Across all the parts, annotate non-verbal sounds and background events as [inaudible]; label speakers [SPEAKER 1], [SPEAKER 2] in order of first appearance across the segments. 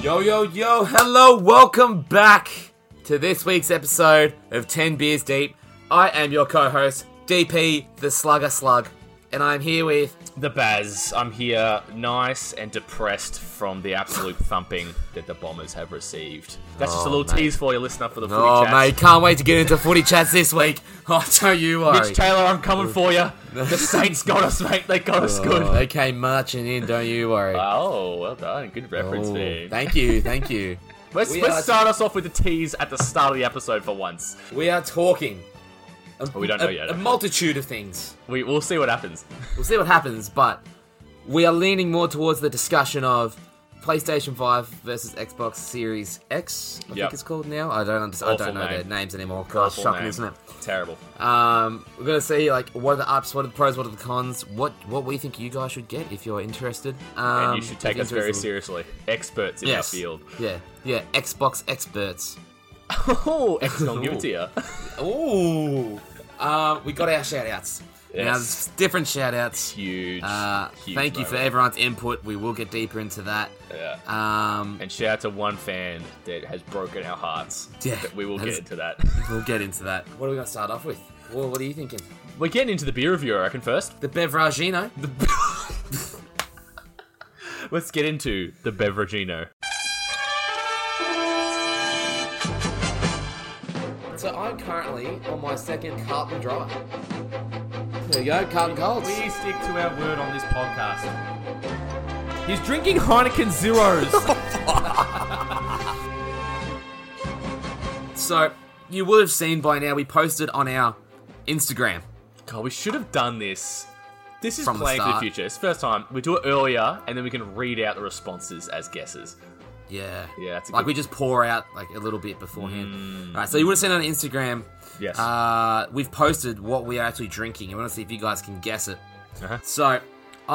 [SPEAKER 1] Yo, yo, yo, hello, welcome back to this week's episode of 10 Beers Deep. I am your co host, DP the Slugger Slug, and I'm here with.
[SPEAKER 2] The Baz, I'm here, nice and depressed from the absolute [laughs] thumping that the Bombers have received. That's just a little tease for you, listener, for the footy
[SPEAKER 1] Oh,
[SPEAKER 2] chat.
[SPEAKER 1] mate, can't wait to get into footy chats this week. [laughs] Oh, don't you worry.
[SPEAKER 2] Mitch Taylor, I'm coming
[SPEAKER 1] [laughs]
[SPEAKER 2] for you. The Saints got us, mate. They got us
[SPEAKER 1] Oh,
[SPEAKER 2] good.
[SPEAKER 1] they came marching in, don't you worry.
[SPEAKER 2] Oh, well done. Good reference
[SPEAKER 1] Oh,
[SPEAKER 2] there.
[SPEAKER 1] thank you, thank you.
[SPEAKER 2] Let's,
[SPEAKER 1] we
[SPEAKER 2] let's
[SPEAKER 1] are-
[SPEAKER 2] start us off with a tease at the start of the episode for once.
[SPEAKER 1] We are talking. A,
[SPEAKER 2] we don't know
[SPEAKER 1] a-
[SPEAKER 2] yet,
[SPEAKER 1] A
[SPEAKER 2] actually.
[SPEAKER 1] multitude of things.
[SPEAKER 2] We, we'll see what happens.
[SPEAKER 1] We'll see what happens, but we are leaning more towards the discussion of PlayStation 5 versus Xbox Series X, I
[SPEAKER 2] Yep.
[SPEAKER 1] think it's called now. I don't under- I
[SPEAKER 2] Awful
[SPEAKER 1] don't know
[SPEAKER 2] name.
[SPEAKER 1] their names anymore. God,
[SPEAKER 2] Awful
[SPEAKER 1] shocking,
[SPEAKER 2] name.
[SPEAKER 1] isn't it?
[SPEAKER 2] Terrible.
[SPEAKER 1] Um, we're gonna see like what are the ups, what are the pros, what are the cons, what what we think you guys should get if you're interested. Um,
[SPEAKER 2] and you should take
[SPEAKER 1] if
[SPEAKER 2] us very
[SPEAKER 1] interested-
[SPEAKER 2] seriously. Experts in
[SPEAKER 1] Yes. [laughs]
[SPEAKER 2] our field.
[SPEAKER 1] Yeah, yeah. Xbox experts.
[SPEAKER 2] Oh, X gonna give it to
[SPEAKER 1] [laughs]
[SPEAKER 2] you.
[SPEAKER 1] Ooh. Um, we got our shout outs. Now,
[SPEAKER 2] Yes.
[SPEAKER 1] there's different shout outs.
[SPEAKER 2] Huge.
[SPEAKER 1] Uh,
[SPEAKER 2] huge
[SPEAKER 1] thank you for
[SPEAKER 2] moment.
[SPEAKER 1] everyone's input. We will get deeper into that.
[SPEAKER 2] Yeah.
[SPEAKER 1] Um,
[SPEAKER 2] And shout out to one fan that has broken our hearts.
[SPEAKER 1] Yeah.
[SPEAKER 2] But we will
[SPEAKER 1] That
[SPEAKER 2] get
[SPEAKER 1] is-
[SPEAKER 2] into that.
[SPEAKER 1] we'll get into that. What are we going to start off with? Well, what are you thinking?
[SPEAKER 2] We're getting into the beer review, I reckon, first.
[SPEAKER 1] The Beveragino.
[SPEAKER 2] Let's get into the Beveragino.
[SPEAKER 1] So I'm currently on my second Carlton dry. There you go, Carlton Colds.
[SPEAKER 2] stick to our word on this podcast. He's drinking
[SPEAKER 1] [laughs]
[SPEAKER 2] Heineken Zeros.
[SPEAKER 1] So you would have seen by now we posted on our Instagram.
[SPEAKER 2] [laughs] God, we should have done this. This is
[SPEAKER 1] From the
[SPEAKER 2] playing for the
[SPEAKER 1] start.
[SPEAKER 2] future. It's the first time. We do it earlier, and then we can read out the responses as guesses.
[SPEAKER 1] Yeah.
[SPEAKER 2] Yeah, that's a
[SPEAKER 1] like
[SPEAKER 2] good- Mm.
[SPEAKER 1] we just pour out like a little bit beforehand. All right, so you would have seen on Instagram.
[SPEAKER 2] Yes.
[SPEAKER 1] Uh, we've posted what we are actually drinking. I want to see if you guys can guess it.
[SPEAKER 2] Uh-huh.
[SPEAKER 1] So I'm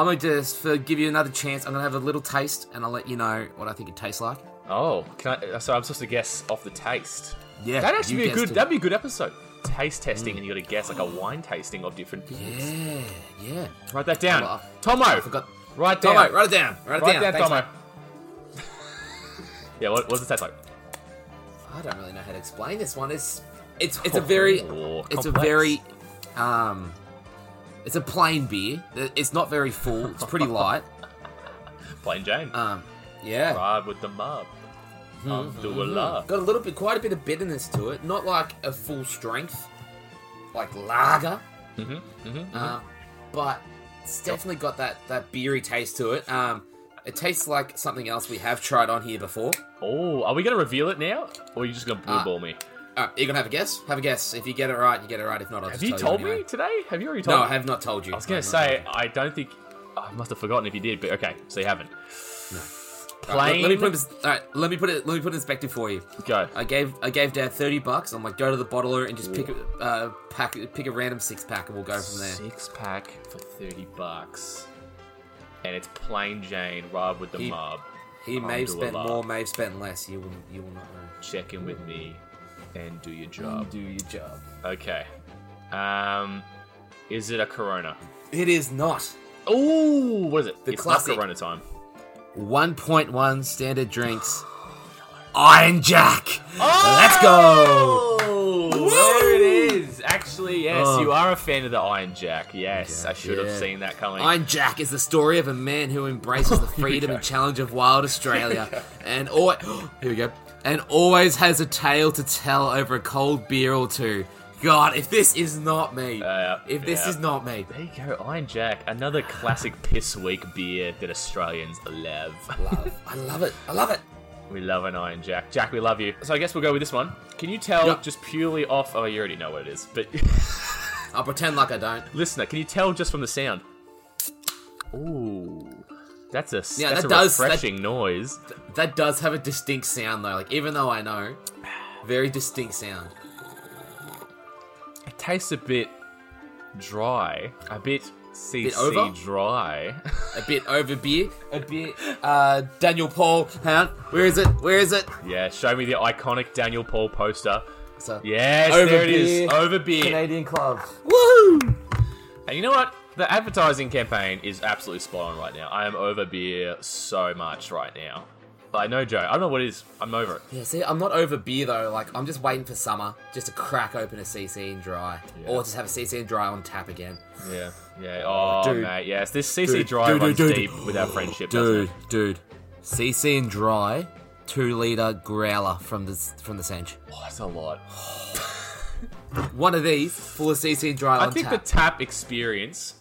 [SPEAKER 1] gonna just for give you another chance. I'm gonna have a little taste, and I'll let you know what I think it tastes like.
[SPEAKER 2] oh, can I, so I'm supposed to guess off the taste.
[SPEAKER 1] Yeah,
[SPEAKER 2] That'd actually
[SPEAKER 1] you
[SPEAKER 2] be a
[SPEAKER 1] guessed
[SPEAKER 2] good.
[SPEAKER 1] it. Mm.
[SPEAKER 2] That'd be a good episode. Taste testing, and you got to guess like a wine tasting of different. things.
[SPEAKER 1] Yeah, yeah.
[SPEAKER 2] Write that down,
[SPEAKER 1] Well, I-
[SPEAKER 2] Tomo.
[SPEAKER 1] I forgot.
[SPEAKER 2] Write down.
[SPEAKER 1] Tomo, write it down. Write it
[SPEAKER 2] Write
[SPEAKER 1] down.
[SPEAKER 2] down,
[SPEAKER 1] Thanks,
[SPEAKER 2] Tomo. yeah, what, what's the taste like?
[SPEAKER 1] mate. I don't really know how to explain this one. It's it's it's a very
[SPEAKER 2] Oh,
[SPEAKER 1] it's a
[SPEAKER 2] complex.
[SPEAKER 1] very um it's a plain beer. It's not very full. It's pretty [laughs] light.
[SPEAKER 2] Plain Jane.
[SPEAKER 1] Um, yeah.
[SPEAKER 2] Ride with the mob.
[SPEAKER 1] [laughs]
[SPEAKER 2] Abdullah.
[SPEAKER 1] Got a little bit, quite a bit of bitterness to it. Not like a full strength, like lager. Mm-hmm, uh, but it's definitely got that that beery taste to it. Um, it tastes like something else we have tried on here before.
[SPEAKER 2] Oh, are we gonna reveal it now, or are you just gonna blue ball me?
[SPEAKER 1] Uh, you gonna have a guess? Have a guess. If you get it right, you get it right. If not, I'll
[SPEAKER 2] Have
[SPEAKER 1] just
[SPEAKER 2] you
[SPEAKER 1] tell
[SPEAKER 2] told
[SPEAKER 1] you anyway.
[SPEAKER 2] me today? Have you already told
[SPEAKER 1] No,
[SPEAKER 2] me?
[SPEAKER 1] I have not told you.
[SPEAKER 2] I was gonna say I don't think. I must have forgotten if you did, but okay, so you haven't.
[SPEAKER 1] Let,
[SPEAKER 2] Plain.
[SPEAKER 1] let me put this. All right, let me put it. Let me put it in perspective for you.
[SPEAKER 2] Go.
[SPEAKER 1] I gave I gave Dad thirty bucks. I'm like, go to the bottler and just pick a uh, pack, pick a random six pack, and we'll go from there.
[SPEAKER 2] Six pack for thirty bucks, and it's plain Jane. Ride with the
[SPEAKER 1] He-
[SPEAKER 2] mob.
[SPEAKER 1] He may have
[SPEAKER 2] do a
[SPEAKER 1] spent
[SPEAKER 2] lot.
[SPEAKER 1] more, may have spent less. You will, you will not know.
[SPEAKER 2] Check in with me, and do your job.
[SPEAKER 1] do your job.
[SPEAKER 2] Okay. Um, is it a Corona?
[SPEAKER 1] It is not
[SPEAKER 2] Oh, what is it?
[SPEAKER 1] The
[SPEAKER 2] it's
[SPEAKER 1] classic.
[SPEAKER 2] not Corona time.
[SPEAKER 1] 1.1 standard drinks. Iron Jack. Let's go.
[SPEAKER 2] Oh,
[SPEAKER 1] Woo!
[SPEAKER 2] there it is. Actually, yes,
[SPEAKER 1] Oh.
[SPEAKER 2] you are a fan of the Iron Jack. Yes, I should
[SPEAKER 1] yeah.
[SPEAKER 2] have seen that coming.
[SPEAKER 1] Iron Jack is the story of a man who embraces
[SPEAKER 2] [laughs]
[SPEAKER 1] the freedom and challenge of wild Australia, and always [gasps] here we go, and always has a tale to tell over a cold beer or two. God, if this is not me,
[SPEAKER 2] yeah,
[SPEAKER 1] if this
[SPEAKER 2] yeah.
[SPEAKER 1] is not me,
[SPEAKER 2] there you go, Iron Jack, another classic [laughs] piss weak beer that Australians love.
[SPEAKER 1] love, I love it, I love it.
[SPEAKER 2] we love an Iron Jack. Jack, we love you. So I guess we'll go with this one. Can you tell
[SPEAKER 1] Yep.
[SPEAKER 2] just purely off? Oh, you already know what it is, but
[SPEAKER 1] I'll pretend like I don't.
[SPEAKER 2] listener, can you tell just from the sound? Ooh, that's a s-
[SPEAKER 1] Yeah,
[SPEAKER 2] that's
[SPEAKER 1] that
[SPEAKER 2] a
[SPEAKER 1] does- that-
[SPEAKER 2] refreshing noise.
[SPEAKER 1] That does have a distinct sound though. Like even though I know, very distinct sound.
[SPEAKER 2] It tastes a bit dry, a bit
[SPEAKER 1] Bit over?
[SPEAKER 2] CC dry. [laughs]
[SPEAKER 1] A bit over beer. A bit. Uh, Daniel Paul. Hang on. Where is it? Where is it?
[SPEAKER 2] yeah, show me the iconic Daniel Paul poster.
[SPEAKER 1] So,
[SPEAKER 2] Yes,
[SPEAKER 1] Over
[SPEAKER 2] there it
[SPEAKER 1] beer.
[SPEAKER 2] is. Over beer.
[SPEAKER 1] Canadian club. Woo!
[SPEAKER 2] And you know what? The advertising campaign is absolutely spot on right now. I am over beer so much right now. I know, Joe. I don't know what it is. I'm over it.
[SPEAKER 1] Yeah, see, I'm not over beer though. Like, I'm just waiting for summer just to crack open a CC and dry,
[SPEAKER 2] Yeah.
[SPEAKER 1] or just have a CC and dry on tap again.
[SPEAKER 2] Yeah, yeah. Oh,
[SPEAKER 1] Dude.
[SPEAKER 2] mate, yes. This CC
[SPEAKER 1] Dude,
[SPEAKER 2] dry
[SPEAKER 1] dude,
[SPEAKER 2] runs
[SPEAKER 1] dude, dude.
[SPEAKER 2] deep with our friendship, doesn't
[SPEAKER 1] Dude, dude,
[SPEAKER 2] it?
[SPEAKER 1] CC and dry, two liter growler from the from the Sench.
[SPEAKER 2] Oh, that's a lot.
[SPEAKER 1] One of these full of CC and dry
[SPEAKER 2] I
[SPEAKER 1] on
[SPEAKER 2] think
[SPEAKER 1] tap.
[SPEAKER 2] the tap experience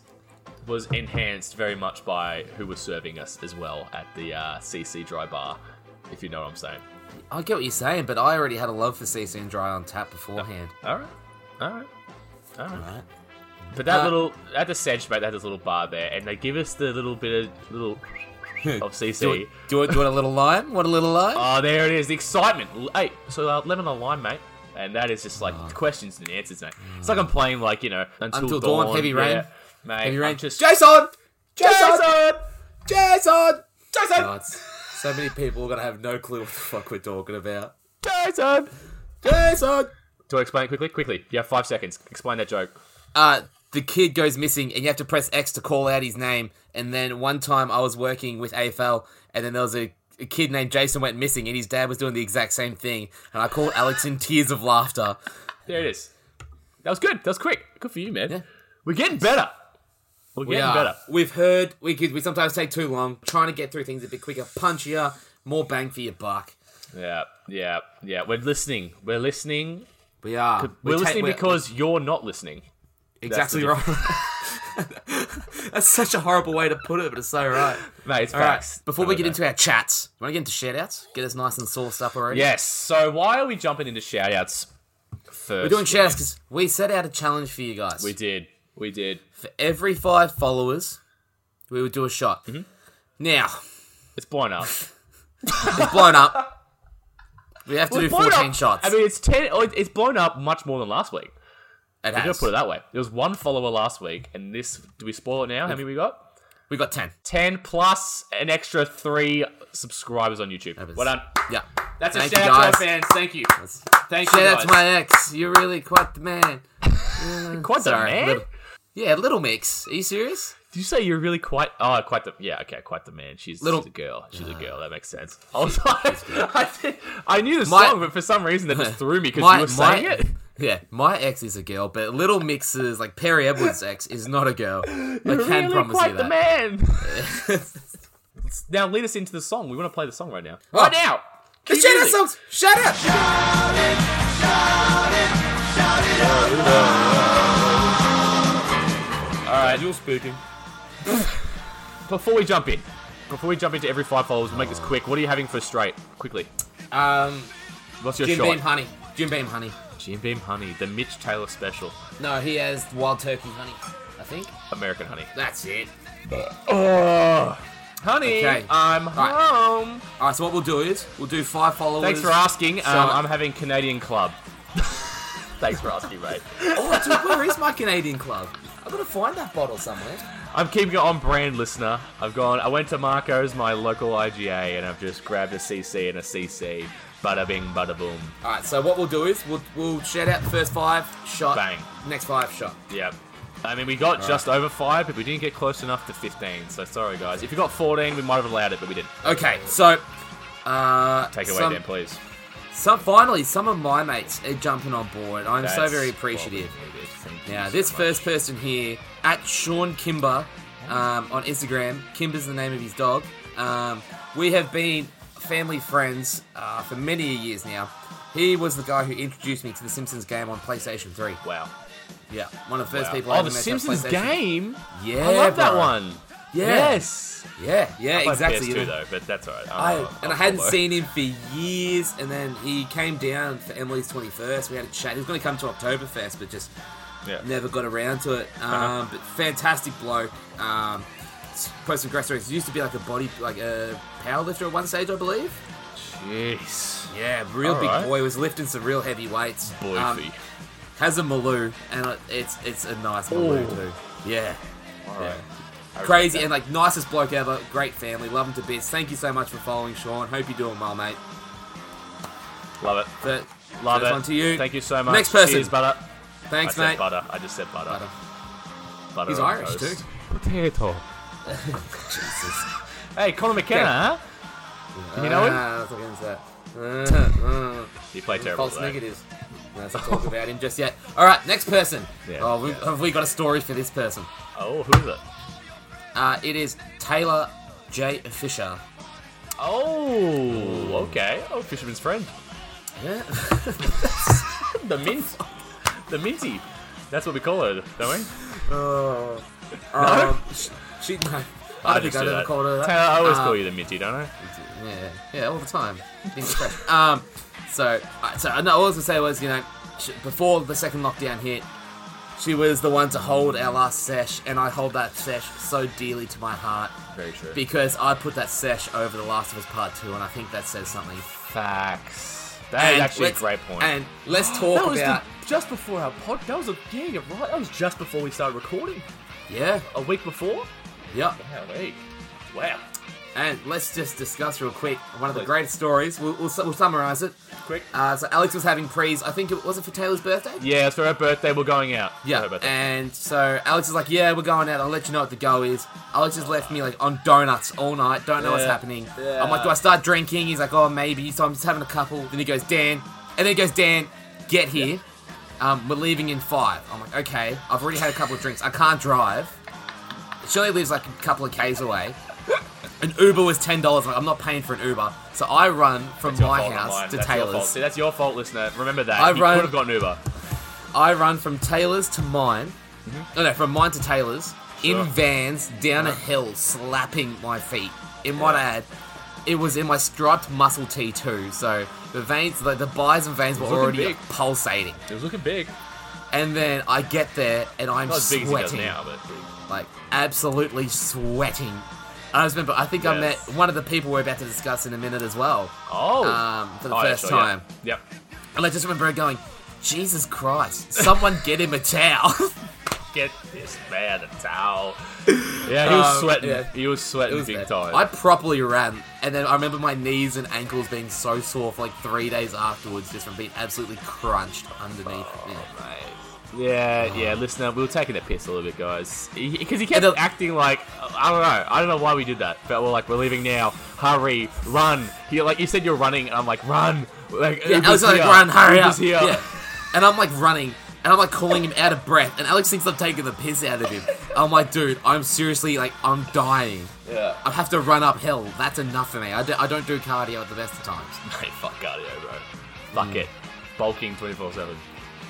[SPEAKER 2] was enhanced very much by who was serving us as well at the uh, CC dry bar, if you know what I'm saying.
[SPEAKER 1] I get what you're saying, but I already had a love for CC and dry on tap beforehand.
[SPEAKER 2] All right, all right, all right.
[SPEAKER 1] Right?
[SPEAKER 2] But that
[SPEAKER 1] Uh,
[SPEAKER 2] little at the sedge, mate, they had this little bar there, and they give us the little bit
[SPEAKER 1] [laughs]
[SPEAKER 2] of little of
[SPEAKER 1] Do
[SPEAKER 2] CC.
[SPEAKER 1] it. Do it. Do it. A little lime. What a little lime.
[SPEAKER 2] Oh, there it is, the excitement. L- Hey, so uh, lemon on lime, mate. And that is just like questions and answers, mate. It's like I'm playing like you know until,
[SPEAKER 1] Ah. Until Dawn, Heavy Rain.
[SPEAKER 2] yeah, mate.
[SPEAKER 1] Have you
[SPEAKER 2] I'm
[SPEAKER 1] ran?
[SPEAKER 2] just
[SPEAKER 1] Jason. Jason.
[SPEAKER 2] Jason,
[SPEAKER 1] Jason.
[SPEAKER 2] Jason,
[SPEAKER 1] Oh, it's- so many people are gonna have no clue what the fuck we're talking about.
[SPEAKER 2] Jason.
[SPEAKER 1] Jason.
[SPEAKER 2] Do I explain it quickly? Quickly, you have five seconds. Explain that joke.
[SPEAKER 1] uh, the kid goes missing, and you have to press X to call out his name. And then one time I was working with AFL, and then there was a, a kid named Jason went missing, and his dad was doing the exact same thing. And I called Alex in tears of laughter.
[SPEAKER 2] There it is. That was good. That was quick. Good for you, man.
[SPEAKER 1] Yeah.
[SPEAKER 2] We're getting better. We're
[SPEAKER 1] We
[SPEAKER 2] getting
[SPEAKER 1] are-
[SPEAKER 2] better.
[SPEAKER 1] We've heard we could, we sometimes take too long, trying to get through things a bit quicker, punchier, more bang for your buck.
[SPEAKER 2] Yeah, yeah, yeah. We're listening. We're listening.
[SPEAKER 1] We are.
[SPEAKER 2] We're,
[SPEAKER 1] We ta-
[SPEAKER 2] listening
[SPEAKER 1] we're-
[SPEAKER 2] because you're not listening.
[SPEAKER 1] exactly
[SPEAKER 2] that's
[SPEAKER 1] right. [laughs] That's such a horrible way to put it, but it's so right.
[SPEAKER 2] Mate, it's
[SPEAKER 1] All right.
[SPEAKER 2] facts.
[SPEAKER 1] Before we get
[SPEAKER 2] Totally,
[SPEAKER 1] into
[SPEAKER 2] mate.
[SPEAKER 1] our chats, want to get into shout outs? Get us nice and sauced up already.
[SPEAKER 2] Yes, so why are we jumping into shout outs first?
[SPEAKER 1] We're doing shout outs because we set out a challenge for you guys.
[SPEAKER 2] We did. We did.
[SPEAKER 1] for every five followers, we would do a shot.
[SPEAKER 2] Mm-hmm.
[SPEAKER 1] Now,
[SPEAKER 2] It's blown
[SPEAKER 1] [laughs]
[SPEAKER 2] up.
[SPEAKER 1] it's blown up. We have to do
[SPEAKER 2] It's blown
[SPEAKER 1] 14
[SPEAKER 2] up.
[SPEAKER 1] shots.
[SPEAKER 2] I mean, it's ten. oh, It's blown up much more than last week.
[SPEAKER 1] It
[SPEAKER 2] I'm gonna
[SPEAKER 1] has.
[SPEAKER 2] put it that way. There was one follower last week, and this. Do we spoil it now? How many we got?
[SPEAKER 1] we got 10.
[SPEAKER 2] 10 plus an extra three subscribers on YouTube.
[SPEAKER 1] is-
[SPEAKER 2] Well done.
[SPEAKER 1] Yeah.
[SPEAKER 2] That's
[SPEAKER 1] Thank
[SPEAKER 2] a shout
[SPEAKER 1] you,
[SPEAKER 2] out to our
[SPEAKER 1] guys.
[SPEAKER 2] fans. Thank you. Thank
[SPEAKER 1] Shout
[SPEAKER 2] you.
[SPEAKER 1] out to
[SPEAKER 2] guys.
[SPEAKER 1] my ex. You're really quite the man.
[SPEAKER 2] Quite the
[SPEAKER 1] Sorry,
[SPEAKER 2] man.
[SPEAKER 1] little- yeah, Little Mix. Are you serious?
[SPEAKER 2] Did you say you're really quite? Oh, quite the. Yeah, okay, quite the man. She's,
[SPEAKER 1] Little- Ah.
[SPEAKER 2] she's a girl. She's a girl. That makes sense. I was like, [laughs] I, did, I knew the
[SPEAKER 1] My-
[SPEAKER 2] song, but for some reason
[SPEAKER 1] [laughs]
[SPEAKER 2] that just threw me because
[SPEAKER 1] My-
[SPEAKER 2] you were
[SPEAKER 1] my-
[SPEAKER 2] saying it.
[SPEAKER 1] [laughs] Yeah, my ex is a girl, but Little Mix's, like Perry Edwards' ex, is not a
[SPEAKER 2] [laughs]
[SPEAKER 1] girl. I
[SPEAKER 2] You're
[SPEAKER 1] can
[SPEAKER 2] really
[SPEAKER 1] promise
[SPEAKER 2] quite
[SPEAKER 1] you
[SPEAKER 2] the
[SPEAKER 1] that.
[SPEAKER 2] man.
[SPEAKER 1] [laughs]
[SPEAKER 2] now lead us into the song. We want to play the song right now.
[SPEAKER 1] Oh.
[SPEAKER 2] Right now.
[SPEAKER 1] The
[SPEAKER 2] Cue
[SPEAKER 1] shout out
[SPEAKER 2] music.
[SPEAKER 1] songs! Shut up!
[SPEAKER 2] All right, you're speaking. [sighs] before we jump in, before we jump into every five followers, we'll make this quick. What are you having for straight? Quickly.
[SPEAKER 1] Oh. Um,
[SPEAKER 2] What's your
[SPEAKER 1] Jim
[SPEAKER 2] shot?
[SPEAKER 1] Beam Honey. Jim Beam Honey.
[SPEAKER 2] Jim Beam Honey, the Mitch Taylor special,
[SPEAKER 1] No, he has wild turkey honey, I think.
[SPEAKER 2] American Honey.
[SPEAKER 1] That's it.
[SPEAKER 2] Oh, honey,
[SPEAKER 1] Okay.
[SPEAKER 2] I'm
[SPEAKER 1] right.
[SPEAKER 2] home.
[SPEAKER 1] All right, so what we'll do is we'll do five followers.
[SPEAKER 2] Thanks for asking. Um,
[SPEAKER 1] Charlotte-
[SPEAKER 2] I'm having Canadian Club. [laughs] Thanks for asking, mate.
[SPEAKER 1] Oh, dude, where is my Canadian club? I've got to find that bottle somewhere.
[SPEAKER 2] I'm keeping it on brand, listener. I've gone. I went to Marco's, my local IGA, and I've just grabbed a CC and a CC. Bada bing, bada boom.
[SPEAKER 1] All right, so what we'll do is we'll, we'll shout out the first five shot.
[SPEAKER 2] Bang.
[SPEAKER 1] Next five shot.
[SPEAKER 2] Yeah. I mean, we got just over five, but we didn't get close enough to 15. So sorry, guys. If you got 14, we might have allowed it, but we didn't.
[SPEAKER 1] Okay, so. Uh,
[SPEAKER 2] Take it away,
[SPEAKER 1] some,
[SPEAKER 2] Dan, please.
[SPEAKER 1] Some, finally, some of my mates are jumping on board. I'm so
[SPEAKER 2] That's
[SPEAKER 1] very
[SPEAKER 2] what we
[SPEAKER 1] appreciative.
[SPEAKER 2] needed. Thank you
[SPEAKER 1] Now,
[SPEAKER 2] so
[SPEAKER 1] this
[SPEAKER 2] much.
[SPEAKER 1] first person here, at Sean Kimber um, on Instagram, Kimber's the name of his dog. Um, we have been family friends uh, for many years now. He was the guy who introduced me to the Simpsons game on PlayStation 3.
[SPEAKER 2] Wow.
[SPEAKER 1] Yeah, one of the first
[SPEAKER 2] Wow.
[SPEAKER 1] people I
[SPEAKER 2] Oh,
[SPEAKER 1] ever
[SPEAKER 2] the
[SPEAKER 1] met on
[SPEAKER 2] Simpsons
[SPEAKER 1] PlayStation.
[SPEAKER 2] game.
[SPEAKER 1] Yeah,
[SPEAKER 2] I love that
[SPEAKER 1] bro.
[SPEAKER 2] one.
[SPEAKER 1] Yeah.
[SPEAKER 2] Yes.
[SPEAKER 1] Yeah, yeah,
[SPEAKER 2] My
[SPEAKER 1] exactly.
[SPEAKER 2] PS2
[SPEAKER 1] You know,
[SPEAKER 2] though, Oh, but that's alright.
[SPEAKER 1] I, and I hadn't seen him for years, and then he came down for Emily's 21st. We had a chat. He was going to come to Oktoberfest, but just
[SPEAKER 2] Yeah.
[SPEAKER 1] never got around to it. Um,
[SPEAKER 2] Uh-huh.
[SPEAKER 1] But fantastic bloke. Um, post aggressor used to be like a body, like a powerlifter at one stage, I believe.
[SPEAKER 2] Jeez.
[SPEAKER 1] Yeah, real big
[SPEAKER 2] Alright.
[SPEAKER 1] boy. Was lifting some real heavy weights.
[SPEAKER 2] Boofy.
[SPEAKER 1] Um, has a Maloo, and uh, it's it's a nice Maloo
[SPEAKER 2] Ooh.
[SPEAKER 1] too. Yeah,
[SPEAKER 2] alright. I
[SPEAKER 1] crazy
[SPEAKER 2] respect
[SPEAKER 1] and like nicest bloke ever. Great family, love him to bits. Thank you so much for following, Sean. Hope you're doing well, mate.
[SPEAKER 2] that. Love it.
[SPEAKER 1] But
[SPEAKER 2] Love
[SPEAKER 1] first
[SPEAKER 2] it.
[SPEAKER 1] one to you.
[SPEAKER 2] Thank you so much.
[SPEAKER 1] Next person.
[SPEAKER 2] Cheers, butter.
[SPEAKER 1] Thanks,
[SPEAKER 2] I said
[SPEAKER 1] mate.
[SPEAKER 2] butter. I just said butter.
[SPEAKER 1] Butter.
[SPEAKER 2] Butter
[SPEAKER 1] He's
[SPEAKER 2] on
[SPEAKER 1] Irish
[SPEAKER 2] toast. [laughs]
[SPEAKER 1] too.
[SPEAKER 2] Potato. hey, Colin McKenna, huh? You know him?
[SPEAKER 1] Ah, let's look into that. Uh, uh.
[SPEAKER 2] You play terrible.
[SPEAKER 1] False
[SPEAKER 2] though. [laughs]
[SPEAKER 1] negatives. Let's not talk about him just yet. All right, next person.
[SPEAKER 2] Yeah,
[SPEAKER 1] oh, we,
[SPEAKER 2] yeah.
[SPEAKER 1] have we got a story for this person?
[SPEAKER 2] Oh, who's it?
[SPEAKER 1] Uh, it is Taylor J. Fisher.
[SPEAKER 2] Oh, okay. Oh, fisherman's friend. [laughs]
[SPEAKER 1] Yeah.
[SPEAKER 2] The mint. the minty. That's what we call her, don't we?
[SPEAKER 1] oh.
[SPEAKER 2] [laughs]
[SPEAKER 1] Um, sh- she, no, I, don't think
[SPEAKER 2] just
[SPEAKER 1] I've
[SPEAKER 2] do
[SPEAKER 1] ever
[SPEAKER 2] that. Uh,
[SPEAKER 1] called her that.
[SPEAKER 2] Taylor, I always
[SPEAKER 1] Um,
[SPEAKER 2] call you the minty, don't I?
[SPEAKER 1] Yeah, yeah, all the time. Being depressed. [laughs] um, so, uh, so no, all I was gonna say was, you know, sh before the second lockdown hit, she was the one to hold our last sesh, and I hold that sesh so dearly to my heart
[SPEAKER 2] Very true.
[SPEAKER 1] because I put that sesh over The Last of Us Part Two, and I think that says something.
[SPEAKER 2] Facts. That is
[SPEAKER 1] And
[SPEAKER 2] actually a
[SPEAKER 1] let's-
[SPEAKER 2] great point.
[SPEAKER 1] And let's talk
[SPEAKER 2] that was
[SPEAKER 1] about
[SPEAKER 2] the, just before our pod. That was a yeah, you're right. That was just before we started recording.
[SPEAKER 1] yeah,
[SPEAKER 2] A week before.
[SPEAKER 1] yeah,
[SPEAKER 2] Wow, week. Wow.
[SPEAKER 1] and let's just discuss real quick one of the
[SPEAKER 2] Please.
[SPEAKER 1] greatest stories. We'll, we'll, su- we'll summarize it.
[SPEAKER 2] Quick.
[SPEAKER 1] Uh, so Alex was having prees. I think it was it for Taylor's birthday.
[SPEAKER 2] yeah, it's for her birthday. We're going out. For her
[SPEAKER 1] Yeah,
[SPEAKER 2] birthday.
[SPEAKER 1] and so Alex is like, "Yeah, we're going out. I'll let you know what the go is." Alex has left me like on donuts all night. Don't know what's
[SPEAKER 2] Yeah.
[SPEAKER 1] happening.
[SPEAKER 2] Yeah.
[SPEAKER 1] I'm like, "Do I start drinking?" He's like, "Oh, maybe." So I'm just having a couple. Then he goes, "Dan," and then he goes, "Dan, get here. Um, we're leaving in five. I'm like, "Okay." I've already had a couple of drinks. I can't drive. Shirley lives like a couple of k's away. An Uber was ten dollars. Like, I'm not paying for an Uber, so I run from
[SPEAKER 2] It's your
[SPEAKER 1] my
[SPEAKER 2] fault, not mine.
[SPEAKER 1] house to
[SPEAKER 2] That's your fault.
[SPEAKER 1] Taylor's.
[SPEAKER 2] See, that's your fault, listener. Remember that.
[SPEAKER 1] I
[SPEAKER 2] you
[SPEAKER 1] run-
[SPEAKER 2] could have gotten Uber.
[SPEAKER 1] I run from Taylor's to mine. No, no, from mine to Taylor's
[SPEAKER 2] Mm-hmm. Sure.
[SPEAKER 1] in vans down a hill, slapping my feet. In what
[SPEAKER 2] Yeah.
[SPEAKER 1] ad? It was in my striped muscle T too. So the veins, the, the buys and veins were
[SPEAKER 2] looking
[SPEAKER 1] already
[SPEAKER 2] big.
[SPEAKER 1] pulsating.
[SPEAKER 2] It was looking big.
[SPEAKER 1] And then I get there and I'm
[SPEAKER 2] Not as big as he does
[SPEAKER 1] sweating,
[SPEAKER 2] now, but
[SPEAKER 1] like absolutely sweating. I just remember, I think I met
[SPEAKER 2] Yes.
[SPEAKER 1] one of the people we're about to discuss in a minute as well.
[SPEAKER 2] oh,
[SPEAKER 1] Um, for the
[SPEAKER 2] Oh, yeah,
[SPEAKER 1] first
[SPEAKER 2] sure, yeah.
[SPEAKER 1] time.
[SPEAKER 2] Yep.
[SPEAKER 1] And I just remember her going, Jesus Christ, someone get him a towel. [laughs]
[SPEAKER 2] Get this man a towel. Yeah, he was
[SPEAKER 1] Um,
[SPEAKER 2] sweating.
[SPEAKER 1] yeah.
[SPEAKER 2] He was sweating
[SPEAKER 1] It was
[SPEAKER 2] big
[SPEAKER 1] bad.
[SPEAKER 2] time.
[SPEAKER 1] I properly ran, and then I remember my knees and ankles being so sore for like three days afterwards, just from being absolutely crunched underneath.
[SPEAKER 2] Oh.
[SPEAKER 1] Yeah.
[SPEAKER 2] Yeah, yeah, listener, we were taking a piss a little bit, guys, because he
[SPEAKER 1] And
[SPEAKER 2] kept
[SPEAKER 1] the-
[SPEAKER 2] acting like I don't know, I don't know why we did that, but we're like, we're leaving now, hurry, run. He like you said you're running, and I'm like, run. Like,
[SPEAKER 1] Yeah,
[SPEAKER 2] Uber's
[SPEAKER 1] Alex is like,
[SPEAKER 2] here,
[SPEAKER 1] run, hurry
[SPEAKER 2] Uber's
[SPEAKER 1] up.
[SPEAKER 2] Here.
[SPEAKER 1] Yeah. And I'm like running, and I'm like calling him out of breath, and Alex thinks I'm taking the piss out of him. I'm like, dude, I'm seriously like, I'm dying.
[SPEAKER 2] [laughs] Yeah.
[SPEAKER 1] I have to run uphill. That's enough for me. I, do, I don't do cardio at the best of times.
[SPEAKER 2] Mate, fuck cardio, bro. Fuck
[SPEAKER 1] Hmm.
[SPEAKER 2] it. Bulking 24 7.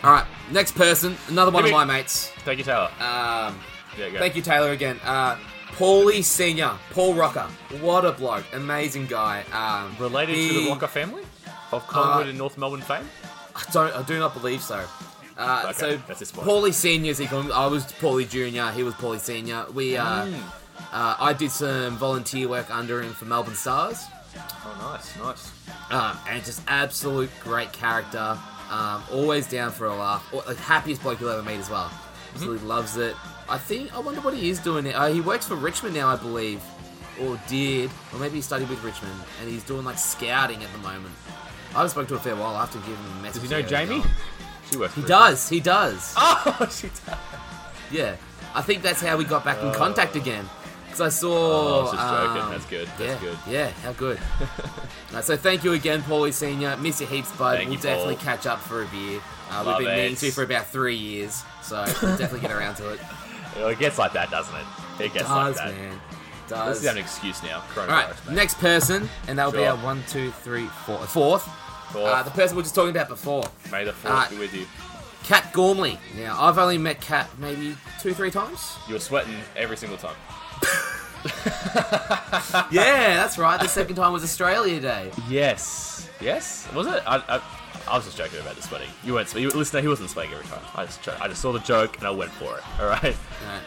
[SPEAKER 1] All right, next person, another one
[SPEAKER 2] Give
[SPEAKER 1] of
[SPEAKER 2] me-
[SPEAKER 1] my mates.
[SPEAKER 2] Thank you, Taylor.
[SPEAKER 1] Um,
[SPEAKER 2] yeah, go.
[SPEAKER 1] Thank you, Taylor, again. Uh, Paulie Senior, Paul Rocker. What a bloke! Amazing guy. Um,
[SPEAKER 2] Related to
[SPEAKER 1] he-
[SPEAKER 2] the Walker family of Collingwood
[SPEAKER 1] Uh,
[SPEAKER 2] and North Melbourne fame?
[SPEAKER 1] I don't. I do not believe so. Uh,
[SPEAKER 2] Okay,
[SPEAKER 1] so
[SPEAKER 2] that's his point.
[SPEAKER 1] Paulie Senior's equal. I was Paulie Junior. He was Paulie Senior. We. Uh,
[SPEAKER 2] Mm.
[SPEAKER 1] uh, I did some volunteer work under him for Melbourne Stars.
[SPEAKER 2] Oh, nice, nice.
[SPEAKER 1] Um, and just absolute great character. Um, always down for a laugh. Or, like, happiest bloke you'll ever meet as well.
[SPEAKER 2] Mm-hmm.
[SPEAKER 1] Absolutely loves it. I think. I wonder what he is doing now. Uh, he works for Richmond now, I believe, or did, or maybe he studied with Richmond, and he's doing like scouting at the moment. I spoke to him a fair while after giving him a message.
[SPEAKER 2] Does
[SPEAKER 1] how
[SPEAKER 2] he know
[SPEAKER 1] he's
[SPEAKER 2] Jamie?
[SPEAKER 1] going.
[SPEAKER 2] She works
[SPEAKER 1] He
[SPEAKER 2] for-
[SPEAKER 1] [laughs] does. He does.
[SPEAKER 2] Oh, she does.
[SPEAKER 1] Yeah. I think that's how we got back in contact again. Because I saw.
[SPEAKER 2] Uh, oh, I was just joking.
[SPEAKER 1] um,
[SPEAKER 2] That's good. That's
[SPEAKER 1] yeah,
[SPEAKER 2] good.
[SPEAKER 1] Yeah, how good.
[SPEAKER 2] [laughs]
[SPEAKER 1] Uh, so thank you again, Paulie Senior. Miss you heaps, bud.
[SPEAKER 2] Thank
[SPEAKER 1] we'll
[SPEAKER 2] you,
[SPEAKER 1] definitely
[SPEAKER 2] Paul.
[SPEAKER 1] catch up for a beer. Uh,
[SPEAKER 2] Love
[SPEAKER 1] we've been meaning
[SPEAKER 2] it.
[SPEAKER 1] to for about three years, so
[SPEAKER 2] [laughs]
[SPEAKER 1] we'll definitely get around to it.
[SPEAKER 2] Well, It gets like that, doesn't it? It gets
[SPEAKER 1] Does
[SPEAKER 2] like that.
[SPEAKER 1] man?
[SPEAKER 2] This
[SPEAKER 1] Does.
[SPEAKER 2] is an excuse now. Coronavirus,
[SPEAKER 1] All right,
[SPEAKER 2] mate.
[SPEAKER 1] next person, and that'll be
[SPEAKER 2] Sure.
[SPEAKER 1] our one, two, three, four, fourth.
[SPEAKER 2] Fourth.
[SPEAKER 1] Uh, the person we were just talking about before,
[SPEAKER 2] May the fourth
[SPEAKER 1] Alright.
[SPEAKER 2] be with you.
[SPEAKER 1] Kat Gormley. Now I've only met Kat maybe two, three times.
[SPEAKER 2] You were sweating every single time.
[SPEAKER 1] yeah, that's right. The second time was Australia Day.
[SPEAKER 2] Yes. Yes. Was it? I, I, I was just joking about the sweating. You weren't. swe- You, listener, he wasn't sweating every time. I just, jo- I just saw the joke and I went for it. All right.
[SPEAKER 1] Alright.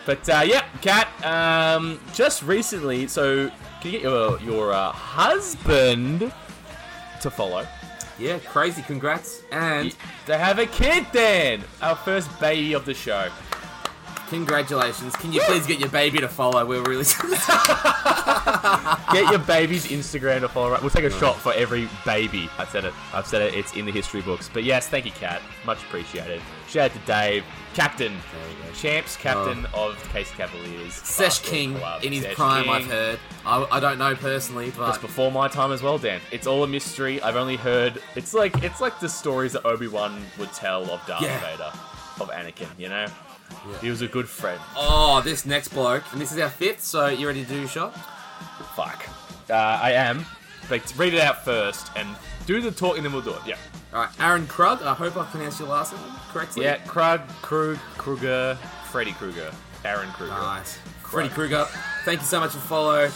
[SPEAKER 2] But uh, yeah, Kat. Um, just recently. So can you get your your uh, husband to follow?
[SPEAKER 1] Yeah, crazy. Congrats and
[SPEAKER 2] They have a kid then. Our first baby of the show.
[SPEAKER 1] [laughs] congratulations. Can you please get your baby to follow? We're really
[SPEAKER 2] Get your
[SPEAKER 1] [laughs]
[SPEAKER 2] baby's Instagram to follow. We'll take a shot for every baby. I've said it. I've said it. It's in the history books. But yes, thank you, Kat. Much appreciated. Shout out to Dave, Captain, Champs, Captain of the Case Cavaliers.
[SPEAKER 1] Oh. Sesh
[SPEAKER 2] Basketball
[SPEAKER 1] King
[SPEAKER 2] Club,
[SPEAKER 1] in his
[SPEAKER 2] Sesh
[SPEAKER 1] prime,
[SPEAKER 2] King.
[SPEAKER 1] I've heard. I, I don't know personally,
[SPEAKER 2] It's
[SPEAKER 1] but
[SPEAKER 2] before my time as well, Dan. It's all a mystery. I've only heard. It's like it's like the stories that Obi Wan would tell of Darth
[SPEAKER 1] Yeah.
[SPEAKER 2] Vader, of Anakin. You know, he was a good friend.
[SPEAKER 1] oh, this next bloke, and this is our fifth. So you ready to do your shot?
[SPEAKER 2] Fuck. Uh, I am. But read it out first and do the talk, and then we'll do it. Yeah.
[SPEAKER 1] All right, Aaron Krug. I hope I pronounced your last name correctly.
[SPEAKER 2] Yeah. Krug, Krug, Kruger, Freddy Krueger, Aaron Kruger.
[SPEAKER 1] Nice. Freddy Krueger, thank you so much for follow.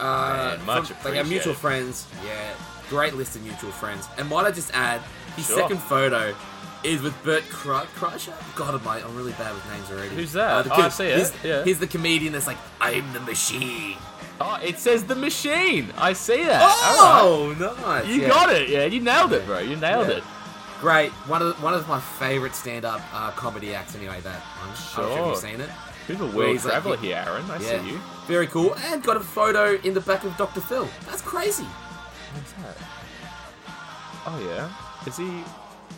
[SPEAKER 1] Uh,
[SPEAKER 2] Man, much
[SPEAKER 1] from- Like our mutual
[SPEAKER 2] appreciated.
[SPEAKER 1] friends. Yeah, great list of mutual friends. And might I just add, his
[SPEAKER 2] Sure.
[SPEAKER 1] second photo is with Bert Kru- Kreischer. God, am I, I'm really bad with names already. Uh,
[SPEAKER 2] Who's that?
[SPEAKER 1] the
[SPEAKER 2] Oh,
[SPEAKER 1] kid-
[SPEAKER 2] I see it,
[SPEAKER 1] He's,
[SPEAKER 2] yeah.
[SPEAKER 1] he's the comedian that's like, I'm the machine.
[SPEAKER 2] Oh, it says the machine. I see that. All right.
[SPEAKER 1] Oh, nice.
[SPEAKER 2] You
[SPEAKER 1] yeah.
[SPEAKER 2] got it. Yeah, you nailed it, bro. You nailed
[SPEAKER 1] Yeah.
[SPEAKER 2] it.
[SPEAKER 1] Great. One of one of my favorite stand-up uh, comedy acts. Anyway, that I'm sure if you've
[SPEAKER 2] Sure.
[SPEAKER 1] seen it.
[SPEAKER 2] Who's a
[SPEAKER 1] Well,
[SPEAKER 2] world
[SPEAKER 1] he's like-
[SPEAKER 2] traveler here, Aaron? I
[SPEAKER 1] Yeah,
[SPEAKER 2] see you.
[SPEAKER 1] very cool. And got a photo in the back of Dr. Phil. That's crazy.
[SPEAKER 2] What's that? Oh yeah. Is he?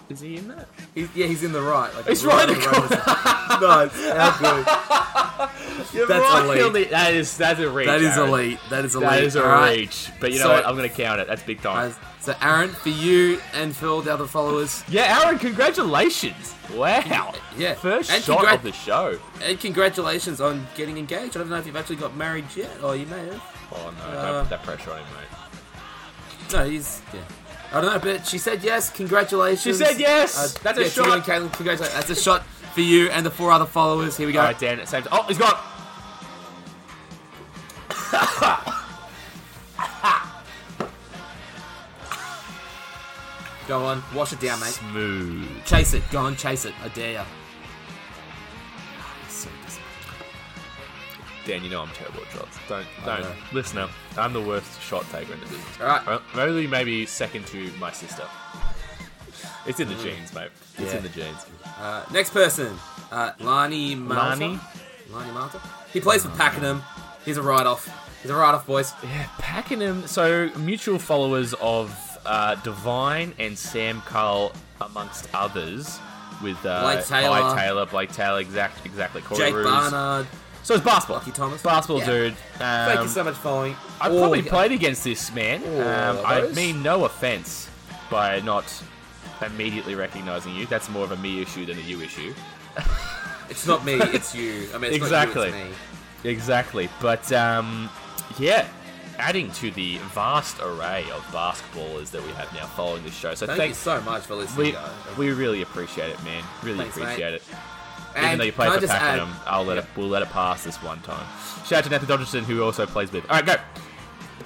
[SPEAKER 2] Is he in that?
[SPEAKER 1] He's, yeah, he's in the right. Like,
[SPEAKER 2] He's
[SPEAKER 1] right
[SPEAKER 2] right in the
[SPEAKER 1] [laughs]
[SPEAKER 2] corner.
[SPEAKER 1] nice. How
[SPEAKER 2] [laughs]
[SPEAKER 1] good.
[SPEAKER 2] You're
[SPEAKER 1] That's elite.
[SPEAKER 2] on the- That is that's a reach.
[SPEAKER 1] That is
[SPEAKER 2] Aaron.
[SPEAKER 1] elite. That is elite.
[SPEAKER 2] That is a
[SPEAKER 1] All right.
[SPEAKER 2] reach. But you know
[SPEAKER 1] So-
[SPEAKER 2] what? I'm gonna count it. That's big time.
[SPEAKER 1] Guys, So, Aaron, for you and Phil, the other followers,
[SPEAKER 2] Yeah, Aaron, congratulations! Wow.
[SPEAKER 1] Yeah.
[SPEAKER 2] First
[SPEAKER 1] And
[SPEAKER 2] shot
[SPEAKER 1] congrat-
[SPEAKER 2] of the show.
[SPEAKER 1] and congratulations on getting engaged. I don't know if you've actually got married yet, or you may have.
[SPEAKER 2] Oh no!
[SPEAKER 1] Uh,
[SPEAKER 2] don't put that pressure on him, mate.
[SPEAKER 1] No, he's yeah. I don't know, but she said yes. Congratulations. Uh,
[SPEAKER 2] She said yes. That's a
[SPEAKER 1] yeah, to you
[SPEAKER 2] shot.
[SPEAKER 1] and Caitlin, congratulations. That's a shot for you and the four other followers. Here we go.
[SPEAKER 2] All right, Dan. Same. oh, he's gone.
[SPEAKER 1] Go on, wash it down, mate.
[SPEAKER 2] Smooth.
[SPEAKER 1] Chase it. Go on, chase it. I dare you. So disappointed.
[SPEAKER 2] Dan, you know I'm terrible at shots. Don't,
[SPEAKER 1] I
[SPEAKER 2] don't.
[SPEAKER 1] know.
[SPEAKER 2] Listen up. I'm the worst shot taker in the business.
[SPEAKER 1] All right.
[SPEAKER 2] Well, Only maybe second to my sister. It's in the genes, mate. It's
[SPEAKER 1] Mm. Yeah.
[SPEAKER 2] in the genes.
[SPEAKER 1] Uh, next person, uh, Lani Malta.
[SPEAKER 2] Lani?
[SPEAKER 1] Lani Malta. He plays for Pakenham. He's a write-off. He's a write-off, boys.
[SPEAKER 2] Yeah, Pakenham. So mutual followers of uh, Divine and Sam Cull, amongst others, with uh,
[SPEAKER 1] Blake Taylor.
[SPEAKER 2] Blake Taylor, Blake Taylor, exact, exactly. Corey
[SPEAKER 1] Jake
[SPEAKER 2] Ruse.
[SPEAKER 1] Barnard.
[SPEAKER 2] So it's basketball.
[SPEAKER 1] Lucky Thomas.
[SPEAKER 2] Basketball,
[SPEAKER 1] Yeah.
[SPEAKER 2] dude. Um,
[SPEAKER 1] Thank you so much for following.
[SPEAKER 2] I
[SPEAKER 1] all
[SPEAKER 2] probably
[SPEAKER 1] the-
[SPEAKER 2] played against this man.
[SPEAKER 1] Oh,
[SPEAKER 2] um, I
[SPEAKER 1] those?
[SPEAKER 2] mean, no offense by not immediately recognizing you. That's more of a me issue than a you issue.
[SPEAKER 1] It's not me. It's you. I mean, it's
[SPEAKER 2] Exactly.
[SPEAKER 1] Not you, it's me.
[SPEAKER 2] Exactly. But um, yeah, adding to the vast array of basketballers that we have now following this show. So
[SPEAKER 1] Thank you
[SPEAKER 2] thanks.
[SPEAKER 1] so much for listening.
[SPEAKER 2] We,
[SPEAKER 1] guys.
[SPEAKER 2] we really appreciate it, man. Really
[SPEAKER 1] Thanks, mate.
[SPEAKER 2] appreciate it. Even
[SPEAKER 1] And
[SPEAKER 2] though you
[SPEAKER 1] can
[SPEAKER 2] play
[SPEAKER 1] I
[SPEAKER 2] for
[SPEAKER 1] just add-
[SPEAKER 2] Pakenham, I'll let it. We'll let it pass this one time. Shout out to Nathan Dodgerson, who also plays with. All right, go.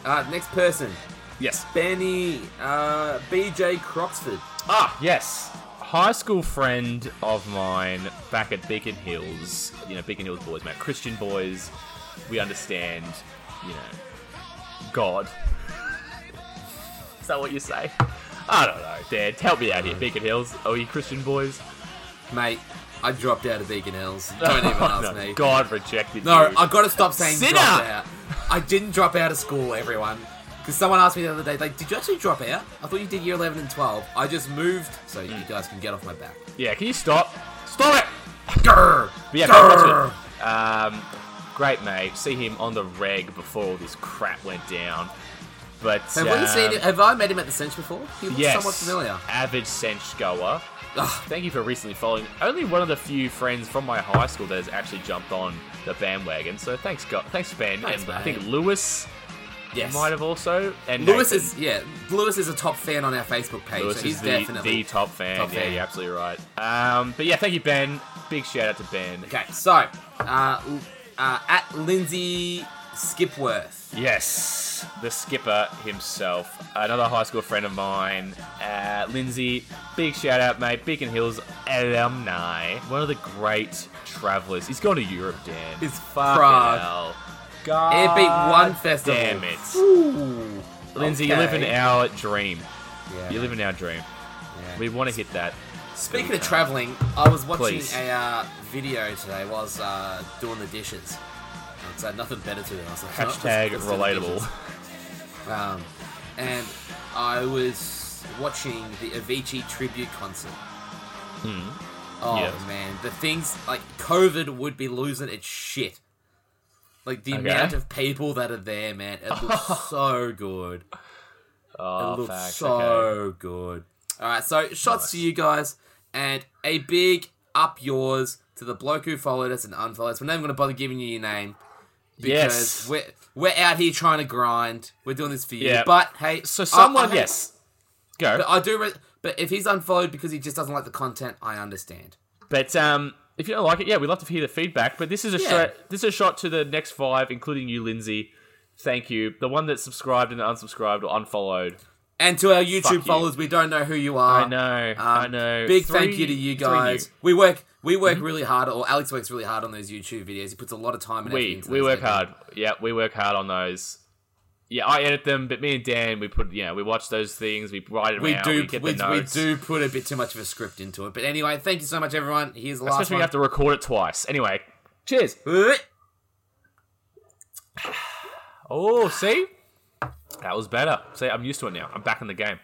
[SPEAKER 1] Uh, next person,
[SPEAKER 2] Yes.
[SPEAKER 1] Benny uh, BJ Croxford.
[SPEAKER 2] Ah, yes. High school friend of mine back at Beacon Hills. You know, Beacon Hills boys, mate. Christian boys. We understand, you know, God. Is that what you say? I don't know, Dad. Help me out here, Beacon Hills. Are you Christian boys?
[SPEAKER 1] Mate, I dropped out of Beacon Hills. Don't
[SPEAKER 2] [laughs]
[SPEAKER 1] even ask
[SPEAKER 2] Oh, No,
[SPEAKER 1] me.
[SPEAKER 2] God rejected
[SPEAKER 1] No,
[SPEAKER 2] you.
[SPEAKER 1] I gotta stop saying
[SPEAKER 2] Sinner!
[SPEAKER 1] dropped out. I didn't drop out of school, everyone. Because someone asked me the other day, like, did you actually drop out? I thought you did year 11 and 12. I just moved, so
[SPEAKER 2] Mm.
[SPEAKER 1] you guys can get off my back.
[SPEAKER 2] Yeah, can you stop? Stop it!
[SPEAKER 1] Grr!
[SPEAKER 2] But yeah, back
[SPEAKER 1] Grr!
[SPEAKER 2] to it. Um, great, mate. See him on the reg before all this crap went down. But
[SPEAKER 1] Have
[SPEAKER 2] um,
[SPEAKER 1] we seen it? Have I met him at the Cinch before? He looks
[SPEAKER 2] Yes.
[SPEAKER 1] somewhat familiar.
[SPEAKER 2] Avid Sench goer.
[SPEAKER 1] Ugh,
[SPEAKER 2] Thank you for recently following. Only one of the few friends from my high school that has actually jumped on the bandwagon. So thanks, go- thanks Ben.
[SPEAKER 1] Thanks,
[SPEAKER 2] and
[SPEAKER 1] mate.
[SPEAKER 2] I think Lewis
[SPEAKER 1] yes.
[SPEAKER 2] might have also. And
[SPEAKER 1] Lewis
[SPEAKER 2] Nathan.
[SPEAKER 1] is yeah. Lewis is a top fan on our Facebook page,
[SPEAKER 2] Lewis
[SPEAKER 1] so he's
[SPEAKER 2] is the,
[SPEAKER 1] definitely
[SPEAKER 2] the top fan.
[SPEAKER 1] top
[SPEAKER 2] yeah,
[SPEAKER 1] fan.
[SPEAKER 2] you're absolutely right. Um, but yeah, thank you, Ben. Big shout out to Ben.
[SPEAKER 1] Okay, so uh, l- uh, at Lindsay Skipworth.
[SPEAKER 2] Yes, the skipper himself, another high school friend of mine, uh, Lindsay. Big shout out, mate. Beacon Hills alumni, one of the great travellers. He's gone to Europe, Dan.
[SPEAKER 1] It's
[SPEAKER 2] Fucking
[SPEAKER 1] Prague.
[SPEAKER 2] hell.
[SPEAKER 1] Air
[SPEAKER 2] God
[SPEAKER 1] beat one festival.
[SPEAKER 2] Ah, Damn it,
[SPEAKER 1] Ooh.
[SPEAKER 2] Lindsay. You live in
[SPEAKER 1] Okay.
[SPEAKER 2] our dream.
[SPEAKER 1] Yeah.
[SPEAKER 2] You live in our dream.
[SPEAKER 1] Yeah.
[SPEAKER 2] We want to hit that.
[SPEAKER 1] Speaking of traveling, I was watching
[SPEAKER 2] Please.
[SPEAKER 1] a uh, video today while I was uh, doing the dishes. I So I had nothing better to do. I was like, "No, let's-
[SPEAKER 2] Hashtag
[SPEAKER 1] let's do the
[SPEAKER 2] relatable.
[SPEAKER 1] Beatles." Um, and I was watching the Avicii tribute concert. Oh
[SPEAKER 2] Hmm. Yeah.
[SPEAKER 1] man, the things like COVID would be losing its shit. Like the
[SPEAKER 2] Okay.
[SPEAKER 1] amount of people that are there, man, it looks
[SPEAKER 2] [laughs]
[SPEAKER 1] so good.
[SPEAKER 2] Oh,
[SPEAKER 1] it looks
[SPEAKER 2] facts,
[SPEAKER 1] so
[SPEAKER 2] okay.
[SPEAKER 1] good. All right, so shots
[SPEAKER 2] Nice.
[SPEAKER 1] to you guys, and a big up yours to the bloke who followed us and unfollowed us. We're not even going to bother giving you your name because
[SPEAKER 2] Yes.
[SPEAKER 1] we're we're out here trying to grind. We're doing this for you.
[SPEAKER 2] Yeah.
[SPEAKER 1] But hey,
[SPEAKER 2] So
[SPEAKER 1] I-
[SPEAKER 2] someone,
[SPEAKER 1] I-
[SPEAKER 2] yes, go.
[SPEAKER 1] But I do. Re- but if he's unfollowed because he just doesn't like the content, I understand.
[SPEAKER 2] But um, if you don't like it, yeah, we'd love to hear the feedback. But this is a
[SPEAKER 1] Yeah.
[SPEAKER 2] shot. This is a shot to the next five, including you, Lindsay. Thank you. The one that subscribed and unsubscribed or unfollowed.
[SPEAKER 1] And to our
[SPEAKER 2] Fuck
[SPEAKER 1] YouTube
[SPEAKER 2] you.
[SPEAKER 1] followers, we don't know who you are.
[SPEAKER 2] I know.
[SPEAKER 1] Um,
[SPEAKER 2] I know.
[SPEAKER 1] Big
[SPEAKER 2] Three-
[SPEAKER 1] thank you to you
[SPEAKER 2] three Mm-hmm.
[SPEAKER 1] guys. We work we work really hard, or Alex works really hard on those YouTube videos. He puts a lot of time and
[SPEAKER 2] new.
[SPEAKER 1] effort
[SPEAKER 2] We
[SPEAKER 1] into
[SPEAKER 2] we
[SPEAKER 1] those,
[SPEAKER 2] work
[SPEAKER 1] don't we?
[SPEAKER 2] hard. Yeah, we work hard on those. Yeah, I edit them, but me and Dan, we put you know, we watch those things, we write it
[SPEAKER 1] We
[SPEAKER 2] out,
[SPEAKER 1] do
[SPEAKER 2] we get
[SPEAKER 1] we,
[SPEAKER 2] the
[SPEAKER 1] we
[SPEAKER 2] notes.
[SPEAKER 1] do put a bit too much of a script into it. But anyway, thank you so much, everyone. Here's the last
[SPEAKER 2] Especially when
[SPEAKER 1] one.
[SPEAKER 2] you have to record it twice. Anyway, cheers.
[SPEAKER 1] [laughs]
[SPEAKER 2] Oh, see, that was better. See, I'm used to it now. I'm back in
[SPEAKER 1] [laughs]
[SPEAKER 2] the game.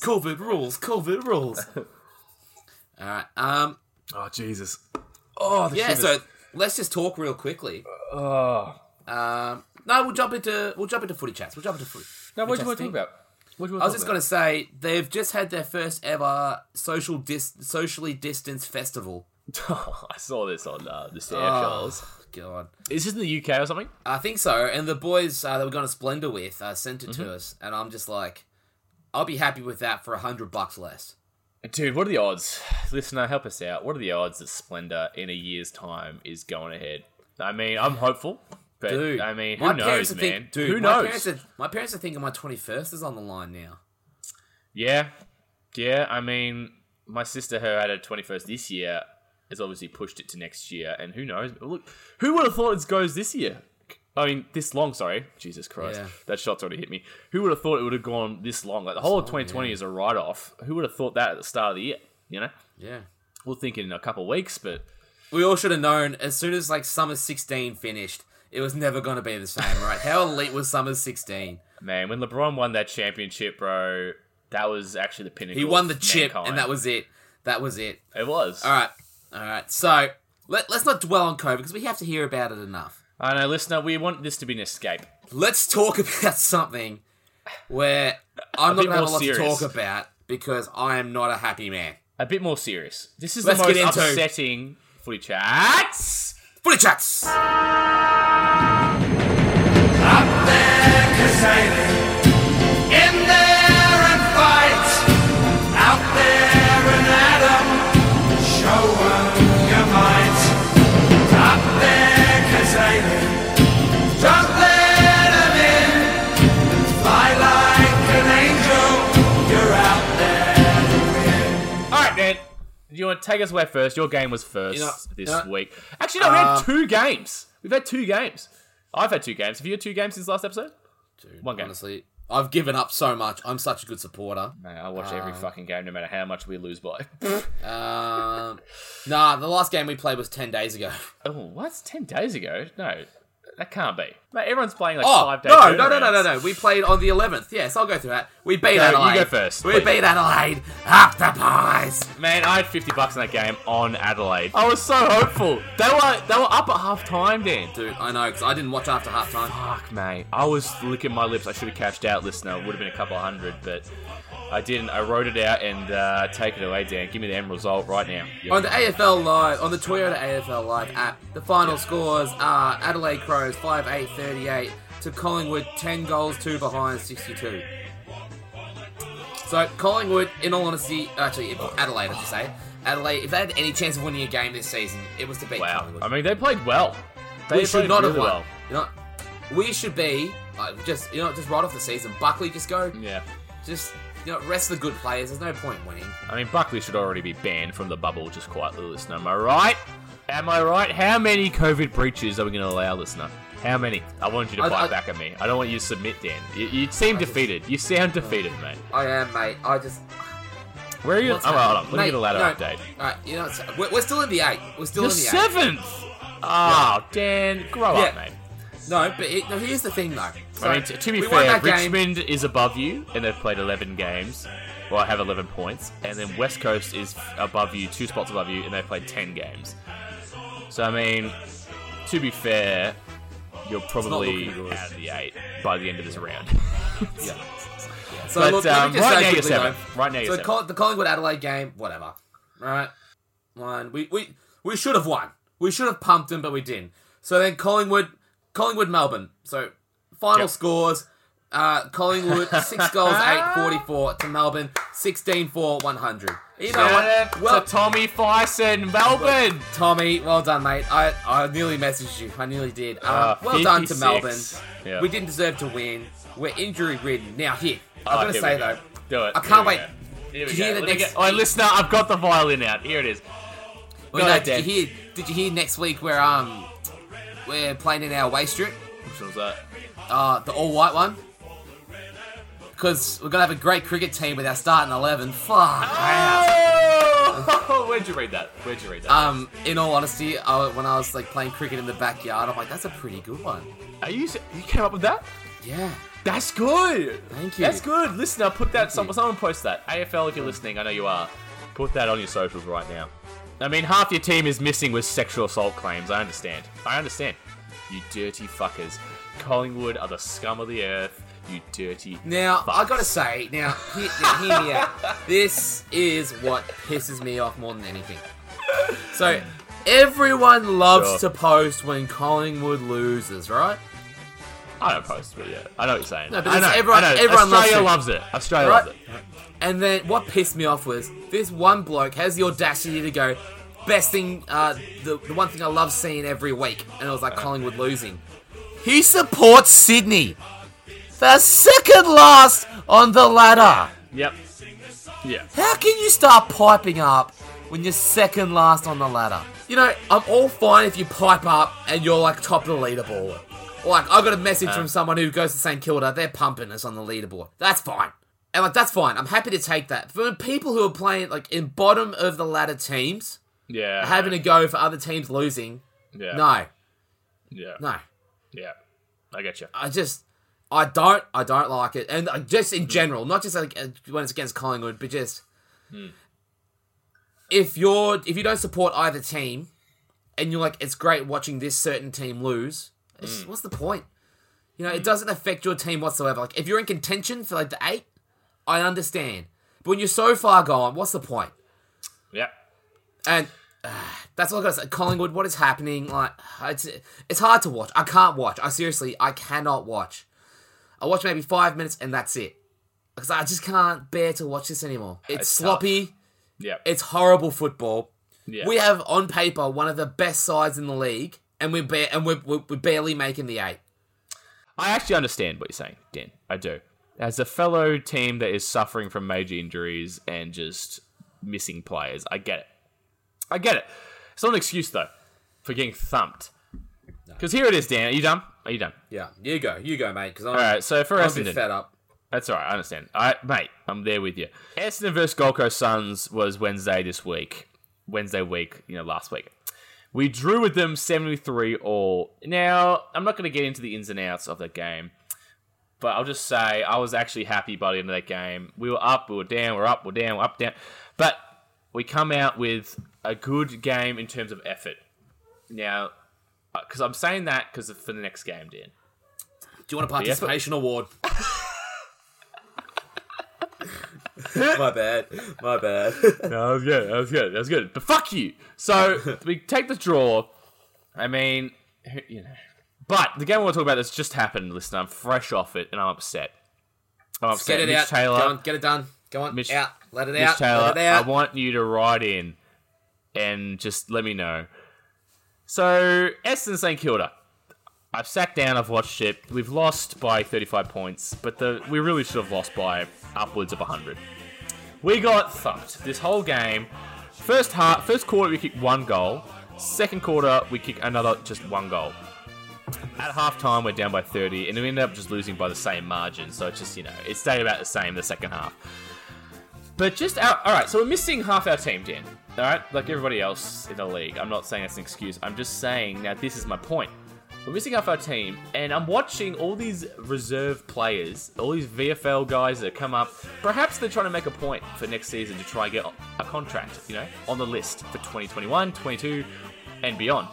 [SPEAKER 1] COVID rules. COVID
[SPEAKER 2] [laughs]
[SPEAKER 1] rules. All right. Um.
[SPEAKER 2] Oh Jesus. Oh the
[SPEAKER 1] Yeah.
[SPEAKER 2] shivers.
[SPEAKER 1] So let's just talk real quickly.
[SPEAKER 2] Oh.
[SPEAKER 1] Um. No, we'll jump into we'll jump into footy chats. We'll jump into footy.
[SPEAKER 2] Now, what do you
[SPEAKER 1] Which
[SPEAKER 2] want to
[SPEAKER 1] I
[SPEAKER 2] talk about? What do you
[SPEAKER 1] I was just gonna say they've just had their first ever social dis- socially distanced festival. Ah,
[SPEAKER 2] gonna. [laughs] Oh, I saw this on uh, the Sam Charles.
[SPEAKER 1] God.
[SPEAKER 2] Is this in the UK or something?
[SPEAKER 1] I think so. And the boys uh, that we're going to Splendor with uh, sent it to us, and I'm just like, I'll be happy with that for a hundred bucks less.
[SPEAKER 2] Dude, what are the odds? Listener, help us out. What are the odds that Splendor in a year's time is going ahead? I mean, I'm hopeful, but
[SPEAKER 1] Dude,
[SPEAKER 2] I mean,
[SPEAKER 1] my
[SPEAKER 2] who
[SPEAKER 1] parents
[SPEAKER 2] knows,
[SPEAKER 1] are
[SPEAKER 2] man?
[SPEAKER 1] think- dude, my
[SPEAKER 2] who knows?
[SPEAKER 1] Parents are, my parents are thinking my 21st is on the line now.
[SPEAKER 2] Yeah, yeah. I mean, my sister her had her 21st this year. Has obviously pushed it to next year, and who knows? Look, who would have thought it goes this year? I mean, this long. Sorry, Jesus Christ,
[SPEAKER 1] Yeah.
[SPEAKER 2] that shot's already hit me. Who would have thought it would have gone this long? Like the whole of 2020 is a write-off. Who would have thought that at the start of the year? You know,
[SPEAKER 1] Yeah.
[SPEAKER 2] we'll think in a couple of weeks, but
[SPEAKER 1] We all should have known as soon as like summer 16 finished, it was never going to be the same, right? How elite was summer 16?
[SPEAKER 2] man, when LeBron won that championship, bro, that was actually the pinnacle.
[SPEAKER 1] He won the
[SPEAKER 2] of
[SPEAKER 1] chip, and
[SPEAKER 2] mankind.
[SPEAKER 1] that was it. That was it.
[SPEAKER 2] it. Was
[SPEAKER 1] All right. All right. So let, let's not dwell on COVID because we have to hear about it enough.
[SPEAKER 2] I know, listener. We want this to be an escape.
[SPEAKER 1] let's talk [laughs] about something where I'm not
[SPEAKER 2] bit
[SPEAKER 1] going to have a
[SPEAKER 2] more
[SPEAKER 1] lot
[SPEAKER 2] serious.
[SPEAKER 1] to talk about because I am not a happy man.
[SPEAKER 2] a bit more serious. This is
[SPEAKER 1] Let's
[SPEAKER 2] the most
[SPEAKER 1] get into-
[SPEAKER 2] upsetting footy chats.
[SPEAKER 1] Footy chats.
[SPEAKER 3] In there and fight, out there and at 'em, show 'em your might. Up there, Kazanin, don't let 'em in. Fly like an angel, you're out there to win.
[SPEAKER 2] All right, then. Do you want to take us away first? Your game was first
[SPEAKER 1] You know-
[SPEAKER 2] this
[SPEAKER 1] you know-
[SPEAKER 2] week. Actually, no, we had
[SPEAKER 1] Um,
[SPEAKER 2] two games. We've had two games. I've had two games. Have you had two games since last episode?
[SPEAKER 1] Dude,
[SPEAKER 2] One game.
[SPEAKER 1] Honestly, I've given up so much. I'm such a good supporter.
[SPEAKER 2] Man, I watch every fucking game, no matter how much we lose by. [laughs]
[SPEAKER 1] Um, nah, the last game we played was 10 days ago. [laughs]
[SPEAKER 2] oh, what's ten days ago? No, that can't be. Mate, everyone's playing like
[SPEAKER 1] Oh,
[SPEAKER 2] five days.
[SPEAKER 1] no, no, no, no, no, no. We played on the 11th. Yes, I'll go through that. We beat
[SPEAKER 2] No, you
[SPEAKER 1] Adelaide.
[SPEAKER 2] go first,
[SPEAKER 1] We
[SPEAKER 2] please.
[SPEAKER 1] beat Adelaide. Up the pies.
[SPEAKER 2] Man, I had fifty bucks in that game on Adelaide. I was so hopeful. They were they were up at half time, Dan.
[SPEAKER 1] Dude, I know because I didn't watch after half time.
[SPEAKER 2] Fuck, mate. I was licking my lips. I should have cashed out, listener. It would have been a couple hundred, but I didn't. I wrote it out and uh, take it away, Dan. Give me the end result right now.
[SPEAKER 1] On the AFL Live, on the Toyota AFL Live app, the final scores are Adelaide Crows 5 8 38 to Collingwood 10 goals, 2 behind 62. So, Collingwood, in all honesty, actually, if Adelaide, I should say. Adelaide, if they had any chance of winning a game this season, it was to beat
[SPEAKER 2] Wow.
[SPEAKER 1] Collingwood.
[SPEAKER 2] I mean, they played well. They
[SPEAKER 1] we should
[SPEAKER 2] played
[SPEAKER 1] not
[SPEAKER 2] really
[SPEAKER 1] have won.
[SPEAKER 2] well.
[SPEAKER 1] You know, we should be, like, just, you know, just right off the season. Buckley, just go,
[SPEAKER 2] Yeah.
[SPEAKER 1] just, you know, rest the good players. There's no point winning.
[SPEAKER 2] I mean, Buckley should already be banned from the bubble, just quietly, listener. Am I right? Am I right? How many COVID breaches are we going to allow, listener? How many? I want you to
[SPEAKER 1] I-
[SPEAKER 2] bite
[SPEAKER 1] I-
[SPEAKER 2] back at me. I don't want you to submit, Dan. You, you seem defeated. You sound defeated, mate.
[SPEAKER 1] I am, mate. I just.
[SPEAKER 2] Where are you? Oh,
[SPEAKER 1] Oh. What's
[SPEAKER 2] hold
[SPEAKER 1] happening?
[SPEAKER 2] on. Let me
[SPEAKER 1] Mate,
[SPEAKER 2] get a ladder
[SPEAKER 1] no.
[SPEAKER 2] update.
[SPEAKER 1] All right, you know, it's, we're, we're still in the eight. We're still
[SPEAKER 2] The
[SPEAKER 1] in the
[SPEAKER 2] seventh. Ah, Dan, grow up,
[SPEAKER 1] Yeah.
[SPEAKER 2] mate.
[SPEAKER 1] eight. No, but it, no, here's the thing, though. So,
[SPEAKER 2] I mean, t- to be
[SPEAKER 1] we won
[SPEAKER 2] fair,
[SPEAKER 1] that game.
[SPEAKER 2] Richmond is above you, and they've played 11 games. Well, I have 11 points, and then West Coast is above you, two spots above you, and they've played 10 games. So I mean, to be fair, you're probably
[SPEAKER 1] looking good.
[SPEAKER 2] out of the eight by the end of this round.
[SPEAKER 1] Yeah. Yeah, So
[SPEAKER 2] But,
[SPEAKER 1] look, let me
[SPEAKER 2] um,
[SPEAKER 1] just
[SPEAKER 2] right
[SPEAKER 1] say
[SPEAKER 2] now you're
[SPEAKER 1] quickly, though,
[SPEAKER 2] seventh. Right now you're
[SPEAKER 1] so
[SPEAKER 2] seventh.
[SPEAKER 1] Col- the Collingwood Adelaide game, whatever. Right, one. We we we should have won. We should have pumped them, but we didn't. So then Collingwood, Collingwood Melbourne. So final
[SPEAKER 2] Yep.
[SPEAKER 1] scores. Uh, Collingwood
[SPEAKER 2] [laughs]
[SPEAKER 1] six goals eight forty four to Melbourne 16-4, 100. You know what?
[SPEAKER 2] well,
[SPEAKER 1] Well,
[SPEAKER 2] [laughs] to Tommy Fyson, Melbourne.
[SPEAKER 1] Tommy, well done, mate. I, I nearly messaged you. I nearly did. Um,
[SPEAKER 2] Uh,
[SPEAKER 1] well done to
[SPEAKER 2] 56.
[SPEAKER 1] Melbourne.
[SPEAKER 2] Yeah.
[SPEAKER 1] We didn't deserve to win. We're injury ridden. Now here,
[SPEAKER 2] Oh,
[SPEAKER 1] I'm gonna
[SPEAKER 2] here
[SPEAKER 1] say
[SPEAKER 2] we go.
[SPEAKER 1] though,
[SPEAKER 2] Do it.
[SPEAKER 1] I can't
[SPEAKER 2] Here we
[SPEAKER 1] wait
[SPEAKER 2] go. Here we
[SPEAKER 1] to
[SPEAKER 2] go.
[SPEAKER 1] hear the
[SPEAKER 2] Let me
[SPEAKER 1] next-
[SPEAKER 2] get- Oh, listener, I've got the violin out. Here it is.
[SPEAKER 1] Well,
[SPEAKER 2] Go
[SPEAKER 1] no,
[SPEAKER 2] ahead,
[SPEAKER 1] did
[SPEAKER 2] Dan.
[SPEAKER 1] you hear? Did you hear next week where um we're playing in our waist strip,
[SPEAKER 2] Which one's that?
[SPEAKER 1] uh, the all white one? Because we're gonna have a great cricket team with our starting eleven. Fuck. man. [laughs]
[SPEAKER 2] Oh! Where'd you read that? Where'd you read that?
[SPEAKER 1] Um, in all honesty, I, when I was like playing cricket in the backyard, I'm like, that's a pretty good one.
[SPEAKER 2] Are you s- you came up with that?
[SPEAKER 1] Yeah.
[SPEAKER 2] That's good.
[SPEAKER 1] Thank you.
[SPEAKER 2] That's good. Listener, put that. Some,
[SPEAKER 1] you.
[SPEAKER 2] someone post that. AFL, if you're listening, I know you are. Put that on your socials right now. I mean, half your team is missing with sexual assault claims. I understand. I understand. You dirty fuckers. Collingwood are the scum of the earth. You dirty.
[SPEAKER 1] Now I
[SPEAKER 2] fucks.
[SPEAKER 1] gotta say, now hear, now hear me out. This is what pisses me off more than anything. So everyone loves
[SPEAKER 2] Sure.
[SPEAKER 1] to post when Collingwood loses, right?
[SPEAKER 2] I don't post, but yeah, I know what you're saying.
[SPEAKER 1] No, but
[SPEAKER 2] I
[SPEAKER 1] it's-
[SPEAKER 2] know,
[SPEAKER 1] everyone-
[SPEAKER 2] I know.
[SPEAKER 1] everyone loves
[SPEAKER 2] Australia
[SPEAKER 1] it.
[SPEAKER 2] loves it. Australia
[SPEAKER 1] Right?
[SPEAKER 2] loves it.
[SPEAKER 1] And then what pissed me off was this one bloke has the audacity to go, best thing, uh, the, the one thing I love seeing every week. And it was like Collingwood losing. He supports Sydney, the second last on the ladder.
[SPEAKER 2] Yep. Yeah.
[SPEAKER 1] How can you start piping up when you're second last on the ladder? You know, I'm all fine if you pipe up and you're like top of the leaderboard. Like, I got a message from someone who goes to St Kilda, they're pumping us on the leaderboard. That's fine. And like, that's fine. I'm happy to take that. For people who are playing like in bottom of the ladder teams,
[SPEAKER 2] Yeah.
[SPEAKER 1] having a go for other teams losing,
[SPEAKER 2] Yeah.
[SPEAKER 1] no,
[SPEAKER 2] Yeah.
[SPEAKER 1] no.
[SPEAKER 2] Yeah. I get you.
[SPEAKER 1] I just, I don't, I don't like it, and uh, just in general, not just like uh, when it's against Collingwood, but just if you're if you don't support either team, and you're like, it's great watching this certain team lose. It's, What's the point? You know, it doesn't affect your team whatsoever. Like if you're in contention for like the eight, I understand, but when you're so far gone, what's the point?
[SPEAKER 2] Yeah.
[SPEAKER 1] And ah, that's all I gotta say. Collingwood, what is happening? Like it's it's hard to watch. I can't watch. I seriously, I cannot watch. I watch maybe five minutes and that's it. Because I just can't bear to watch this anymore. It's,
[SPEAKER 2] It's tough.
[SPEAKER 1] sloppy.
[SPEAKER 2] Yeah.
[SPEAKER 1] It's horrible football.
[SPEAKER 2] yeah.
[SPEAKER 1] We have on paper one of the best sides in the league, and we're ba- and we're, we're, we're barely making the eight.
[SPEAKER 2] I actually understand what you're saying, Dan. I do. As a fellow team that is suffering from major injuries and just missing players, I get it. I get it. It's not an excuse though for getting thumped. Because here it is, Dan. Are you done? Are you done?
[SPEAKER 1] Yeah, you go, you go, mate. Because I'm,
[SPEAKER 2] All right. So for
[SPEAKER 1] I'm a bit
[SPEAKER 2] Essendon,
[SPEAKER 1] fed up.
[SPEAKER 2] That's all right. I understand. I, mate, I'm there with you. Essendon versus Gold Coast Suns was Wednesday this week. Wednesday week, you know, last week. We drew with them 73 all. Now, I'm not going to get into the ins and outs of that game, but I'll just say I was actually happy by the end of that game. We were up, we were down, we were up, we were down, we were up, down. But we come out with a good game in terms of effort. Now, because I'm saying that because for the next game, Dan.
[SPEAKER 1] Do you want a
[SPEAKER 2] effort-
[SPEAKER 1] participation award? [laughs] my bad. My bad.
[SPEAKER 2] [laughs] No, that was good. That was good. That was good. But fuck you.
[SPEAKER 1] [laughs]
[SPEAKER 2] So we take the draw. I mean, who- you know. But the game I want to talk about that's just happened, listener. I'm fresh off it and I'm upset. I'm upset.
[SPEAKER 1] Get it
[SPEAKER 2] Mitch
[SPEAKER 1] out.
[SPEAKER 2] Taylor.
[SPEAKER 1] Go on, get it done. Go on.
[SPEAKER 2] Mitch-
[SPEAKER 1] out. Let it
[SPEAKER 2] Mitch
[SPEAKER 1] out.
[SPEAKER 2] Taylor,
[SPEAKER 1] Let it out.
[SPEAKER 2] I want you to write in and just let me know. So, Essendon St Kilda. I've sat down, I've watched it. We've lost by 35 points, but the we really should have lost by upwards of 100. We got thumped this whole game. First half, first quarter we kicked one goal. Second quarter we kick another just one goal. At halftime we're down by 30 and we ended up just losing by the same margin. So it's just, you know, it stayed about the same the second half. But just our, all right. So we're missing half our team, Dan. All right, like everybody else in the league. I'm not saying that's an excuse. I'm just saying now this is my point. We're missing half our team, and I'm watching all these reserve players, all these VFL guys that come up. Perhaps they're trying to make a point for next season to try and get a contract, you know, on the list for 2021, 22, and beyond.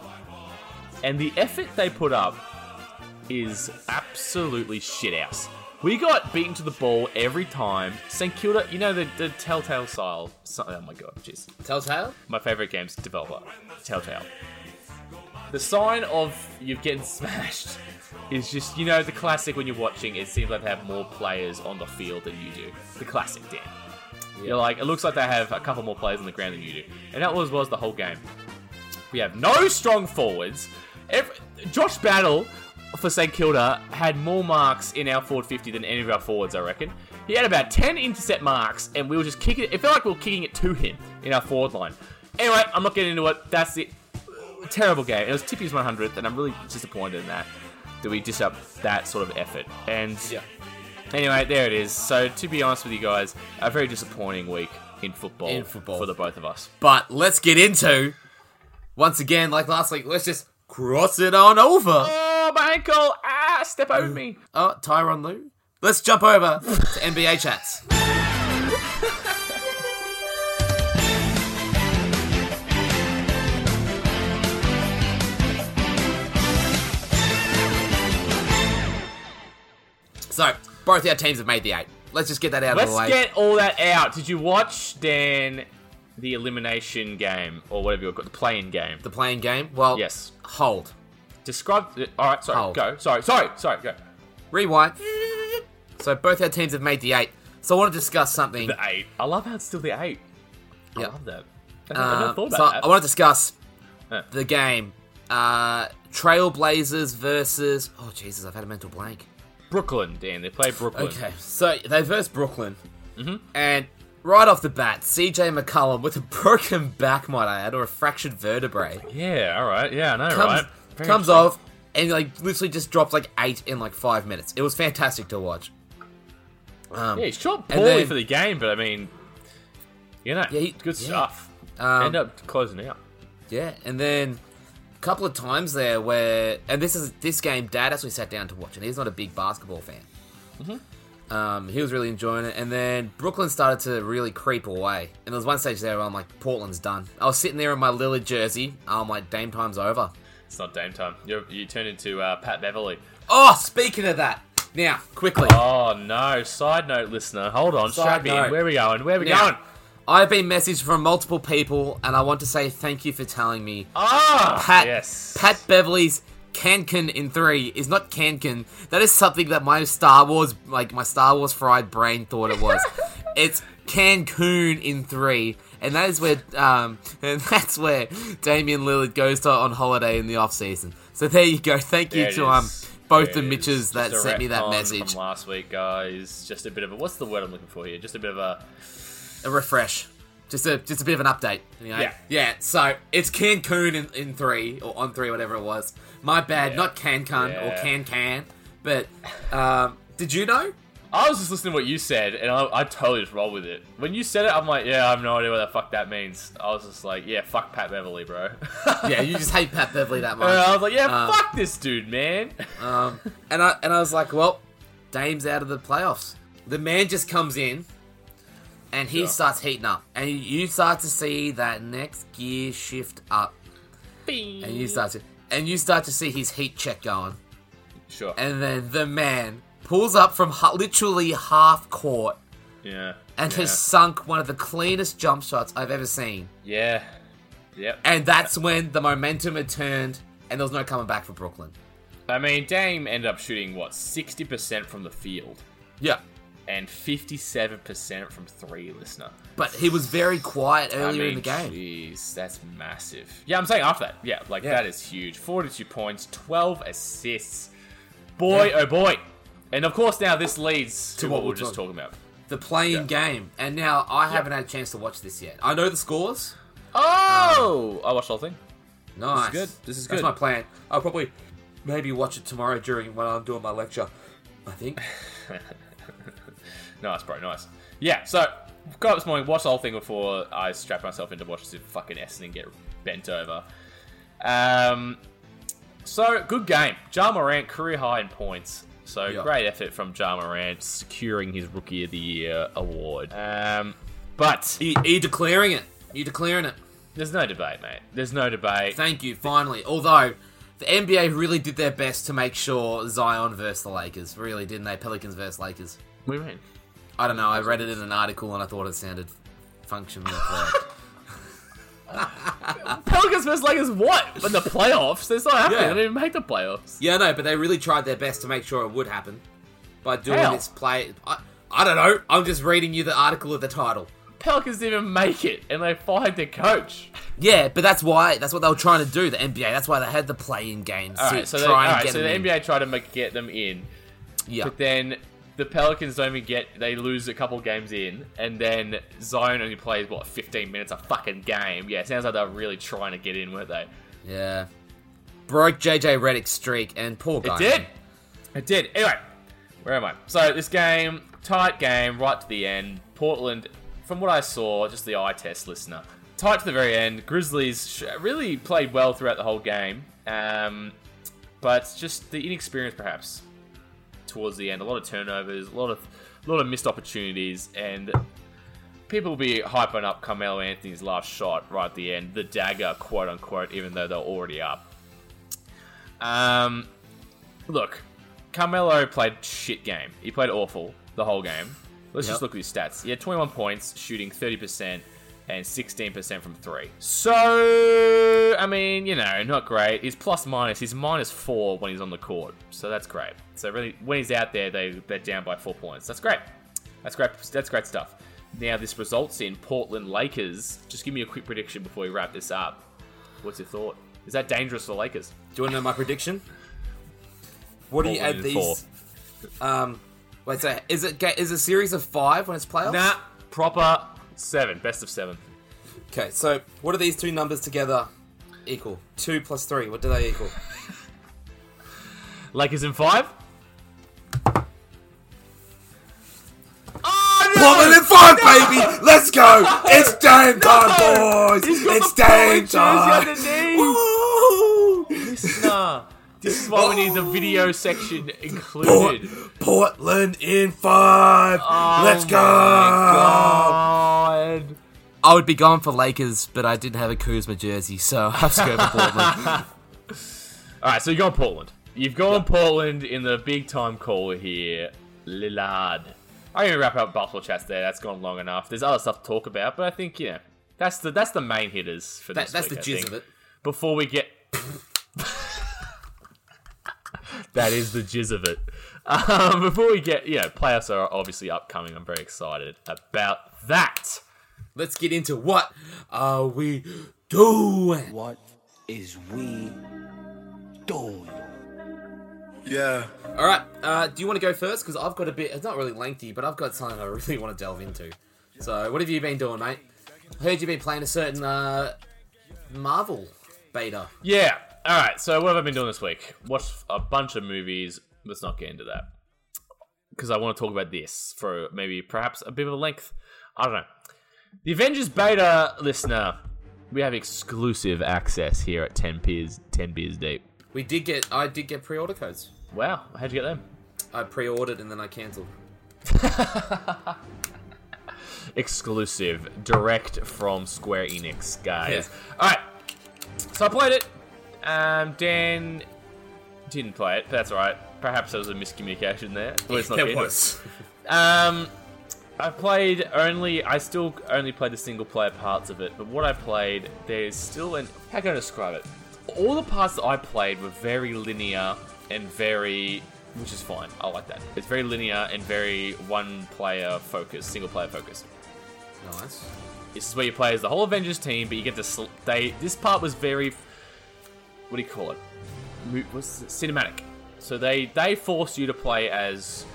[SPEAKER 2] And the effort they put up is absolutely shit house. We got beaten to the ball every time. St Kilda, you know the, the Telltale style. so- Oh my god, jeez.
[SPEAKER 1] Telltale?
[SPEAKER 2] My favorite games developer, Telltale. The sign of you getting [laughs] smashed is just you know the classic when you're watching. It seems like they have more players on the field than you do. The classic, Dan. You're like, it looks like they have a couple more players on the ground than you do, and that was was the whole game. We have no strong forwards. Every, Josh Battle for St Kilda had more marks in our forward 50 than any of our forwards, I reckon. He had about 10 intercept marks, and we were just kicking it. It felt like we were kicking it to him in our forward line. Anyway, I'm not getting into it. That's it. Terrible game. It was Tippy's 100th, and I'm really disappointed in that. That we dish up that sort of effort. And
[SPEAKER 1] Yeah.
[SPEAKER 2] anyway, there it is. So, to be honest with you guys, a very disappointing week in football,
[SPEAKER 1] In football.
[SPEAKER 2] for the both of us.
[SPEAKER 1] But let's get into, once again, like last week, let's just cross it on over.
[SPEAKER 2] Oh, my ankle! Ah, step over me.
[SPEAKER 1] Oh, Tyron Lou. Let's jump over to NBA chats. so, both our teams have made the eight. Let's just get that out of
[SPEAKER 2] Let's
[SPEAKER 1] the way.
[SPEAKER 2] get all that out. Did you watch Dan the elimination game or whatever you've got the playing game?
[SPEAKER 1] the playing game. Well,
[SPEAKER 2] Yes.
[SPEAKER 1] Hold.
[SPEAKER 2] Describe. All right, sorry,
[SPEAKER 1] Oh.
[SPEAKER 2] go. Sorry, sorry, sorry, go.
[SPEAKER 1] Rewind. So both our teams have made the eight. So I want to discuss something.
[SPEAKER 2] The eight. I love how it's still the eight. I
[SPEAKER 1] Yeah.
[SPEAKER 2] love that. I,
[SPEAKER 1] Uh,
[SPEAKER 2] never thought about
[SPEAKER 1] so
[SPEAKER 2] that.
[SPEAKER 1] I want to discuss
[SPEAKER 2] Yeah.
[SPEAKER 1] the game uh, Trailblazers versus. Oh Jesus, I've had a mental blank.
[SPEAKER 2] Brooklyn, Dan. They play Brooklyn.
[SPEAKER 1] Okay, so they verse Brooklyn,
[SPEAKER 2] Mm-hmm.
[SPEAKER 1] and right off the bat, CJ McCollum with a [laughs] broken back, might I add, or a fractured vertebrae,
[SPEAKER 2] Yeah. All right. Yeah. I know.
[SPEAKER 1] comes
[SPEAKER 2] right. Very
[SPEAKER 1] comes
[SPEAKER 2] interesting.
[SPEAKER 1] off and like literally just drops like eight in like five minutes. It was fantastic to watch. Um,
[SPEAKER 2] Yeah, he's shot
[SPEAKER 1] and
[SPEAKER 2] poorly
[SPEAKER 1] then-
[SPEAKER 2] for the game, but I mean, you know,
[SPEAKER 1] Yeah, he-
[SPEAKER 2] good
[SPEAKER 1] yeah.
[SPEAKER 2] stuff.
[SPEAKER 1] um,
[SPEAKER 2] End up closing out.
[SPEAKER 1] Yeah, and then a couple of times there where, and this is this game, Dad actually sat down to watch, and he's not a big basketball fan. Um, he was really enjoying it, and then Brooklyn started to really creep away. And there was one stage there where I'm like, Portland's done. I was sitting there in my Lillard jersey. I'm like, Dame time's over.
[SPEAKER 2] It's not Dame time. You're, you turned into uh, Pat Beverly.
[SPEAKER 1] Oh, speaking of that, now quickly,
[SPEAKER 2] Oh no! Side note, listener, hold on.
[SPEAKER 1] Side
[SPEAKER 2] Strap me in.
[SPEAKER 1] note.
[SPEAKER 2] Where we going? Where we
[SPEAKER 1] Now,
[SPEAKER 2] going?
[SPEAKER 1] I've been messaged from multiple people, and I want to say thank you for telling me
[SPEAKER 2] Ah,
[SPEAKER 1] Pat
[SPEAKER 2] yes.
[SPEAKER 1] Pat Beverly's Cankin in three is not Cankin. That is something that my Star Wars, like my Star Wars fried brain, thought it
[SPEAKER 2] [laughs]
[SPEAKER 1] was. it's Cancun in three, and that is where, um, [laughs] and that's where Damian Lillard goes to on holiday in the off season. So there you go. Thank you
[SPEAKER 2] There it
[SPEAKER 1] to um
[SPEAKER 2] is.
[SPEAKER 1] both
[SPEAKER 2] There
[SPEAKER 1] the
[SPEAKER 2] it is.
[SPEAKER 1] Mitches that
[SPEAKER 2] Just a
[SPEAKER 1] sent me that
[SPEAKER 2] retcon
[SPEAKER 1] message.
[SPEAKER 2] from last week, guys. Just a bit of a what's the word I'm looking for here? Just a bit of a
[SPEAKER 1] A refresh. Just a just a bit of an update. You know?
[SPEAKER 2] Yeah.
[SPEAKER 1] Yeah. So it's Cancun in, in three or on three, whatever it was. My bad.
[SPEAKER 2] Yeah.
[SPEAKER 1] Not Cancun or
[SPEAKER 2] Yeah.
[SPEAKER 1] Cancan. But um, did you know?
[SPEAKER 2] I was just listening to what you said, and I, I totally just rolled with it. When you said it, I'm like, yeah, I have no idea what the fuck that means. I was just like, yeah, fuck Pat Beverly, bro.
[SPEAKER 1] [laughs] Yeah, you just hate Pat Beverly that
[SPEAKER 2] And [laughs] I
[SPEAKER 1] much.
[SPEAKER 2] was like, yeah,
[SPEAKER 1] Um,
[SPEAKER 2] fuck this dude, man. [laughs]
[SPEAKER 1] Um, and I and I was like, well, Dame's out of the playoffs. The man just comes in, and he
[SPEAKER 2] Yeah.
[SPEAKER 1] starts heating up, and you start to see that next gear shift up, and you start to and you start to see his heat check going.
[SPEAKER 2] sure.
[SPEAKER 1] and then the man pulls up from ha- literally half court
[SPEAKER 2] yeah.
[SPEAKER 1] and
[SPEAKER 2] yeah.
[SPEAKER 1] has sunk one of the cleanest jump shots I've ever seen.
[SPEAKER 2] Yeah. Yep.
[SPEAKER 1] And that's when the momentum had turned and there was no coming back for Brooklyn.
[SPEAKER 2] I mean, Dame ended up shooting what sixty percent from the field
[SPEAKER 1] Yeah.
[SPEAKER 2] and fifty-seven percent from three. Listener,
[SPEAKER 1] But he was very quiet
[SPEAKER 2] I
[SPEAKER 1] earlier
[SPEAKER 2] mean,
[SPEAKER 1] in the game.
[SPEAKER 2] jeez, that's massive. Yeah, I'm saying after that. Yeah, like
[SPEAKER 1] Yeah.
[SPEAKER 2] that is huge. Forty-two points, twelve assists. Boy, oh boy! And of course, now this leads to,
[SPEAKER 1] To
[SPEAKER 2] what,
[SPEAKER 1] what
[SPEAKER 2] we
[SPEAKER 1] we're
[SPEAKER 2] we're just
[SPEAKER 1] talking-
[SPEAKER 2] talking about.
[SPEAKER 1] The playing game. And now I haven't had a chance to watch this yet. I know the scores.
[SPEAKER 2] Oh, I watched the whole thing.
[SPEAKER 1] Nice.
[SPEAKER 2] good. This is
[SPEAKER 1] That's
[SPEAKER 2] good.
[SPEAKER 1] my plan. I'll probably maybe watch it tomorrow during when I'm
[SPEAKER 2] [laughs]
[SPEAKER 1] doing my lecture. I think.
[SPEAKER 2] Nice, bro. Nice. Yeah. So got up this morning, watched the whole thing before I strapped myself into watch this fucking Essendon and get bent over. Um, so good game. Ja Morant career high in points. So
[SPEAKER 1] Yeah.
[SPEAKER 2] great effort from Ja Morant securing his Rookie of the Year award. Um, but
[SPEAKER 1] Are you, are you E, declaring it? Are you declaring it?
[SPEAKER 2] there's no debate, mate. There's no debate.
[SPEAKER 1] Thank you, finally. Although, the NBA really did their best to make sure Zion versus the Lakers. Really, didn't they? Pelicans versus Lakers.
[SPEAKER 2] What do you mean?
[SPEAKER 1] I don't know. I read it in an article and I thought it sounded functional.
[SPEAKER 2] [laughs]
[SPEAKER 1] correct.
[SPEAKER 2] Pelicans versus Lakers what? In the playoffs? It's not happening.
[SPEAKER 1] Yeah.
[SPEAKER 2] They didn't even make the playoffs.
[SPEAKER 1] yeah, no, but they really tried their best to make sure it would happen by doing
[SPEAKER 2] How?
[SPEAKER 1] this play. I, I don't know. I'm just reading you the article of the title.
[SPEAKER 2] Pelicans didn't even make it, and they fired their coach.
[SPEAKER 1] Yeah, but that's why that's what they were trying to do. The NBA. That's why they had the play-in games
[SPEAKER 2] All
[SPEAKER 1] to
[SPEAKER 2] right, so, they, all
[SPEAKER 1] try and
[SPEAKER 2] right,
[SPEAKER 1] get
[SPEAKER 2] so
[SPEAKER 1] it
[SPEAKER 2] the
[SPEAKER 1] in.
[SPEAKER 2] NBA tried to make, get them in,
[SPEAKER 1] Yeah,
[SPEAKER 2] but then the Pelicans don't even get. They lose a couple games in, and then Zion only plays what 15 minutes a fucking game. Yeah, it sounds like they were really trying to get in, weren't they?
[SPEAKER 1] yeah. Broke JJ Redick's streak and poor guy.
[SPEAKER 2] It did. It did. Anyway, where am I? So this game, tight game, right to the end. Portland, from what I saw, just the eye test listener, tight to the very end. Grizzlies sh- really played well throughout the whole game, um, but just the inexperience perhaps towards the end. A lot of turnovers, a lot of a lot of missed opportunities, and people will be hyping up Carmelo Anthony's last shot right at the end, the dagger, quote unquote, even though they're already up. Um, look, Carmelo played shit game. He played awful the whole game. Let's
[SPEAKER 1] Yep.
[SPEAKER 2] just look at his stats. He had 21 points, shooting 30% and 16% from three. So, I mean, you know, not great. His plus minus, he's minus four when he's on the court. So that's great. So really, when he's out there, they, they're down by four points. That's great. That's great. That's great stuff. Now this results in Portland Lakers. Just give me a quick prediction before we wrap this up. What's your thought? Is that dangerous for the Lakers?
[SPEAKER 1] Do you want to know my prediction? What do you
[SPEAKER 2] Portland
[SPEAKER 1] add
[SPEAKER 2] in
[SPEAKER 1] these? Um, wait, so is it ga- is it a series of five when it's playoffs?
[SPEAKER 2] Proper seven. Best of seven.
[SPEAKER 1] Okay, so what are these two numbers together equal? Two plus three. What do they equal?
[SPEAKER 2] Lakers in five. Oh no!
[SPEAKER 1] Portland in five, baby. Let's go. It's game
[SPEAKER 2] No!
[SPEAKER 1] time, boys.
[SPEAKER 2] He's got
[SPEAKER 1] It's
[SPEAKER 2] the Portland
[SPEAKER 1] game
[SPEAKER 2] jersey
[SPEAKER 1] time.
[SPEAKER 2] underneath!
[SPEAKER 1] Woo! [laughs]
[SPEAKER 2] Listener, this is why we need the video section
[SPEAKER 1] Port-
[SPEAKER 2] included.
[SPEAKER 1] Portland in five.
[SPEAKER 2] Oh
[SPEAKER 1] Let's
[SPEAKER 2] my
[SPEAKER 1] go.
[SPEAKER 2] Oh God.
[SPEAKER 1] I would be gone for Lakers, but I didn't have a Kuzma jersey, so [laughs] I have to go for Portland.
[SPEAKER 2] All right, so you've gone Portland. You've gone Portland in the big time call here, Lillard. I'm gonna wrap up basketball chats there. That's gone long enough. There's other stuff to talk about, but I think you know that's the that's the main hitters for
[SPEAKER 1] that,
[SPEAKER 2] this.
[SPEAKER 1] that's the
[SPEAKER 2] week, I
[SPEAKER 1] jizz
[SPEAKER 2] think.
[SPEAKER 1] of it.
[SPEAKER 2] Before we get, that is the jizz of it. Um, before we get, you know, playoffs are obviously upcoming. I'm very excited about that.
[SPEAKER 1] Let's get into what are we doing?
[SPEAKER 4] What is we doing?
[SPEAKER 5] Yeah.
[SPEAKER 1] All right, uh, do you want to go first? Because I've got a bit. It's not really lengthy, but I've got something I really [laughs] want to delve into. So, what have you been doing, mate? Heard you've been playing a certain uh, Marvel beta.
[SPEAKER 2] Yeah. All right. So what have I been doing this week? Watched a bunch of movies. Let's not get into that because I want to talk about this for maybe perhaps a bit of a length. I don't know. The Avengers beta listener, we have exclusive access here at Ten Beers Ten Beers Deep.
[SPEAKER 1] We did get. I did get pre-order codes.
[SPEAKER 2] Wow. How'd you get them?
[SPEAKER 1] I pre-ordered and then I cancelled.
[SPEAKER 2] Exclusive, direct from Square Enix, guys.
[SPEAKER 1] Yeah.
[SPEAKER 2] All right. So I played it. Um, Dan didn't play it. But that's all right. Perhaps there was a miscommunication there. Let's not
[SPEAKER 1] There
[SPEAKER 2] get into it.
[SPEAKER 1] was.
[SPEAKER 2] Um, I played only. I still only played the single player parts of it, but what I played, there's still an. How can I describe it? All the parts that I played were very linear and very. Which is fine. I like that. It's very linear and very one player focused, single player focused.
[SPEAKER 1] Nice.
[SPEAKER 2] This is where you play as the whole Avengers team, but you get to. Sl- they this part was very. What do you call it? Mo- What's it? cinematic? So they they force you to play as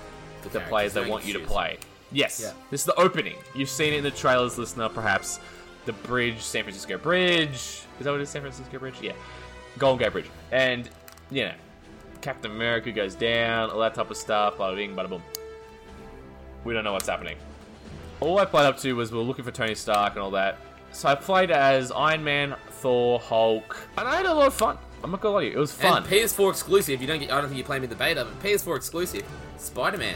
[SPEAKER 2] the,
[SPEAKER 1] characters
[SPEAKER 2] players they
[SPEAKER 1] that you
[SPEAKER 2] want you to
[SPEAKER 1] choose.
[SPEAKER 2] play. Yes,
[SPEAKER 1] Yeah.
[SPEAKER 2] this is the opening. You've seen it in the trailers, listener. Perhaps the bridge, San Francisco Bridge. Is that what it is? San Francisco Bridge? Yeah, Golden Gate Bridge, and you know, Captain America goes down, all that type of stuff. Bada bing, bada boom. We don't know what's happening. all I played up to was we were looking for Tony Stark and all that. So I played as Iron Man, Thor, Hulk, and I had a lot of fun. I'm not gonna lie to you, it was fun.
[SPEAKER 1] And PS4 exclusive. You don't get. I don't think you play me in the beta, but PS4 exclusive. Spider Man.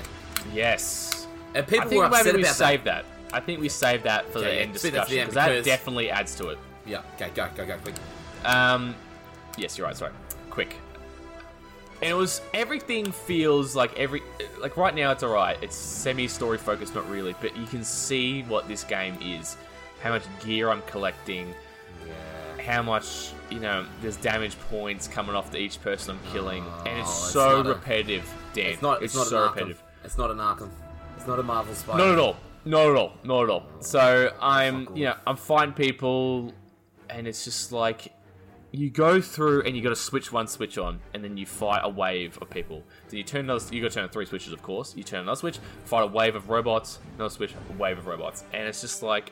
[SPEAKER 2] yes.
[SPEAKER 1] And
[SPEAKER 2] I
[SPEAKER 1] people
[SPEAKER 2] think
[SPEAKER 1] were upset
[SPEAKER 2] maybe we
[SPEAKER 1] about
[SPEAKER 2] saved that. I think we saved that for
[SPEAKER 1] Okay,
[SPEAKER 2] the
[SPEAKER 1] yeah,
[SPEAKER 2] end
[SPEAKER 1] see, that's
[SPEAKER 2] discussion
[SPEAKER 1] the end,
[SPEAKER 2] because that
[SPEAKER 1] because-
[SPEAKER 2] definitely adds to it.
[SPEAKER 1] that. Yeah. Okay. Go. Go. Go. Quick.
[SPEAKER 2] Um, yes, you're right. Sorry, quick. And it was everything feels like every like right now it's alright. It's semi story focused, not really, but you can see what this game is, how much gear I'm collecting, how much you know there's damage points coming off to each person I'm killing, and it's
[SPEAKER 1] Oh, it's
[SPEAKER 2] so
[SPEAKER 1] not a-
[SPEAKER 2] repetitive. Dan,
[SPEAKER 1] It's not. It's, not
[SPEAKER 2] so
[SPEAKER 1] an Arkham.
[SPEAKER 2] repetitive.
[SPEAKER 1] It's not an Arkham. It's not a Marvel Spider.
[SPEAKER 2] Not at all. Not at all. Not at all. So I'm, you know, I'm fighting people, and it's just like you go through and you got to switch one switch on, and then you fight a wave of people. Then you turn another. You got to turn three switches, of course. You turn another switch, fight a wave of robots. Another switch, a wave of robots, and it's just like.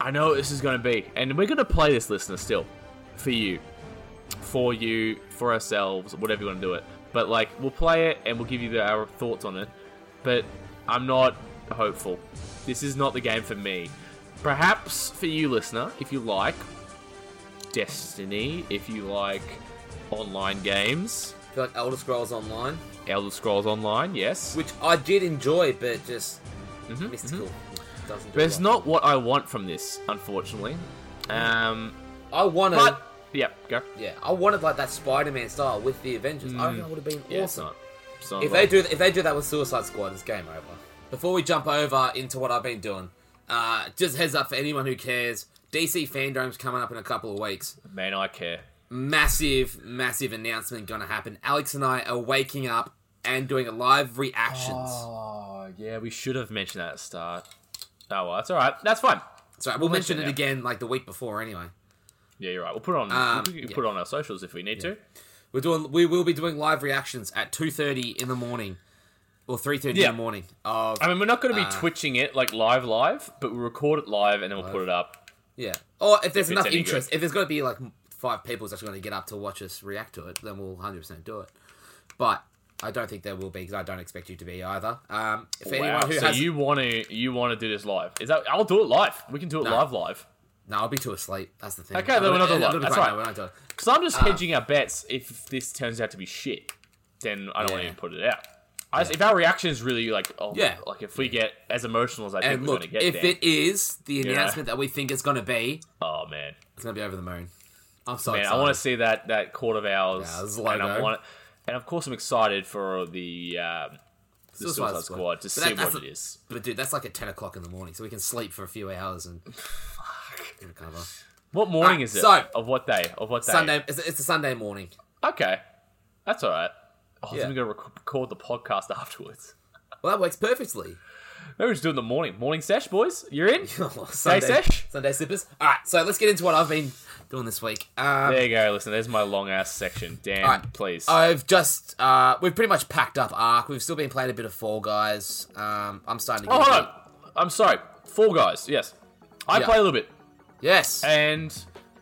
[SPEAKER 2] I know what this is going to be, and we're going to play this listener still, for you, for you, for ourselves, whatever you want to do it. But like, we'll play it and we'll give you the, our thoughts on it. But I'm not hopeful. This is not the game for me. Perhaps for you, listener, if you like Destiny, if you like online games,
[SPEAKER 1] I feel like Elder Scrolls Online,
[SPEAKER 2] Elder Scrolls Online, yes.
[SPEAKER 1] which I did enjoy, but just mystical. Doesn't do
[SPEAKER 2] Mm-hmm, But it's
[SPEAKER 1] well.
[SPEAKER 2] not what I want from this, unfortunately. Um,
[SPEAKER 1] I wanted.
[SPEAKER 2] but yeah, go.
[SPEAKER 1] yeah. I wanted like that Spider Man style with the Avengers. I reckon that would have been
[SPEAKER 2] Mm. Yeah, it's
[SPEAKER 1] awesome.
[SPEAKER 2] not- it's not
[SPEAKER 1] If
[SPEAKER 2] right.
[SPEAKER 1] they do, if they do that with Suicide Squad, it's game over. Before we jump over into what I've been doing, uh, just heads up for anyone who cares. DC Fandome's coming up in a couple of weeks.
[SPEAKER 2] man, I care.
[SPEAKER 1] Massive, massive announcement going to happen. Alex and I are waking up and doing a live reactions.
[SPEAKER 2] Oh yeah, we should have mentioned that at the start. Oh well, that's all right. That's fine.
[SPEAKER 1] Sorry, we'll mention it
[SPEAKER 2] yeah.
[SPEAKER 1] again like the week before anyway.
[SPEAKER 2] Yeah, you're right. We'll put it on.
[SPEAKER 1] Um,
[SPEAKER 2] we can
[SPEAKER 1] yeah.
[SPEAKER 2] put it on our socials if we need to.
[SPEAKER 1] We're doing. We will be doing live reactions at two thirty in the morning, or three thirty
[SPEAKER 2] Yeah.
[SPEAKER 1] in the morning. Of
[SPEAKER 2] I mean, we're not going to be
[SPEAKER 1] Uh,
[SPEAKER 2] twitching it like live, live, but we'll record it live and then we'll put it up.
[SPEAKER 1] yeah. Or if there's
[SPEAKER 2] it's
[SPEAKER 1] enough
[SPEAKER 2] any good.
[SPEAKER 1] interest, if there's got to be like five people that's actually going to get up to watch us react to it, then we'll hundred percent do it. But I don't think there will be because I don't expect you to be either. Um, if
[SPEAKER 2] Wow.
[SPEAKER 1] anyone who
[SPEAKER 2] So
[SPEAKER 1] has,
[SPEAKER 2] you want to you want to do this live? Is that? I'll do it live. We can do it
[SPEAKER 1] No.
[SPEAKER 2] live, live.
[SPEAKER 1] no, I'll be too asleep. That's the thing.
[SPEAKER 2] Okay, then we're not doing live. That's
[SPEAKER 1] right.
[SPEAKER 2] right.
[SPEAKER 1] No, we're not doing.
[SPEAKER 2] Because I'm
[SPEAKER 1] Uh.
[SPEAKER 2] just hedging our bets. If this turns out to be shit, then I don't want
[SPEAKER 1] Yeah.
[SPEAKER 2] to even put it out. I just, if our reaction is really like, oh,
[SPEAKER 1] Yeah.
[SPEAKER 2] like if we get as emotional as I think
[SPEAKER 1] And
[SPEAKER 2] we're
[SPEAKER 1] look,
[SPEAKER 2] going to get,
[SPEAKER 1] if
[SPEAKER 2] then,
[SPEAKER 1] it is the announcement that we think it's going to be,
[SPEAKER 2] oh man,
[SPEAKER 1] it's going to be over the moon. I'm so
[SPEAKER 2] Man,
[SPEAKER 1] excited.
[SPEAKER 2] I want to see that that court of ours.
[SPEAKER 1] Yeah, this
[SPEAKER 2] and, I
[SPEAKER 1] logo.
[SPEAKER 2] want and of course, I'm excited for the um, the Suicide, Squad, to
[SPEAKER 1] But
[SPEAKER 2] see
[SPEAKER 1] that- that's
[SPEAKER 2] what it
[SPEAKER 1] a-
[SPEAKER 2] is.
[SPEAKER 1] But dude, that's like at ten o'clock in the morning, so we can sleep for a few hours
[SPEAKER 2] [laughs]
[SPEAKER 1] and recover.
[SPEAKER 2] What morning
[SPEAKER 1] Ah,
[SPEAKER 2] is it?
[SPEAKER 1] so-
[SPEAKER 2] of what day? Of what day?
[SPEAKER 1] Sunday, it's, it's a Sunday morning.
[SPEAKER 2] Okay, that's all right. Oh,
[SPEAKER 1] Yeah.
[SPEAKER 2] then we're gonna rec- record the podcast afterwards.
[SPEAKER 1] Well, that works perfectly. [laughs]
[SPEAKER 2] Maybe we just do it in the morning. Morning sesh, boys. You're in.
[SPEAKER 1] Sunday,
[SPEAKER 2] sesh?
[SPEAKER 1] Sunday sippers. All right, so let's get into what I've been doing this week. Um,
[SPEAKER 2] there you go. Listen, there's my long ass section. Dan,
[SPEAKER 1] Alright. Oh,
[SPEAKER 2] please.
[SPEAKER 1] I've just uh, we've pretty much packed up Ark. We've still been playing a bit of Fall Guys. Um, I'm starting to.
[SPEAKER 2] oh,
[SPEAKER 1] get
[SPEAKER 2] hold
[SPEAKER 1] into
[SPEAKER 2] on. I'm sorry. Four guys. Yes, I
[SPEAKER 1] Yeah.
[SPEAKER 2] play a little bit,
[SPEAKER 1] it. Yes,
[SPEAKER 2] and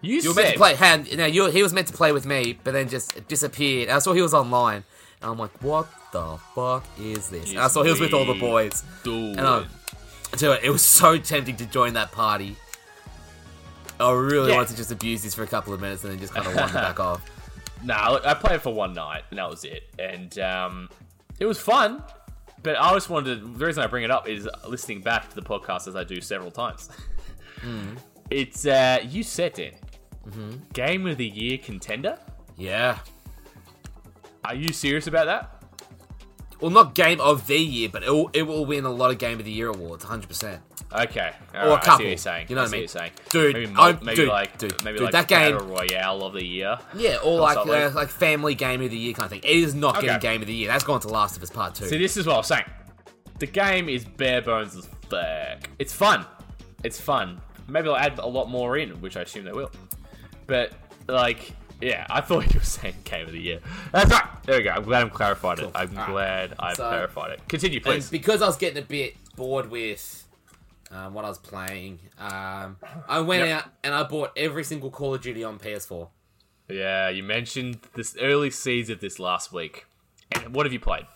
[SPEAKER 2] you,
[SPEAKER 1] you were
[SPEAKER 2] said
[SPEAKER 1] meant to play. Hand now, you he was meant to play with me, but then just disappeared. And I saw he was online, and I'm like, what the fuck is this? And I
[SPEAKER 2] Yes,
[SPEAKER 1] saw he was with all the
[SPEAKER 2] we
[SPEAKER 1] boys.
[SPEAKER 2] Dude.
[SPEAKER 1] And I, dude, it was so tempting to join that party. I really
[SPEAKER 2] Yeah.
[SPEAKER 1] wanted to just abuse this for a couple of minutes and then just kind of [laughs] wander back off.
[SPEAKER 2] Nah, look, I played it for one night, and that was it. And um, it was fun, but I just wanted to, the reason I bring it up is listening back to the podcast as I do several times. [laughs] It's uh, you said Dan,
[SPEAKER 1] Mm-hmm.
[SPEAKER 2] game of the year contender.
[SPEAKER 1] Yeah.
[SPEAKER 2] Are you serious about that?
[SPEAKER 1] Well, not game of the year, but it will, it will win a lot of game of the year awards, 100%.
[SPEAKER 2] Okay,
[SPEAKER 1] Or a
[SPEAKER 2] alright, I
[SPEAKER 1] couple,
[SPEAKER 2] see what you're saying.
[SPEAKER 1] you know
[SPEAKER 2] I
[SPEAKER 1] what I
[SPEAKER 2] see
[SPEAKER 1] mean?
[SPEAKER 2] What you're saying.
[SPEAKER 1] Dude,
[SPEAKER 2] maybe,
[SPEAKER 1] I'm-
[SPEAKER 2] maybe
[SPEAKER 1] dude,
[SPEAKER 2] like
[SPEAKER 1] dude,
[SPEAKER 2] maybe
[SPEAKER 1] dude,
[SPEAKER 2] like
[SPEAKER 1] that game-
[SPEAKER 2] Battle Royale of the year.
[SPEAKER 1] Yeah, or like
[SPEAKER 2] something.
[SPEAKER 1] uh, like family game of the year kind of thing. It is not
[SPEAKER 2] Okay.
[SPEAKER 1] getting game of the year. That's gone to Last of Us Part 2.
[SPEAKER 2] See, this is what I was saying. The game is bare bones as fuck. It's fun. It's fun. Maybe they'll add a lot more in, which I assume they will. But, like, yeah, I thought [laughs] you were saying game of the year. That's right. There we go. I'm glad I'm clarified it. I'm glad I
[SPEAKER 1] So-
[SPEAKER 2] clarified it. Continue,
[SPEAKER 1] And
[SPEAKER 2] please.
[SPEAKER 1] because I was getting a bit bored with um, what I was playing, um, I went
[SPEAKER 2] Yep.
[SPEAKER 1] out and I bought every single Call of Duty on PS4.
[SPEAKER 2] yeah, you mentioned this early seeds of this last week. And what have you played?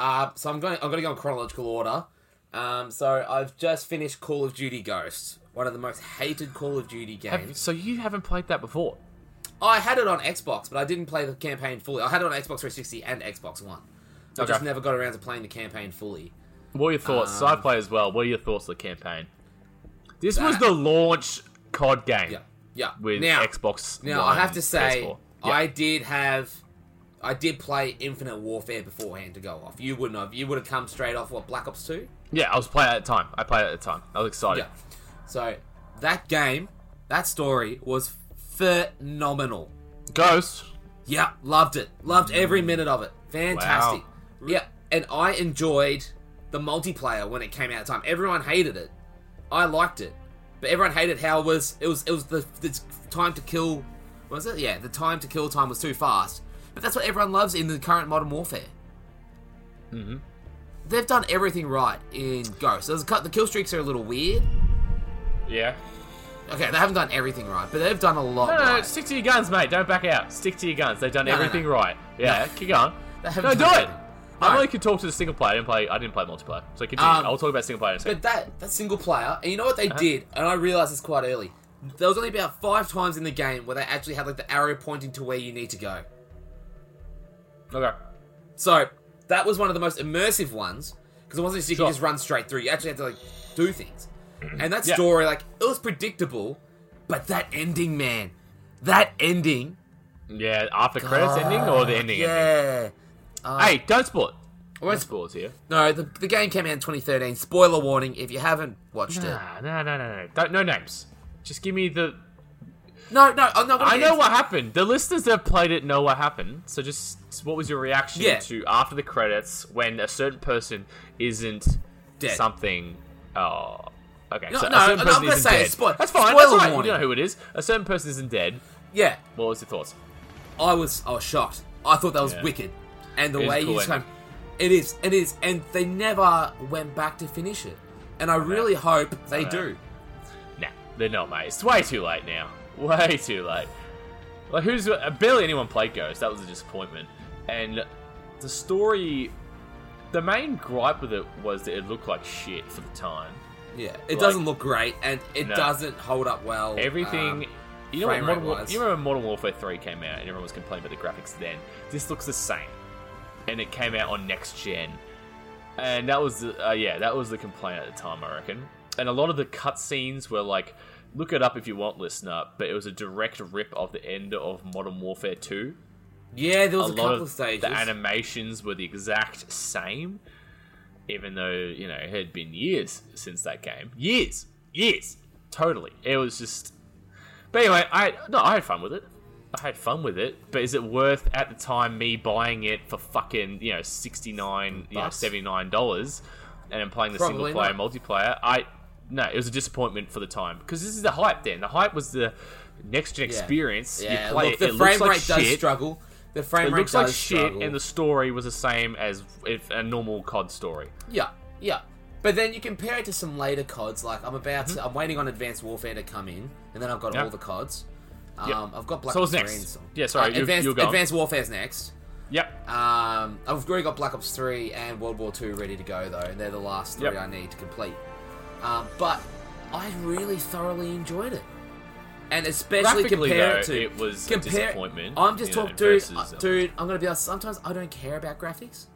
[SPEAKER 1] Uh, so I'm going. I'm going to go in chronological order. Um, so I've just finished Call of Duty Ghosts, one of the most hated Call of Duty
[SPEAKER 2] Have-
[SPEAKER 1] games.
[SPEAKER 2] so you haven't played that before.
[SPEAKER 1] I had it on Xbox, but I didn't play the campaign fully. I had it on Xbox 360 and Xbox One. I just
[SPEAKER 2] Okay.
[SPEAKER 1] never got around to playing the campaign fully.
[SPEAKER 2] What are your thoughts? so I play as well. What are your thoughts on the campaign? This was
[SPEAKER 1] That-
[SPEAKER 2] the launch COD game
[SPEAKER 1] Yeah, yeah.
[SPEAKER 2] with
[SPEAKER 1] now,
[SPEAKER 2] Xbox.
[SPEAKER 1] now
[SPEAKER 2] One
[SPEAKER 1] I have to
[SPEAKER 2] and
[SPEAKER 1] say,
[SPEAKER 2] PS4.
[SPEAKER 1] I
[SPEAKER 2] Yeah.
[SPEAKER 1] did have, I did play Infinite Warfare beforehand to go off. You wouldn't have. You would have come straight off what Black Ops Two.
[SPEAKER 2] yeah, I was playing at the time. I played at the time. I was excited.
[SPEAKER 1] Yeah. So that game, that story was phenomenal.
[SPEAKER 2] Ghost.
[SPEAKER 1] Yeah, loved it. Loved every minute of it. Fantastic. Yeah, and I enjoyed the multiplayer when it came out. Of time everyone hated it. I liked it, but everyone hated how it was. It was. It was the, the time to kill. Was it? Yeah, the time to kill time was too fast. But that's what everyone loves in the current modern warfare. Mm-hmm. They've done everything right in Ghost. There's a cut- The kill streaks are a little weird.
[SPEAKER 2] Yeah.
[SPEAKER 1] Okay, they haven't done everything right, but they've done a lot.
[SPEAKER 2] No, no, no,
[SPEAKER 1] right.
[SPEAKER 2] stick to your guns, mate. Don't back out. Stick to your guns. They've done
[SPEAKER 1] No, no,
[SPEAKER 2] everything
[SPEAKER 1] no.
[SPEAKER 2] right. Yeah, keep going.
[SPEAKER 1] They haven't
[SPEAKER 2] No, do
[SPEAKER 1] done
[SPEAKER 2] it.
[SPEAKER 1] anything.
[SPEAKER 2] I
[SPEAKER 1] Alright.
[SPEAKER 2] only could talk to the single player. I didn't play. I didn't play multiplayer. So continue.
[SPEAKER 1] Um,
[SPEAKER 2] I'll talk about single player in a second.
[SPEAKER 1] But that that single player, and you know what
[SPEAKER 2] Uh-huh.
[SPEAKER 1] they did, and I realized this quite early. There was only about five times in the game where they actually had like the arrow pointing to where you need to go.
[SPEAKER 2] Okay.
[SPEAKER 1] So that was one of the most immersive ones because it wasn't just you
[SPEAKER 2] Sure.
[SPEAKER 1] could just run straight through. You actually had to like do things. And that
[SPEAKER 2] Yeah.
[SPEAKER 1] story, like it was predictable, but that ending, man, that ending,
[SPEAKER 2] Yeah, after credits ending or the ending ending.
[SPEAKER 1] yeah.
[SPEAKER 2] Hey, don't sport.
[SPEAKER 1] I
[SPEAKER 2] Don't
[SPEAKER 1] won't sp-
[SPEAKER 2] sports here.
[SPEAKER 1] no, the, the game came out in 2013. Spoiler warning if you haven't watched it.
[SPEAKER 2] Nah, no, no, no, no. Don't, no names. Just give me the.
[SPEAKER 1] No, no, I'm not. gonna
[SPEAKER 2] I
[SPEAKER 1] get
[SPEAKER 2] know
[SPEAKER 1] into-
[SPEAKER 2] what happened. The listeners that have played it know what happened. So just, what was your reaction
[SPEAKER 1] Yeah.
[SPEAKER 2] to after the credits when a certain person isn't
[SPEAKER 1] Dead.
[SPEAKER 2] something? Oh, okay.
[SPEAKER 1] No,
[SPEAKER 2] so
[SPEAKER 1] no,
[SPEAKER 2] a certain
[SPEAKER 1] no, I'm
[SPEAKER 2] person
[SPEAKER 1] gonna
[SPEAKER 2] isn't
[SPEAKER 1] say
[SPEAKER 2] dead.
[SPEAKER 1] it's spoil-
[SPEAKER 2] That's fine. That's
[SPEAKER 1] spoiler
[SPEAKER 2] right. You
[SPEAKER 1] warning.
[SPEAKER 2] know who it is. A certain person isn't dead.
[SPEAKER 1] Yeah.
[SPEAKER 2] What was your thoughts?
[SPEAKER 1] I was I was shocked. I thought that was
[SPEAKER 2] Yeah.
[SPEAKER 1] wicked, and the
[SPEAKER 2] It is
[SPEAKER 1] way
[SPEAKER 2] cool, eh?
[SPEAKER 1] you just
[SPEAKER 2] isn't
[SPEAKER 1] kind it is it is, and they never went back to finish it. And I really hope they do.
[SPEAKER 2] Nah, they're not, mate. It's way too late now. [laughs] Way too late. Like, who's uh, barely anyone played Ghost? That was a disappointment. And the story, the main gripe with it was that it looked like shit for the time.
[SPEAKER 1] Yeah, it
[SPEAKER 2] Like-
[SPEAKER 1] doesn't look great, and it
[SPEAKER 2] No.
[SPEAKER 1] doesn't hold up well.
[SPEAKER 2] Everything.
[SPEAKER 1] um,
[SPEAKER 2] you know, what
[SPEAKER 1] frame
[SPEAKER 2] Modern War,
[SPEAKER 1] rate-wise.
[SPEAKER 2] you remember Modern Warfare 3 came out and everyone was complaining about the graphics then. This looks the same. And it came out on next gen. And that was, the- uh, yeah, that was the complaint at the time, I reckon. And a lot of the cutscenes were like, look it up if you want, listener, but it was a direct rip of the end of Modern Warfare 2
[SPEAKER 1] yeah, there was a,
[SPEAKER 2] a lot
[SPEAKER 1] couple
[SPEAKER 2] of
[SPEAKER 1] of stages.
[SPEAKER 2] the animations were the exact same, even though you know it had been years since that game. Years, years, totally. It was just. But anyway, I no, I had fun with it. I had fun with it, but is it worth at the time me buying it for fucking you know sixty nine, you know
[SPEAKER 1] Bucks.
[SPEAKER 2] seventy nine dollars, and then playing the
[SPEAKER 1] Probably
[SPEAKER 2] single player multiplayer? I no, it was a disappointment for the time because this is the hype. Then the hype was the next gen
[SPEAKER 1] Yeah.
[SPEAKER 2] experience.
[SPEAKER 1] Yeah,
[SPEAKER 2] you play
[SPEAKER 1] look,
[SPEAKER 2] it,
[SPEAKER 1] the
[SPEAKER 2] it
[SPEAKER 1] frame
[SPEAKER 2] looks like
[SPEAKER 1] rate does
[SPEAKER 2] shit.
[SPEAKER 1] struggle. The frame
[SPEAKER 2] It
[SPEAKER 1] rate
[SPEAKER 2] looks
[SPEAKER 1] does
[SPEAKER 2] like shit,
[SPEAKER 1] struggle.
[SPEAKER 2] and the story was the same as if a normal COD story.
[SPEAKER 1] Yeah, yeah. But then you compare it to some later CODs. Like I'm about, to, I'm waiting on Advanced Warfare to come in, and then I've got
[SPEAKER 2] Mm-hmm. Yeah.
[SPEAKER 1] all the CODs. Um,
[SPEAKER 2] Yeah.
[SPEAKER 1] I've got Black
[SPEAKER 2] So
[SPEAKER 1] Ops 3
[SPEAKER 2] what's next?
[SPEAKER 1] and some-
[SPEAKER 2] Yeah, sorry,
[SPEAKER 1] Uh,
[SPEAKER 2] you-
[SPEAKER 1] Advanced,
[SPEAKER 2] you go.
[SPEAKER 1] Advanced Warfare's next.
[SPEAKER 2] Yep.
[SPEAKER 1] Um, I've already got Black Ops 3 and World War 2 ready to go though, and they're the last three
[SPEAKER 2] Yep.
[SPEAKER 1] I need to complete. Um, but I really thoroughly enjoyed it, and especially
[SPEAKER 2] Graphically,
[SPEAKER 1] compare
[SPEAKER 2] though,
[SPEAKER 1] it to
[SPEAKER 2] it was a
[SPEAKER 1] compare,
[SPEAKER 2] disappointment,
[SPEAKER 1] I'm just
[SPEAKER 2] you know,
[SPEAKER 1] talking, dude,
[SPEAKER 2] versus,
[SPEAKER 1] uh,
[SPEAKER 2] um,
[SPEAKER 1] dude. I'm gonna be honest. Sometimes I don't care about graphics.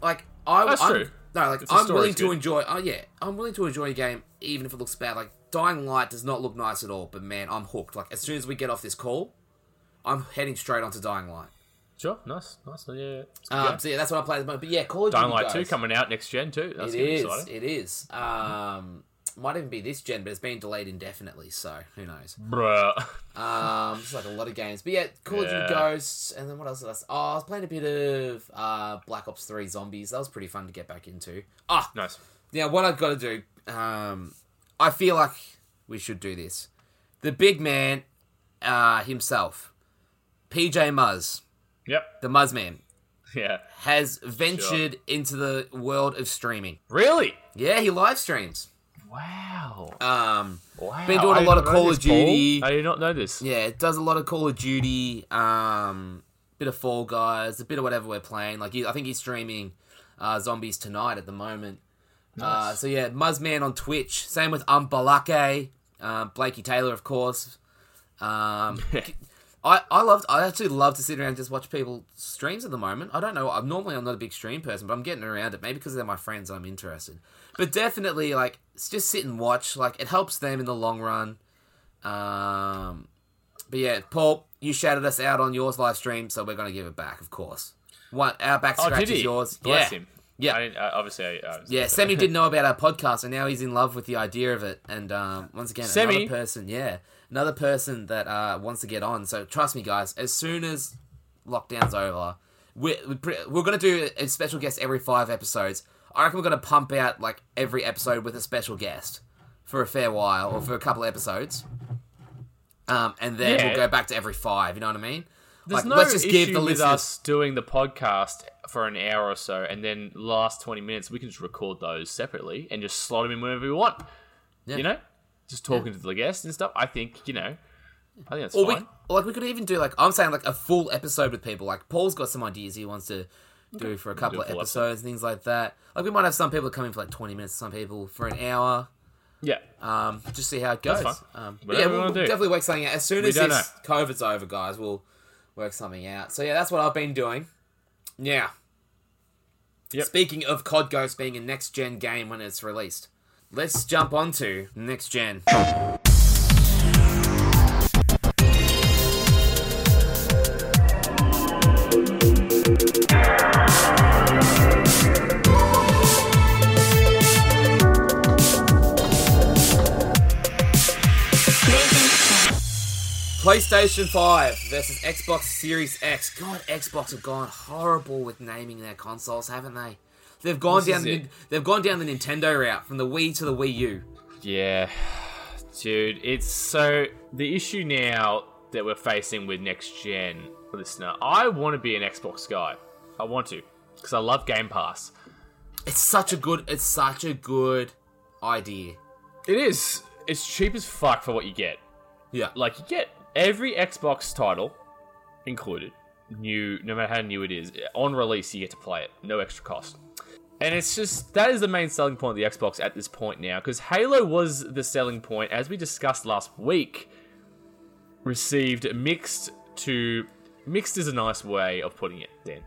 [SPEAKER 1] Like I,
[SPEAKER 2] Mm-hmm. That's
[SPEAKER 1] I'm,
[SPEAKER 2] true.
[SPEAKER 1] No, like
[SPEAKER 2] If the
[SPEAKER 1] I'm
[SPEAKER 2] story's
[SPEAKER 1] willing to
[SPEAKER 2] good.
[SPEAKER 1] enjoy. Oh yeah, I'm willing to enjoy a game even if it looks bad. Like Dying Light does not look nice at all, but man, I'm hooked. Like as soon as we get off this call, I'm heading straight onto Dying Light.
[SPEAKER 2] Sure. Nice. Nice. Yeah. yeah. It's a good
[SPEAKER 1] Um,
[SPEAKER 2] game.
[SPEAKER 1] So yeah, that's what I play at the moment. But yeah, Call of Duty
[SPEAKER 2] Dying Light Two
[SPEAKER 1] guys,
[SPEAKER 2] coming out next gen too. That's
[SPEAKER 1] It
[SPEAKER 2] gonna be
[SPEAKER 1] is.
[SPEAKER 2] exciting.
[SPEAKER 1] It is. Um, might even be this gen, but it's been delayed indefinitely. So who knows?
[SPEAKER 2] [laughs] Bruh.
[SPEAKER 1] Um, it's like a lot of games. But yeah, Call of
[SPEAKER 2] Yeah.
[SPEAKER 1] Duty Ghosts, and then what else did I? s- Oh, I was playing a bit of uh, Black Ops Three Zombies. That was pretty fun to get back into. Ah,
[SPEAKER 2] Nice.
[SPEAKER 1] now what I've got to do. Um, I feel like we should do this. The big man, uh, himself, PJ Muzz,
[SPEAKER 2] Yep.
[SPEAKER 1] the Muzz Man,
[SPEAKER 2] Yeah.
[SPEAKER 1] has ventured into the world of streaming.
[SPEAKER 2] Really?
[SPEAKER 1] Yeah, he live streams.
[SPEAKER 2] Wow.
[SPEAKER 1] Um,
[SPEAKER 2] Wow.
[SPEAKER 1] been doing a
[SPEAKER 2] I
[SPEAKER 1] lot
[SPEAKER 2] did
[SPEAKER 1] of
[SPEAKER 2] not know
[SPEAKER 1] Call
[SPEAKER 2] this,
[SPEAKER 1] of Duty.
[SPEAKER 2] Paul. I did not know this.
[SPEAKER 1] yeah, it does a lot of Call of Duty, um, bit of Fall Guys, a bit of whatever we're playing. Like, he, I think he's streaming uh, Zombies Tonight at the moment. Uh, so yeah, Muzzman on Twitch. Same with Umbalake, uh, Blakey Taylor, of course.
[SPEAKER 2] [laughs]
[SPEAKER 1] Um, I I loved. I actually love to sit around and just watch people streams at the moment. I don't know. I'm normally I'm not a big stream person, but I'm getting around it. Maybe because they're my friends, I'm interested. But definitely, like s- just sit and watch. Like it helps them in the long run. Um, but yeah, Paul, you shouted us out on yours live stream, so we're gonna give it back, of course. One our back
[SPEAKER 2] Oh,
[SPEAKER 1] scratch
[SPEAKER 2] did
[SPEAKER 1] is
[SPEAKER 2] he?
[SPEAKER 1] yours.
[SPEAKER 2] Bless
[SPEAKER 1] yeah.
[SPEAKER 2] him.
[SPEAKER 1] Yeah.
[SPEAKER 2] I didn't, uh, obviously. I, I was
[SPEAKER 1] Yeah, Sammy didn't
[SPEAKER 2] [laughs]
[SPEAKER 1] know about our podcast, and now he's in love with the idea of it. And um, once again,
[SPEAKER 2] Sammy?
[SPEAKER 1] another person, yeah, another person that uh, wants to get on. So trust me, guys. As soon as lockdown's over, we're we're, pre- we're gonna do a special guest every five episodes. I reckon we're gonna pump out like every episode with a special guest for a fair while, or for a couple episodes. Um, and then
[SPEAKER 2] Yeah.
[SPEAKER 1] we'll go back to every five. You know what I mean?
[SPEAKER 2] There's no issue with us doing the podcast for an hour or so, and then last 20 minutes we can just record those separately and just slot them in whenever we want. You know, just talking to the guests and stuff. I think you know, I think that's
[SPEAKER 1] Or we,
[SPEAKER 2] fine.
[SPEAKER 1] or, like we could even do like I'm saying like a full episode with people. Like Paul's got some ideas he wants to do for a couple
[SPEAKER 2] a
[SPEAKER 1] of
[SPEAKER 2] full
[SPEAKER 1] episodes,
[SPEAKER 2] episode.
[SPEAKER 1] things like that. Like we might have some people come in for like 20 minutes, some people for an hour.
[SPEAKER 2] yeah,
[SPEAKER 1] Um, just see how it goes.
[SPEAKER 2] fine.
[SPEAKER 1] Um, but
[SPEAKER 2] Whatever
[SPEAKER 1] yeah,
[SPEAKER 2] we
[SPEAKER 1] we'll,
[SPEAKER 2] wanna
[SPEAKER 1] we'll
[SPEAKER 2] do.
[SPEAKER 1] definitely work something out as soon as
[SPEAKER 2] don't
[SPEAKER 1] this COVID's over, guys. We'll work something out. So yeah, that's what I've been doing. Yeah.
[SPEAKER 2] Yep.
[SPEAKER 1] Speaking of COD Ghost being a next gen game when it's released, let's jump onto next gen. PlayStation 5 versus Xbox Series X. God, Xbox have gone horrible with naming their consoles, haven't they? They've gone
[SPEAKER 2] This
[SPEAKER 1] down
[SPEAKER 2] is
[SPEAKER 1] the,
[SPEAKER 2] it.
[SPEAKER 1] they've gone down the Nintendo route from the Wii to the Wii U.
[SPEAKER 2] yeah, dude. It's so the issue now that we're facing with next gen listener. I want to be an Xbox guy. I want to because I love Game Pass.
[SPEAKER 1] It's such a good it's such a good idea.
[SPEAKER 2] It is. It's cheap as fuck for what you get.
[SPEAKER 1] Yeah.
[SPEAKER 2] Like you get every Xbox title included, new no matter how new it is, on release you get to play it, no extra cost. And it's just that is the main selling point of the Xbox at this point now, because Halo was the selling point, as we discussed last week. Received mixed to mixed is a nice way of putting it. Then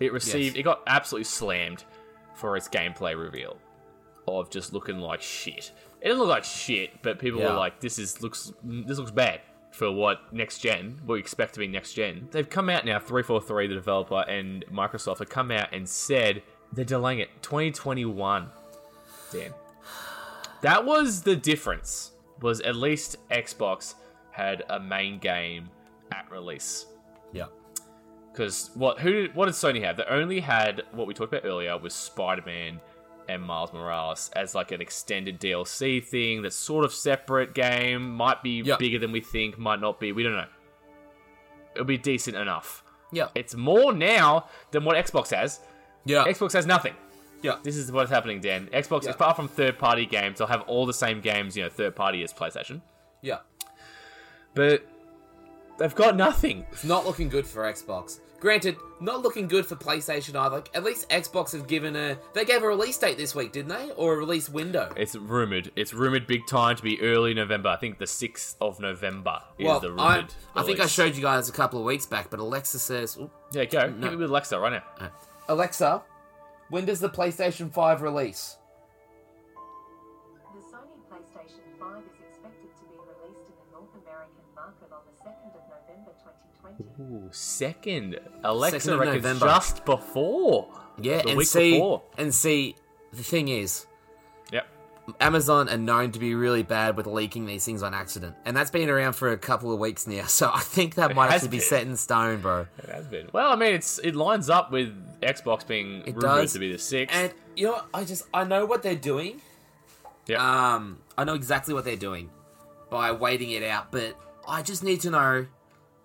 [SPEAKER 2] it received it got absolutely slammed for its gameplay reveal of just looking like shit. It doesn't look like shit, but people
[SPEAKER 1] Yeah.
[SPEAKER 2] were like, "This is looks this looks bad for what next gen what we expect to be next gen." They've come out now. Three Four Three, the developer and Microsoft have come out and said they're delaying it 2021. Damn, that was the difference. Was at least Xbox had a main game at release.
[SPEAKER 1] Yeah.
[SPEAKER 2] Because what who did, what did Sony have? They only had what we talked about earlier was Spider Man and Miles Morales as like an extended DLC thing that's sort of separate game, might be
[SPEAKER 1] Yeah.
[SPEAKER 2] bigger than we think, might not be. We don't know. It'll be decent enough.
[SPEAKER 1] Yeah.
[SPEAKER 2] It's more now than what Xbox has.
[SPEAKER 1] Yeah.
[SPEAKER 2] Xbox has nothing.
[SPEAKER 1] Yeah.
[SPEAKER 2] This is what's happening, Dan. Xbox,
[SPEAKER 1] Yeah.
[SPEAKER 2] apart from third party games, they'll have all the same games, you know, third party as PlayStation.
[SPEAKER 1] Yeah.
[SPEAKER 2] But they've got nothing.
[SPEAKER 1] It's not looking good for Xbox. Granted, not looking good for PlayStation either. Like, At least Xbox have given a they gave a release date this week, didn't they? Or a release window.
[SPEAKER 2] It's rumored. It's rumored big time to be early November. I think the sixth of November is
[SPEAKER 1] well,
[SPEAKER 2] the rumored.
[SPEAKER 1] I, I think I
[SPEAKER 2] release.
[SPEAKER 1] showed you guys a couple of weeks back, but Alexa says, Oop.
[SPEAKER 2] Yeah, go. Hit me with Lexa right now.
[SPEAKER 1] Alexa, when does the PlayStation 5 release?
[SPEAKER 6] The Sony PlayStation 5 is expected to be released in the North American market on the 2nd of November 2020.
[SPEAKER 2] Ooh, second. Alexa
[SPEAKER 1] Second of
[SPEAKER 2] reckons
[SPEAKER 1] November.
[SPEAKER 2] just before.
[SPEAKER 1] Yeah,
[SPEAKER 2] the
[SPEAKER 1] and
[SPEAKER 2] week
[SPEAKER 1] see,
[SPEAKER 2] before.
[SPEAKER 1] and see, the thing is,
[SPEAKER 2] Yep.
[SPEAKER 1] Amazon are known to be really bad with leaking these things on accident, and that's been around for a couple of weeks now. [laughs] So I think that
[SPEAKER 2] It
[SPEAKER 1] might
[SPEAKER 2] has
[SPEAKER 1] actually be
[SPEAKER 2] been.
[SPEAKER 1] set in stone, bro.
[SPEAKER 2] It has been. Well, I mean, it's it lines up with Xbox being
[SPEAKER 1] It
[SPEAKER 2] rumored
[SPEAKER 1] does.
[SPEAKER 2] to be the sixth.
[SPEAKER 1] And you know, what? I just I know what they're doing.
[SPEAKER 2] Yep.
[SPEAKER 1] Um, I know exactly what they're doing by waiting it out, but I just need to know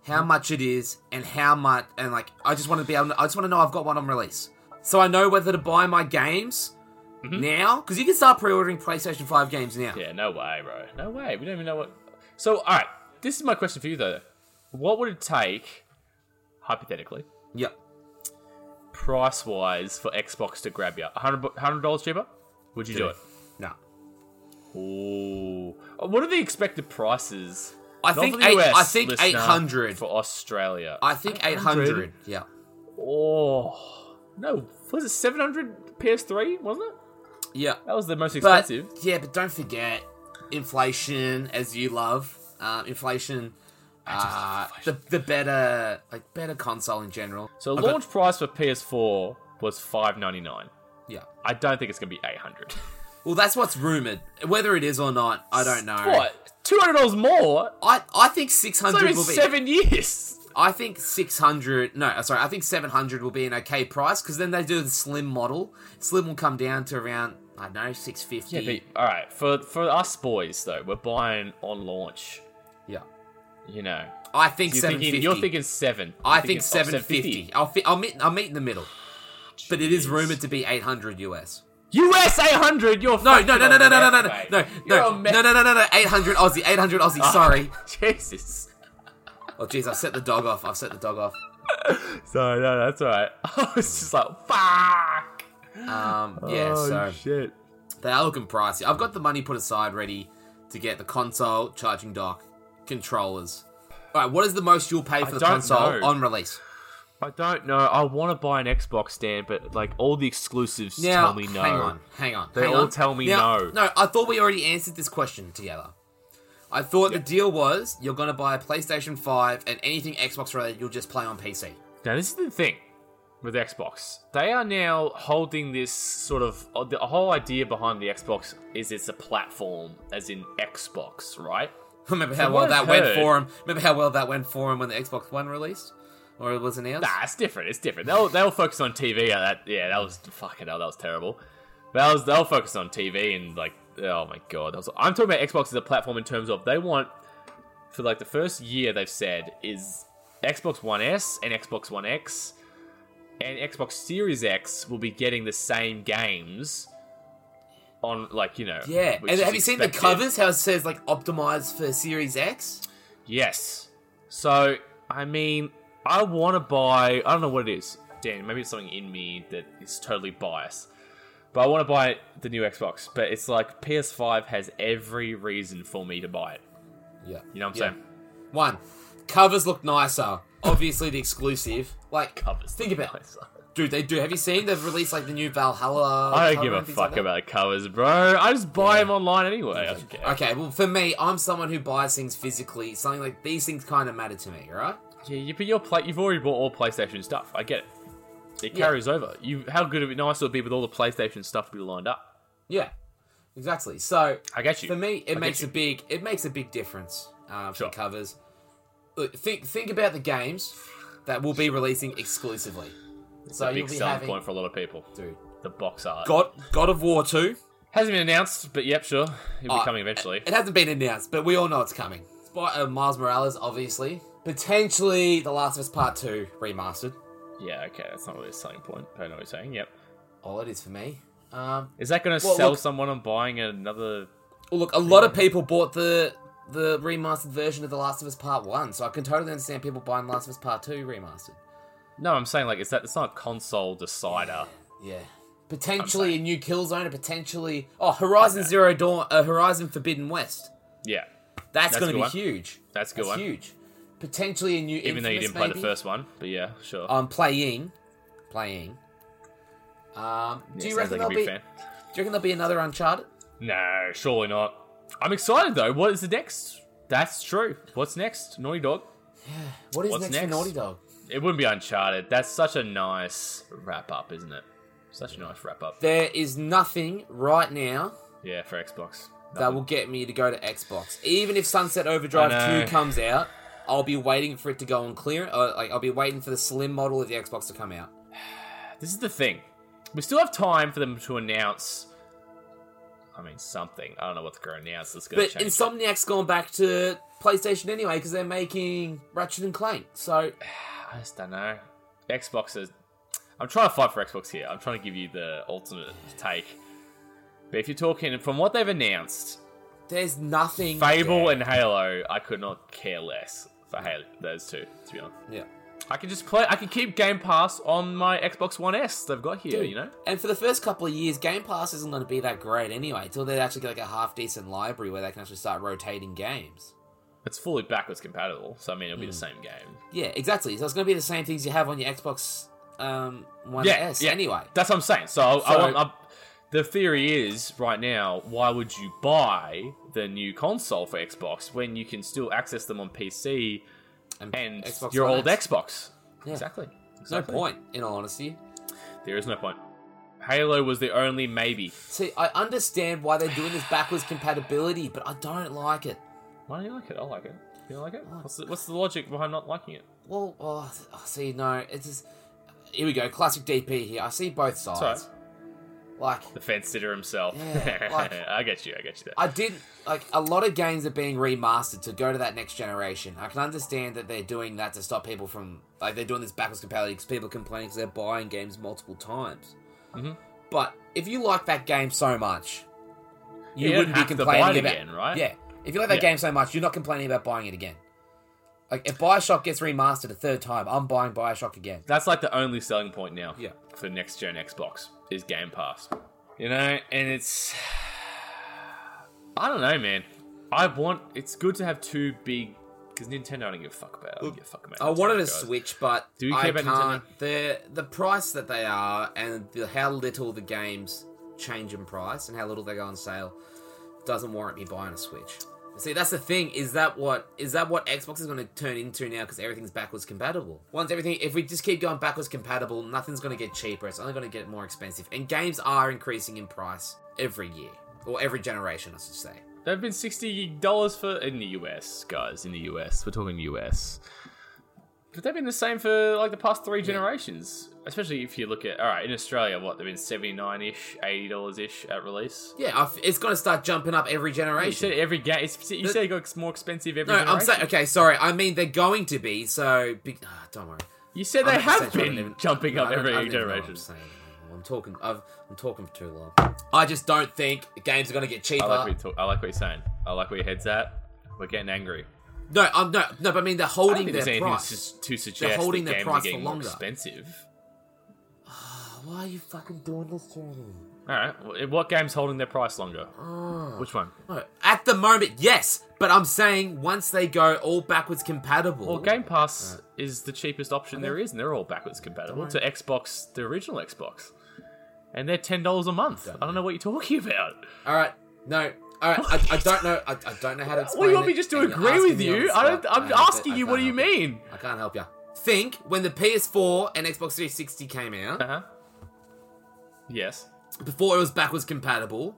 [SPEAKER 1] how
[SPEAKER 2] Hmm?
[SPEAKER 1] much it is and how much, and like I just want to be able. To, I just want to know I've got one on release, so I know whether to buy my games now because you can start pre-ordering PlayStation Five games now.
[SPEAKER 2] Mm-hmm. yeah, no way, bro. No way. We don't even know what. So, all right. This is my question for you though. What would it take, hypothetically,
[SPEAKER 1] Yep.
[SPEAKER 2] price wise for Xbox to grab you? $100 dollars cheaper? Would you do it?
[SPEAKER 1] No.
[SPEAKER 2] Ooh. Oh, What are the expected prices?
[SPEAKER 1] I
[SPEAKER 2] Not
[SPEAKER 1] think
[SPEAKER 2] for the
[SPEAKER 1] eight-
[SPEAKER 2] US
[SPEAKER 1] I think
[SPEAKER 2] listener,
[SPEAKER 1] 800.
[SPEAKER 2] for Australia.
[SPEAKER 1] I think 800. Yeah.
[SPEAKER 2] oh no, was it seven hundred PS3? Wasn't it?
[SPEAKER 1] Yeah.
[SPEAKER 2] That was the most
[SPEAKER 1] But
[SPEAKER 2] expensive.
[SPEAKER 1] yeah, but don't forget inflation, as you love um, inflation. Uh, the the better like better console in general.
[SPEAKER 2] so
[SPEAKER 1] I've got-
[SPEAKER 2] launch price for PS4 was five ninety nine.
[SPEAKER 1] yeah.
[SPEAKER 2] I don't think it's gonna be eight hundred.
[SPEAKER 1] Well, that's what's rumored. Whether it is or not, I [laughs] don't know.
[SPEAKER 2] What? Two hundred dollars more?
[SPEAKER 1] I I think
[SPEAKER 2] It's
[SPEAKER 1] 600
[SPEAKER 2] only
[SPEAKER 1] will be.
[SPEAKER 2] seven years.
[SPEAKER 1] I think 600. No, sorry. I think 700 will be an okay price because then they do the slim model. Slim will come down to around I don't know 650.
[SPEAKER 2] [laughs] all right, for for us boys though, we're buying on launch.
[SPEAKER 1] Yeah.
[SPEAKER 2] You know,
[SPEAKER 1] I think
[SPEAKER 2] you're
[SPEAKER 1] 750.
[SPEAKER 2] thinking you're thinking seven.
[SPEAKER 1] I
[SPEAKER 2] You're
[SPEAKER 1] think
[SPEAKER 2] thinking, oh,
[SPEAKER 1] 750. I'll, fi- I'll meet. I'll meet in the middle. But it is rumored to be 800 US.
[SPEAKER 2] US 800. You're
[SPEAKER 1] No, no, no, no, no, no, no, no, no, no,
[SPEAKER 2] You're
[SPEAKER 1] no,
[SPEAKER 2] a Ah. meth-
[SPEAKER 1] no, no, no, no, 800 Aussie, 800 Aussie. Sorry.
[SPEAKER 2] Jesus.
[SPEAKER 1] Oh, jeez, I've set the dog off. I've set the dog off.
[SPEAKER 2] So no, that's all right. [laughs] I was just like, fuck.
[SPEAKER 1] Um, yeah.
[SPEAKER 2] Oh,
[SPEAKER 1] so
[SPEAKER 2] shit.
[SPEAKER 1] they are looking pricey. I've got the money put aside, ready to get the console, charging dock, controllers. All right, what is the most you'll pay for the
[SPEAKER 2] don't
[SPEAKER 1] console
[SPEAKER 2] know.
[SPEAKER 1] on release?
[SPEAKER 2] I don't know. I want to buy an Xbox stand, but like all the exclusives
[SPEAKER 1] Now,
[SPEAKER 2] tell me no.
[SPEAKER 1] hang on, hang on.
[SPEAKER 2] They
[SPEAKER 1] hang
[SPEAKER 2] all
[SPEAKER 1] on.
[SPEAKER 2] tell me
[SPEAKER 1] Now-
[SPEAKER 2] no.
[SPEAKER 1] No, I thought we already answered this question together. I thought the deal was you're going to buy a PlayStation 5 and anything Xbox related you'll just play on PC.
[SPEAKER 2] Now this is the thing with Xbox. They are now holding this sort of the whole idea behind the Xbox is it's a platform, as in Xbox, right?
[SPEAKER 1] [laughs] Remember
[SPEAKER 2] From
[SPEAKER 1] how well
[SPEAKER 2] what
[SPEAKER 1] that
[SPEAKER 2] I've
[SPEAKER 1] went
[SPEAKER 2] heard-
[SPEAKER 1] for him? Remember how well that went for him when the Xbox One released? Or it was announced?
[SPEAKER 2] Nah, it's different. It's different. They'll they'll focus on TV. uh, That yeah, that was fucking hell. That was terrible. That was they'll focus on TV and like oh my god. That was, I'm talking about Xbox as a platform in terms of they want for like the first year they've said is Xbox One S and Xbox One X and Xbox Series X will be getting the same games on like you know
[SPEAKER 1] Yeah.
[SPEAKER 2] which
[SPEAKER 1] And
[SPEAKER 2] is
[SPEAKER 1] have you seen the
[SPEAKER 2] expected.
[SPEAKER 1] covers? How it says, like, optimized for Series X?
[SPEAKER 2] Yes. So, I mean, I want to buy. I don't know what it is, Dan. Maybe it's something in me that is totally biased. But I want to buy the new Xbox. But it's like PS5 has every reason for me to buy it.
[SPEAKER 1] Yeah.
[SPEAKER 2] You know what I'm
[SPEAKER 1] Yeah.
[SPEAKER 2] saying?
[SPEAKER 1] One, covers look nicer. Obviously, the exclusive. Like,
[SPEAKER 2] Covers.
[SPEAKER 1] Think about it. Dude, they do. Have you seen? They've released, like, the new Valhalla.
[SPEAKER 2] [laughs] I don't
[SPEAKER 1] cover
[SPEAKER 2] give a
[SPEAKER 1] and things like
[SPEAKER 2] fuck
[SPEAKER 1] that.
[SPEAKER 2] about the covers, bro. I just buy them online anyway. I don't care.
[SPEAKER 1] Okay, well, for me, I'm someone who buys things physically. Something like these things kind of matter to me, right?
[SPEAKER 2] Yeah, you, but your play, you've already bought all PlayStation stuff. I get it. It
[SPEAKER 1] Yeah.
[SPEAKER 2] carries over. You, how good of it nice it would be with all the PlayStation stuff to be lined up.
[SPEAKER 1] Yeah, exactly. So
[SPEAKER 2] I get you.
[SPEAKER 1] for me, it
[SPEAKER 2] I
[SPEAKER 1] makes
[SPEAKER 2] get
[SPEAKER 1] a
[SPEAKER 2] you.
[SPEAKER 1] big it makes a big difference um,
[SPEAKER 2] Sure.
[SPEAKER 1] for covers. Look, think think about the games that will be releasing exclusively. so
[SPEAKER 2] a
[SPEAKER 1] you'll
[SPEAKER 2] big
[SPEAKER 1] be
[SPEAKER 2] selling
[SPEAKER 1] having,
[SPEAKER 2] point for a lot of people.
[SPEAKER 1] dude,
[SPEAKER 2] The box art.
[SPEAKER 1] God God of War two.
[SPEAKER 2] Hasn't been announced, but yep, sure. It'll
[SPEAKER 1] Uh,
[SPEAKER 2] be coming eventually.
[SPEAKER 1] It hasn't been announced, but we all know it's coming. Spy- uh, Miles Morales, obviously. Potentially, The Last of Us Part two remastered.
[SPEAKER 2] yeah, okay, that's not really a selling point. I know what you're saying, yep.
[SPEAKER 1] All it is for me. Um,
[SPEAKER 2] Is that going to
[SPEAKER 1] Well,
[SPEAKER 2] sell
[SPEAKER 1] look-
[SPEAKER 2] someone on buying another.
[SPEAKER 1] Well, look, a lot of people bought the the remastered version of The Last of Us Part One, so I can totally understand people buying Last of Us Part Two remastered.
[SPEAKER 2] No, I'm saying, like, is that it's not a console decider.
[SPEAKER 1] Yeah, potentially a new Killzone, a potentially oh Horizon Zero Dawn, uh, Horizon Forbidden West.
[SPEAKER 2] Yeah,
[SPEAKER 1] That's,
[SPEAKER 2] That's
[SPEAKER 1] going to
[SPEAKER 2] a good
[SPEAKER 1] be
[SPEAKER 2] one.
[SPEAKER 1] huge.
[SPEAKER 2] That's a good one.
[SPEAKER 1] huge. Potentially a new
[SPEAKER 2] even though you
[SPEAKER 1] Infamous,
[SPEAKER 2] didn't play the
[SPEAKER 1] maybe? Uh,
[SPEAKER 2] first one, but yeah, sure.
[SPEAKER 1] I'm playing, playing. Um,
[SPEAKER 2] Yeah,
[SPEAKER 1] do you reckon
[SPEAKER 2] sounds like a
[SPEAKER 1] there'll
[SPEAKER 2] big
[SPEAKER 1] be?
[SPEAKER 2] fan.
[SPEAKER 1] Do you reckon there'll be another Uncharted?
[SPEAKER 2] No, surely not. I'm excited, though. What is the next? That's true. What's next? Naughty Dog?
[SPEAKER 1] What is
[SPEAKER 2] What's
[SPEAKER 1] next,
[SPEAKER 2] next?
[SPEAKER 1] for Naughty Dog?
[SPEAKER 2] It wouldn't be Uncharted. That's such a nice wrap up, isn't it? Such a nice wrap up.
[SPEAKER 1] There is nothing right now
[SPEAKER 2] Yeah, for Xbox.
[SPEAKER 1] that will get me to go to Xbox. Even if Sunset Overdrive
[SPEAKER 2] I know.
[SPEAKER 1] 2 comes out, I'll be waiting for it to go on clear. Uh, like I'll be waiting for the slim model of the Xbox to come out.
[SPEAKER 2] This is the thing. We still have time for them to announce. I mean, something. I don't know what's going to announce. That's going
[SPEAKER 1] But
[SPEAKER 2] to change.
[SPEAKER 1] Insomniac's gone back to PlayStation anyway because they're making Ratchet and Clank. So
[SPEAKER 2] I just don't know. Xbox is. I'm trying to fight for Xbox here. I'm trying to give you the ultimate take. But if you're talking from what they've announced,
[SPEAKER 1] there's nothing.
[SPEAKER 2] Fable and Halo, I could not care less for Halo. Those two, to be honest.
[SPEAKER 1] Yeah.
[SPEAKER 2] I can just play. I can keep Game Pass on my Xbox One S. They've got here, you know.
[SPEAKER 1] And for the first couple of years, Game Pass isn't going to be that great anyway, until they actually get like a half decent library where they can actually start rotating games.
[SPEAKER 2] It's fully backwards compatible, so I mean it'll be the same game.
[SPEAKER 1] Yeah, exactly. So it's going to be the same things you have on your Xbox um, One
[SPEAKER 2] Yeah,
[SPEAKER 1] S
[SPEAKER 2] yeah.
[SPEAKER 1] anyway.
[SPEAKER 2] That's what I'm saying. So, I- I,
[SPEAKER 1] So-
[SPEAKER 2] want- I- the theory is right now, why would you buy the new console for Xbox when you can still access them on PC and your
[SPEAKER 1] One
[SPEAKER 2] old
[SPEAKER 1] X.
[SPEAKER 2] Xbox?
[SPEAKER 1] Yeah.
[SPEAKER 2] Exactly.
[SPEAKER 1] There's no
[SPEAKER 2] Exactly.
[SPEAKER 1] point, in all honesty.
[SPEAKER 2] There is no point. Halo was the only maybe.
[SPEAKER 1] See, I understand why they're doing this backwards compatibility, but I don't like it.
[SPEAKER 2] Why don't you like it? I like it. You don't like
[SPEAKER 1] Oh.
[SPEAKER 2] it? What's the, what's the logic behind not liking it?
[SPEAKER 1] Well, oh, oh, see, no, it's just. Here we go, classic DP here. I see both
[SPEAKER 2] all
[SPEAKER 1] sides. Like,
[SPEAKER 2] The fence sitter himself.
[SPEAKER 1] Yeah, like-
[SPEAKER 2] [laughs] I get you. I get you. There.
[SPEAKER 1] [laughs] I did like a lot of games are being remastered to go to that next generation. I can understand that they're doing that to stop people from like they're doing this backwards compatibility because people are complaining because they're buying games multiple times.
[SPEAKER 2] Mm-hmm.
[SPEAKER 1] But if you like that game so much, you,
[SPEAKER 2] you don't
[SPEAKER 1] wouldn't be
[SPEAKER 2] have to buy
[SPEAKER 1] complaining
[SPEAKER 2] it
[SPEAKER 1] about
[SPEAKER 2] again, right?
[SPEAKER 1] Yeah, if you like that
[SPEAKER 2] Yeah.
[SPEAKER 1] game so much, you're not complaining about buying it again. Like if Bioshock gets remastered a third time, I'm buying Bioshock again.
[SPEAKER 2] That's like the only selling point now.
[SPEAKER 1] Yeah.
[SPEAKER 2] For next gen Xbox is Game Pass. You know, and it's [sighs] I don't know, man. I want. It's good to have two big because Nintendo don't give a fuck about. I don't give a fuck about.
[SPEAKER 1] I wanted
[SPEAKER 2] Nintendo,
[SPEAKER 1] a
[SPEAKER 2] guys.
[SPEAKER 1] Switch, but
[SPEAKER 2] Oh Do you
[SPEAKER 1] I
[SPEAKER 2] care about
[SPEAKER 1] can't. The the price that they are, and the, how little the games change in price, and how little they go on sale, doesn't warrant me buying a Switch. See, that's the thing. Is that what is that what Xbox is going to turn into now? Because everything's backwards compatible. Once everything, if we just keep going backwards compatible, nothing's going to get cheaper. It's only going to get more expensive. And games are increasing in price every year or every generation, I should say.
[SPEAKER 2] They've been sixty dollars for in the US, guys. In the US, we're talking US. But they've been the same for like the past three generations. Especially if you look at all right in Australia, what they've been seventy nine ish, eighty dollars ish at release.
[SPEAKER 1] Yeah, I've, it's going to start jumping up every generation.
[SPEAKER 2] You said every game. You said it got more expensive every.
[SPEAKER 1] No, I'm
[SPEAKER 2] generation.
[SPEAKER 1] saying okay. Sorry, I mean they're going to be. So be, ah, don't worry.
[SPEAKER 2] You said
[SPEAKER 1] I'm
[SPEAKER 2] they
[SPEAKER 1] at the
[SPEAKER 2] have
[SPEAKER 1] stage where I
[SPEAKER 2] been
[SPEAKER 1] don't even-
[SPEAKER 2] jumping
[SPEAKER 1] I
[SPEAKER 2] up
[SPEAKER 1] don't-
[SPEAKER 2] every
[SPEAKER 1] I don't even know what
[SPEAKER 2] generation.
[SPEAKER 1] I'm, saying anymore. I'm talking. I've, I'm talking for too long. I just don't think games are going to get cheaper.
[SPEAKER 2] I like, what you talk, I like what you're saying. I like where your head's at. We're getting angry.
[SPEAKER 1] no, I'm no, no. But I mean they're
[SPEAKER 2] I don't
[SPEAKER 1] holding
[SPEAKER 2] think there's
[SPEAKER 1] their
[SPEAKER 2] anything
[SPEAKER 1] price.
[SPEAKER 2] to s- to suggest
[SPEAKER 1] holding their
[SPEAKER 2] that games
[SPEAKER 1] price
[SPEAKER 2] are
[SPEAKER 1] for
[SPEAKER 2] getting more
[SPEAKER 1] longer.
[SPEAKER 2] expensive.
[SPEAKER 1] Why are you fucking doing this to me?
[SPEAKER 2] All right, wh- eh, what game's holding their price longer?
[SPEAKER 1] Ah.
[SPEAKER 2] Which one?
[SPEAKER 1] No, at the moment, yes. But I'm saying once they go all backwards compatible.
[SPEAKER 2] Well, Game
[SPEAKER 1] Uh,
[SPEAKER 2] Pass is the cheapest option there is, and they're all backwards compatible to Xbox, the original Xbox, and they're ten dollars a month. I don't know what you're talking [laughs] about.
[SPEAKER 1] All right. No. All right. I, I don't know. I, I don't know how to explain.
[SPEAKER 2] What do you want
[SPEAKER 1] it,
[SPEAKER 2] me just to
[SPEAKER 1] and you're
[SPEAKER 2] agree
[SPEAKER 1] asking
[SPEAKER 2] with
[SPEAKER 1] me on
[SPEAKER 2] you?
[SPEAKER 1] the
[SPEAKER 2] I don't.
[SPEAKER 1] spot.
[SPEAKER 2] I'm
[SPEAKER 1] I- I
[SPEAKER 2] asking you. What do
[SPEAKER 1] can't
[SPEAKER 2] you
[SPEAKER 1] help
[SPEAKER 2] mean?
[SPEAKER 1] I can't help you. Think when the PS4 and Xbox 360 came
[SPEAKER 2] Uh
[SPEAKER 1] out,
[SPEAKER 2] huh. Yes.
[SPEAKER 1] before it was backwards compatible,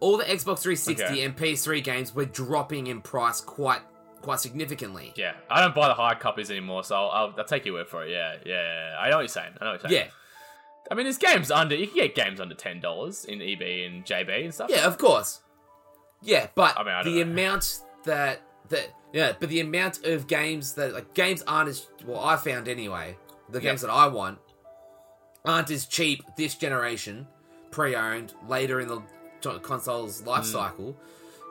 [SPEAKER 1] all the Xbox 360
[SPEAKER 2] Okay.
[SPEAKER 1] and PS3 games were dropping in price quite quite significantly.
[SPEAKER 2] Yeah, I don't buy the hard copies anymore, so I'll, I'll, I'll take your word for it. Yeah, yeah, yeah, yeah. I know what you're saying. I know what you're saying.
[SPEAKER 1] Yeah,
[SPEAKER 2] I mean, there's games under. You can get games under ten dollars in EB and JB and stuff.
[SPEAKER 1] yeah, of course. Yeah, but
[SPEAKER 2] I mean, I don't
[SPEAKER 1] the
[SPEAKER 2] know.
[SPEAKER 1] amount that that yeah, but the amount of games that like games aren't as well I found anyway, the games that I want aren't as cheap this generation, pre-owned later in the t- console's life cycle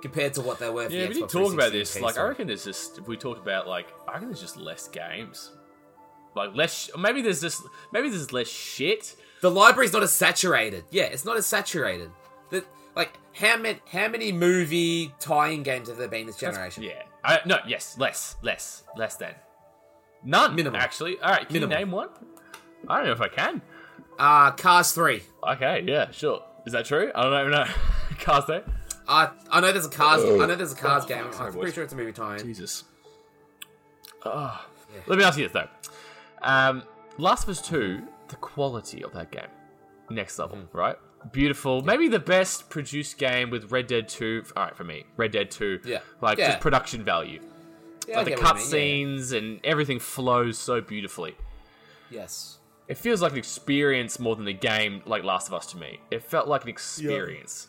[SPEAKER 1] compared to what they were. For
[SPEAKER 2] Hmm. Yeah,
[SPEAKER 1] the
[SPEAKER 2] we didn't
[SPEAKER 1] Xbox
[SPEAKER 2] talk about
[SPEAKER 1] 360 and
[SPEAKER 2] this. Like, I
[SPEAKER 1] PS3.
[SPEAKER 2] reckon there's just we talked about like I reckon there's just less games, like less. Maybe there's just maybe there's less shit.
[SPEAKER 1] The library's not as saturated. Yeah, it's not as saturated. The, like how many how many movie tie-in games have there been this generation?
[SPEAKER 2] Yeah, I, Uh, no, yes, less, less, less than none.
[SPEAKER 1] Minimal.
[SPEAKER 2] actually. All right, can
[SPEAKER 1] Minimal.
[SPEAKER 2] you name one? I don't know if I can.
[SPEAKER 1] Uh Cars Three.
[SPEAKER 2] Okay, yeah, sure. Is that true? I don't even know. [laughs] Cars though.
[SPEAKER 1] I I know there's a Cars. I know there's a Cars game. I'm
[SPEAKER 2] Oh. sorry,
[SPEAKER 1] pretty
[SPEAKER 2] boys.
[SPEAKER 1] sure it's a movie tie-in.
[SPEAKER 2] Jesus. Ah. Let me ask you this though. Um, Last of Us Two, the quality of that game, next level,
[SPEAKER 1] Mm-hmm.
[SPEAKER 2] right? Beautiful. Maybe the best produced game with Red Dead Two. All right, for me, Red Dead Two.
[SPEAKER 1] Yeah.
[SPEAKER 2] Like
[SPEAKER 1] Yeah.
[SPEAKER 2] just production value.
[SPEAKER 1] Yeah, I
[SPEAKER 2] Like the
[SPEAKER 1] get what you mean,
[SPEAKER 2] cutscenes and everything flows so beautifully.
[SPEAKER 1] yeah. Yes.
[SPEAKER 2] It feels like an experience more than the game, like Last of Us to me. It felt like an experience.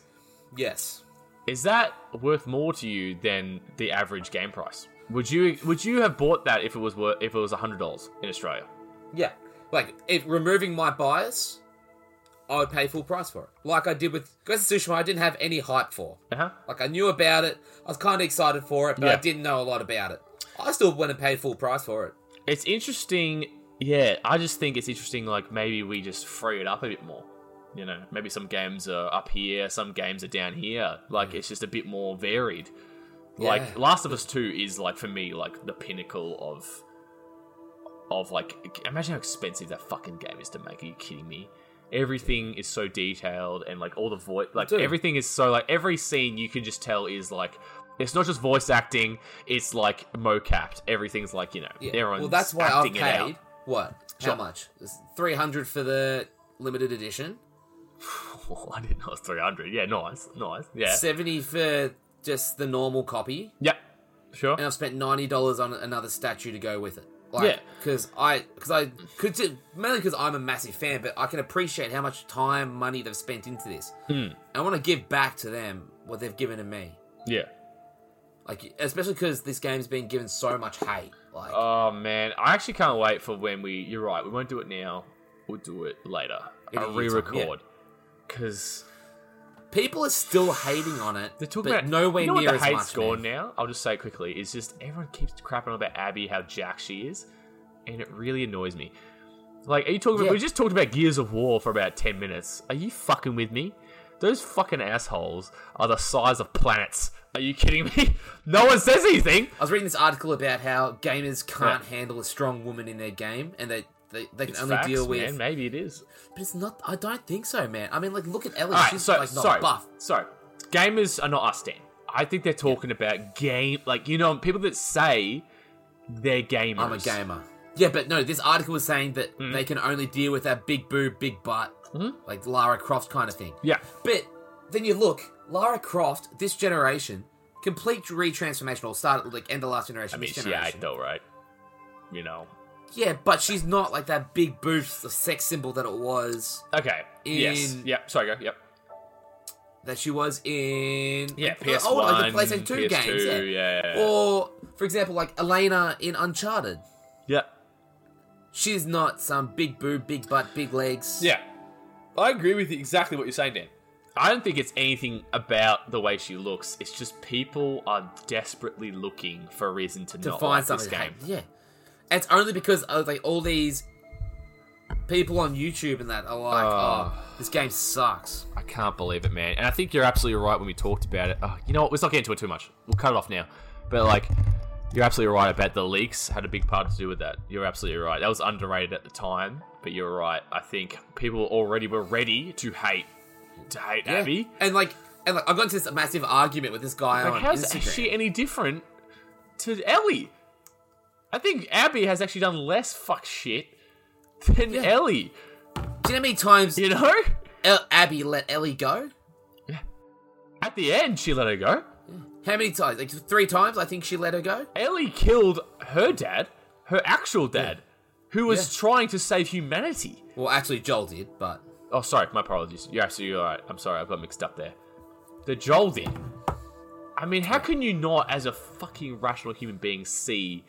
[SPEAKER 1] Yes.
[SPEAKER 2] Is that worth more to you than the average game price? Would you would you have bought that if it was worth, if it was hundred dollars in Australia?
[SPEAKER 1] Yeah. Like if removing my bias, I would pay full price for it. Like I did with Ghost of Tsushima. I didn't have any hype for.
[SPEAKER 2] Uh huh.
[SPEAKER 1] Like I knew about it. I was kind of excited for it, but
[SPEAKER 2] Yeah.
[SPEAKER 1] I didn't know a lot about it. I still went and paid full price for it.
[SPEAKER 2] It's interesting. Yeah, I just think it's interesting. Like maybe we just free it up a bit more. You know, maybe some games are up here, some games are down here. Like it's just a bit more varied. Like
[SPEAKER 1] Mm. Yeah.
[SPEAKER 2] Last of Us Two is like for me like the pinnacle of of like imagine how expensive that fucking game is to make. Are you kidding me? Everything is so detailed and like all the voice like
[SPEAKER 1] Dude.
[SPEAKER 2] everything is so like every scene you can just tell is like it's not just voice acting, it's like mocapped. Everything's like, you know,
[SPEAKER 1] Yeah.
[SPEAKER 2] they're on
[SPEAKER 1] well, that's why I've
[SPEAKER 2] acting it out. [laughs]
[SPEAKER 1] paid what?
[SPEAKER 2] Sure.
[SPEAKER 1] How much? Three hundred for the limited edition.
[SPEAKER 2] Well, Oh, I didn't know it was 300. Yeah, nice. Nice. Yeah.
[SPEAKER 1] Seventy for just the normal copy,
[SPEAKER 2] Yep. Sure.
[SPEAKER 1] and I've spent ninety dollars on another statue to go with it. Like,
[SPEAKER 2] Yeah.
[SPEAKER 1] because I because I could do- mainly because I'm a massive fan, but I can appreciate how much time, money they've spent into this.
[SPEAKER 2] Hmm.
[SPEAKER 1] I want to give back to them what they've given to me.
[SPEAKER 2] Yeah.
[SPEAKER 1] Like, especially because this game's been given so much hate. Like,
[SPEAKER 2] Oh, man. I actually can't wait for when we. You're right. We won't do it now. We'll do it later.
[SPEAKER 1] In a
[SPEAKER 2] I'll re
[SPEAKER 1] year's time, yeah.
[SPEAKER 2] record. Because
[SPEAKER 1] people are still hating on it.
[SPEAKER 2] they're talking
[SPEAKER 1] but
[SPEAKER 2] about.
[SPEAKER 1] nowhere
[SPEAKER 2] you know
[SPEAKER 1] near
[SPEAKER 2] what the
[SPEAKER 1] as
[SPEAKER 2] hate's
[SPEAKER 1] much.
[SPEAKER 2] gone
[SPEAKER 1] man.
[SPEAKER 2] now? I'll just say it quickly. It's just everyone keeps crapping on about Abby, how jack she is. And it really annoys me. Like, are you talking about.
[SPEAKER 1] Yeah.
[SPEAKER 2] We just talked about Gears of War for about 10 minutes. Are you fucking with me? Those fucking assholes are the size of planets. Are you kidding me? [laughs] No one says anything.
[SPEAKER 1] I was reading this article about how gamers can't handle a strong woman in their game, and they they, they can
[SPEAKER 2] It's
[SPEAKER 1] only
[SPEAKER 2] facts,
[SPEAKER 1] deal with.
[SPEAKER 2] man. Maybe it is.
[SPEAKER 1] But it's not. I don't think so, man. I mean, like, look at Ellie.
[SPEAKER 2] All right,
[SPEAKER 1] She's
[SPEAKER 2] so
[SPEAKER 1] like not
[SPEAKER 2] sorry,
[SPEAKER 1] buff.
[SPEAKER 2] sorry. Gamers are not us, Dan. I think they're talking about game, like you know, people that say they're gamers.
[SPEAKER 1] I'm a gamer. Yeah, but no, this article was saying that
[SPEAKER 2] Hmm.
[SPEAKER 1] they can only deal with that big boob, big butt, like Lara Croft kind of thing.
[SPEAKER 2] Yeah,
[SPEAKER 1] But then you look, Lara Croft, this generation, complete retransformation, or start at like end of last generation.
[SPEAKER 2] I mean,
[SPEAKER 1] this
[SPEAKER 2] she yeah,
[SPEAKER 1] generation.
[SPEAKER 2] I know, right? You know,
[SPEAKER 1] Yeah, but she's not like that big boob sex symbol that it was
[SPEAKER 2] okay, yes,
[SPEAKER 1] In-
[SPEAKER 2] yep. Sorry, go. Yep.
[SPEAKER 1] that she was in
[SPEAKER 2] Yeah,
[SPEAKER 1] the
[SPEAKER 2] PS
[SPEAKER 1] older,
[SPEAKER 2] One,
[SPEAKER 1] like the PlayStation Two
[SPEAKER 2] PS2,
[SPEAKER 1] games. Yeah.
[SPEAKER 2] yeah.
[SPEAKER 1] Or for example, like Elena in Uncharted.
[SPEAKER 2] Yep.
[SPEAKER 1] She's not some big boob, big butt, big legs.
[SPEAKER 2] Yeah, I agree with you exactly what you're saying, Dan. I don't think it's anything about the way she looks. It's just people are desperately looking for a reason to,
[SPEAKER 1] to
[SPEAKER 2] not
[SPEAKER 1] find
[SPEAKER 2] like this
[SPEAKER 1] something. to
[SPEAKER 2] game.
[SPEAKER 1] hate. Yeah, it's only because of, like all these people on YouTube and that are like,
[SPEAKER 2] Oh.
[SPEAKER 1] oh, this game sucks.
[SPEAKER 2] I can't believe it, man. And I think you're absolutely right when we talked about it. Oh, you know what? Let's not get into it too much. We'll cut it off now. But like, you're absolutely right about the leaks had a big part to do with that. You're absolutely right. That was underrated at the time, but you're right. I think people already were ready to hate to hate
[SPEAKER 1] Yeah.
[SPEAKER 2] Abby.
[SPEAKER 1] and like, and like, I got into this massive argument with this guy
[SPEAKER 2] Like,
[SPEAKER 1] on
[SPEAKER 2] how's
[SPEAKER 1] Instagram.
[SPEAKER 2] she any different to Ellie? I think Abby has actually done less fuck shit than
[SPEAKER 1] Yeah.
[SPEAKER 2] Ellie.
[SPEAKER 1] Do you know how many times
[SPEAKER 2] You know,
[SPEAKER 1] El- Abby let Ellie go?
[SPEAKER 2] at the end she let her go.
[SPEAKER 1] How many times? Like three times, I think she let her go.
[SPEAKER 2] Ellie killed her dad, her actual dad, who was trying to save humanity.
[SPEAKER 1] Well, actually, Joel did, but
[SPEAKER 2] Oh, sorry, my apologies. You're absolutely right. I'm sorry, I got mixed up there. The Joel did. I mean, how can you not, as a fucking rational human being, see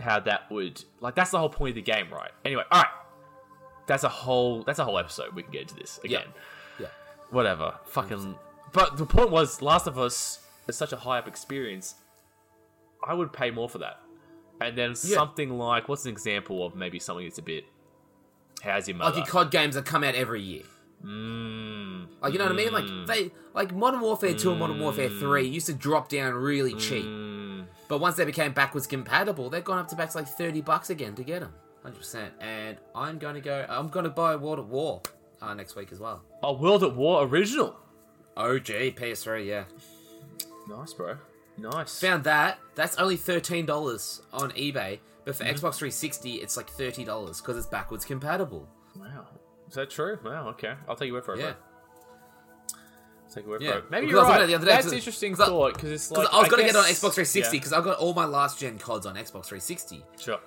[SPEAKER 2] how that would like? That's the whole point of the game, right? Anyway, all right. That's a whole. That's a whole episode. We can get into this again.
[SPEAKER 1] yeah.
[SPEAKER 2] Whatever. Fucking. But the point was, Last of Us is such a high up experience. I would pay more for that. And then something like, what's an example of maybe something that's a bit? How's your
[SPEAKER 1] Like
[SPEAKER 2] mother?
[SPEAKER 1] your COD games that come out every year.
[SPEAKER 2] Mm. Mm.
[SPEAKER 1] Like you know what I mean? Like they like Modern Warfare 2 and Modern Warfare 3 used to drop down really cheap. But once they became backwards compatible, they've gone up to back to like 30 bucks again to get them. 100%. And I'm going to go I'm going to buy World at War uh, next week as well.
[SPEAKER 2] A World at War original.
[SPEAKER 1] OG PS3, yeah.
[SPEAKER 2] Nice, bro. Nice.
[SPEAKER 1] Found that. That's only $13 on eBay, but for
[SPEAKER 2] Mm-hmm.
[SPEAKER 1] Xbox 360 it's like $30 cuz it's backwards compatible.
[SPEAKER 2] wow. Is that true? Wow. Okay. I'll take your word for it.
[SPEAKER 1] Yeah.
[SPEAKER 2] Bro. I'll take your word
[SPEAKER 1] Yeah.
[SPEAKER 2] for it. Maybe
[SPEAKER 1] Because
[SPEAKER 2] you're
[SPEAKER 1] I was looking
[SPEAKER 2] right.
[SPEAKER 1] at it the other day,
[SPEAKER 2] That's
[SPEAKER 1] 'cause-
[SPEAKER 2] interesting
[SPEAKER 1] 'cause I-
[SPEAKER 2] thought because it's
[SPEAKER 1] Because
[SPEAKER 2] like
[SPEAKER 1] I was
[SPEAKER 2] I
[SPEAKER 1] going to get on
[SPEAKER 2] guess-
[SPEAKER 1] Xbox 360
[SPEAKER 2] Yeah.
[SPEAKER 1] because I've got all my last gen CODs on Xbox 360.
[SPEAKER 2] Sure.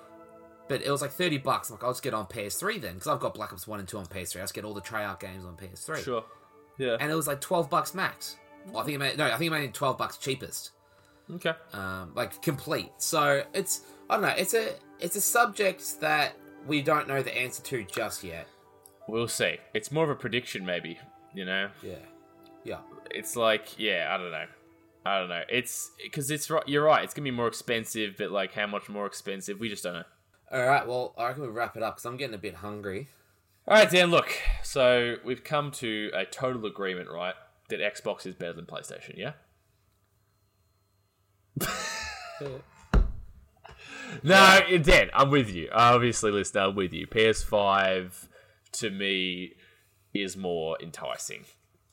[SPEAKER 1] But it was like 30 bucks. I'm like, I'll just get on PS3 then, because I've got Black Ops 1 and 2 on PS3. I just get all the Treyarch games on PS3.
[SPEAKER 2] Sure. Yeah.
[SPEAKER 1] And it was like 12 bucks max. Well, I think it made, no, I think it made it 12 bucks cheapest.
[SPEAKER 2] okay.
[SPEAKER 1] Um, like complete. So it's I don't know, it's a it's a subject that we don't know the answer to just yet.
[SPEAKER 2] We'll see. It's more of a prediction, maybe. You know.
[SPEAKER 1] Yeah. Yeah.
[SPEAKER 2] It's like, yeah, I don't know. I don't know. It's because it's right. You're right. It's gonna be more expensive, but like, how much more expensive? We just don't know.
[SPEAKER 1] All right, well, I reckon we wrap it up because I'm getting a bit hungry.
[SPEAKER 2] All right, Dan. Look, so we've come to a total agreement, right? That Xbox is better than PlayStation.
[SPEAKER 1] [laughs]
[SPEAKER 2] Yeah. no, you're Dan. I'm with you. Obviously, listener, I'm with you. PS5 to me is more enticing.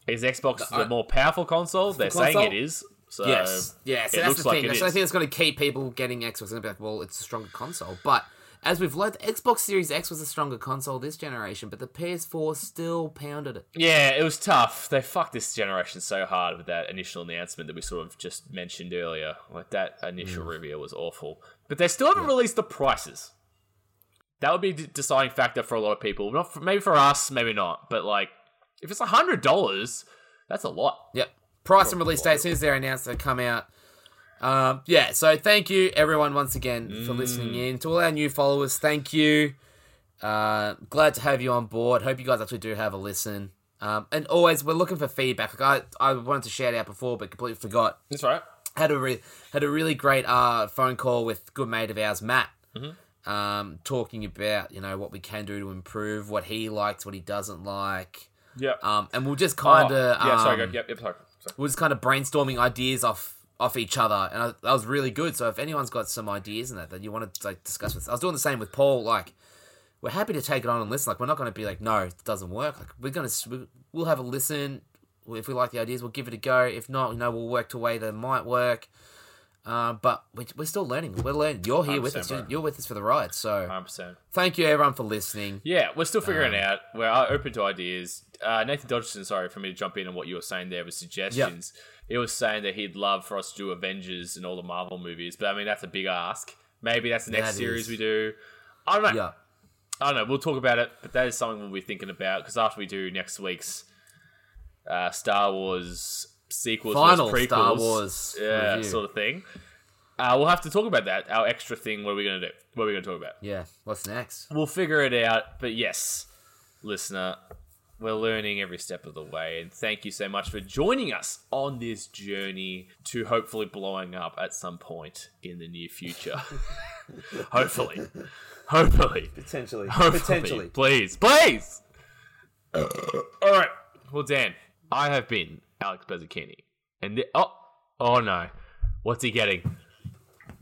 [SPEAKER 2] Is Xbox the
[SPEAKER 1] I-
[SPEAKER 2] more powerful console? They're saying
[SPEAKER 1] console?
[SPEAKER 2] it is. So
[SPEAKER 1] yes, yeah. So
[SPEAKER 2] it
[SPEAKER 1] that's
[SPEAKER 2] looks
[SPEAKER 1] the
[SPEAKER 2] like
[SPEAKER 1] thing.
[SPEAKER 2] it
[SPEAKER 1] so I
[SPEAKER 2] is.
[SPEAKER 1] think it's going to keep people getting Xbox. And be like, well, it's a stronger console. But as we've learned, the Xbox Series X was a stronger console this generation, but the PS4 still pounded it.
[SPEAKER 2] Yeah, it was tough. They fucked this generation so hard with that initial announcement that we sort of just mentioned earlier. Like that initial reveal was awful, but they still haven't released the prices. That would be a d- deciding factor for a lot of people. Not for, maybe for us, maybe not. But like, if it's hundred dollars, that's a lot.
[SPEAKER 1] Yep. Price and release date as soon as they're announced, they come out. Um, yeah. So thank you everyone once again for listening
[SPEAKER 2] Mm.
[SPEAKER 1] in to all our new followers. Thank you. Uh, glad to have you on board. Hope you guys actually do have a listen. Um, and always, we're looking for feedback. Like I, I wanted to shout out before, but completely forgot.
[SPEAKER 2] That's right.
[SPEAKER 1] had a re- had a really great uh, phone call with a good mate of ours, Matt,
[SPEAKER 2] Mm-hmm.
[SPEAKER 1] um, talking about you know what we can do to improve, what he likes, what he doesn't like,
[SPEAKER 2] Yeah.
[SPEAKER 1] um, and we'll just
[SPEAKER 2] Oh,
[SPEAKER 1] kind of
[SPEAKER 2] yeah. Sorry.
[SPEAKER 1] um,
[SPEAKER 2] Go, yep. Yep. Sorry. sorry.
[SPEAKER 1] we're just kind of brainstorming ideas off off each other, and I, that was really good. So if anyone's got some ideas in that that you want to like discuss with, I was doing the same with Paul. Like, we're happy to take it on and listen. Like, we're not going to be like, no, it doesn't work. Like, we're gonna s- we- we'll have a listen. If we like the ideas, we'll give it a go. If not, you know, we'll work to a way that might work. Uh, but we- we're still learning. We're learning. You're here with us.
[SPEAKER 2] 100%, bro. Uh,
[SPEAKER 1] You're, you're with us for the ride. So
[SPEAKER 2] Hundred percent.
[SPEAKER 1] thank you everyone for listening.
[SPEAKER 2] Yeah, we're still figuring
[SPEAKER 1] Um,
[SPEAKER 2] it out. We're uh, open to ideas. Uh, Nathan Dodgson, sorry for me to jump in on what you were saying there with suggestions. He was saying that he'd love for us to do Avengers and all the Marvel movies, but I mean that's a big ask. Maybe that's the next
[SPEAKER 1] That
[SPEAKER 2] series
[SPEAKER 1] is.
[SPEAKER 2] we do. I don't know.
[SPEAKER 1] Yeah.
[SPEAKER 2] I don't know. We'll talk about it, but that is something we'll be thinking about because after we do next week's uh, Star Wars sequels, versus
[SPEAKER 1] Final
[SPEAKER 2] prequels,
[SPEAKER 1] Star Wars
[SPEAKER 2] yeah,
[SPEAKER 1] review.
[SPEAKER 2] sort of thing. Uh, we'll have to talk about that. Our extra thing. What are we going to do? What are we going to talk about?
[SPEAKER 1] Yeah. What's next?
[SPEAKER 2] we'll figure it out. But yes, listener, we're learning every step of the way. And thank you so much for joining us on this journey to hopefully blowing up at some point in the near future. [laughs] hopefully. Hopefully.
[SPEAKER 1] Potentially.
[SPEAKER 2] Hopefully. Please. Please. [coughs] All right. Well, Dan, I have been Alex Bezzacchini. And the- oh, oh no. What's he getting?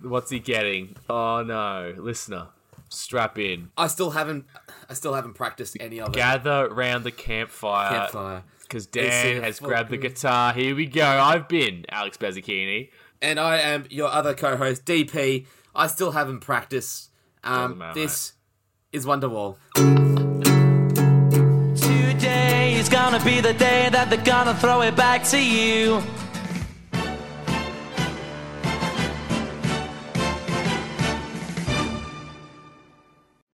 [SPEAKER 2] What's he getting? Oh no. Listener, strap in.
[SPEAKER 1] I still haven't. I still haven't practiced any of it.
[SPEAKER 2] gather round the campfire
[SPEAKER 1] Campfire.
[SPEAKER 2] because
[SPEAKER 1] It's
[SPEAKER 2] Dan
[SPEAKER 1] a
[SPEAKER 2] has grabbed the
[SPEAKER 1] fucking-
[SPEAKER 2] guitar. Here we go. I've been Alex Bazzacchini.
[SPEAKER 1] and I am your other co-host DP. I still haven't practiced.
[SPEAKER 2] Doesn't
[SPEAKER 1] Um,
[SPEAKER 2] matter,
[SPEAKER 1] this is Wonderwall.
[SPEAKER 7] Today is gonna be the day that they're gonna throw it back to you.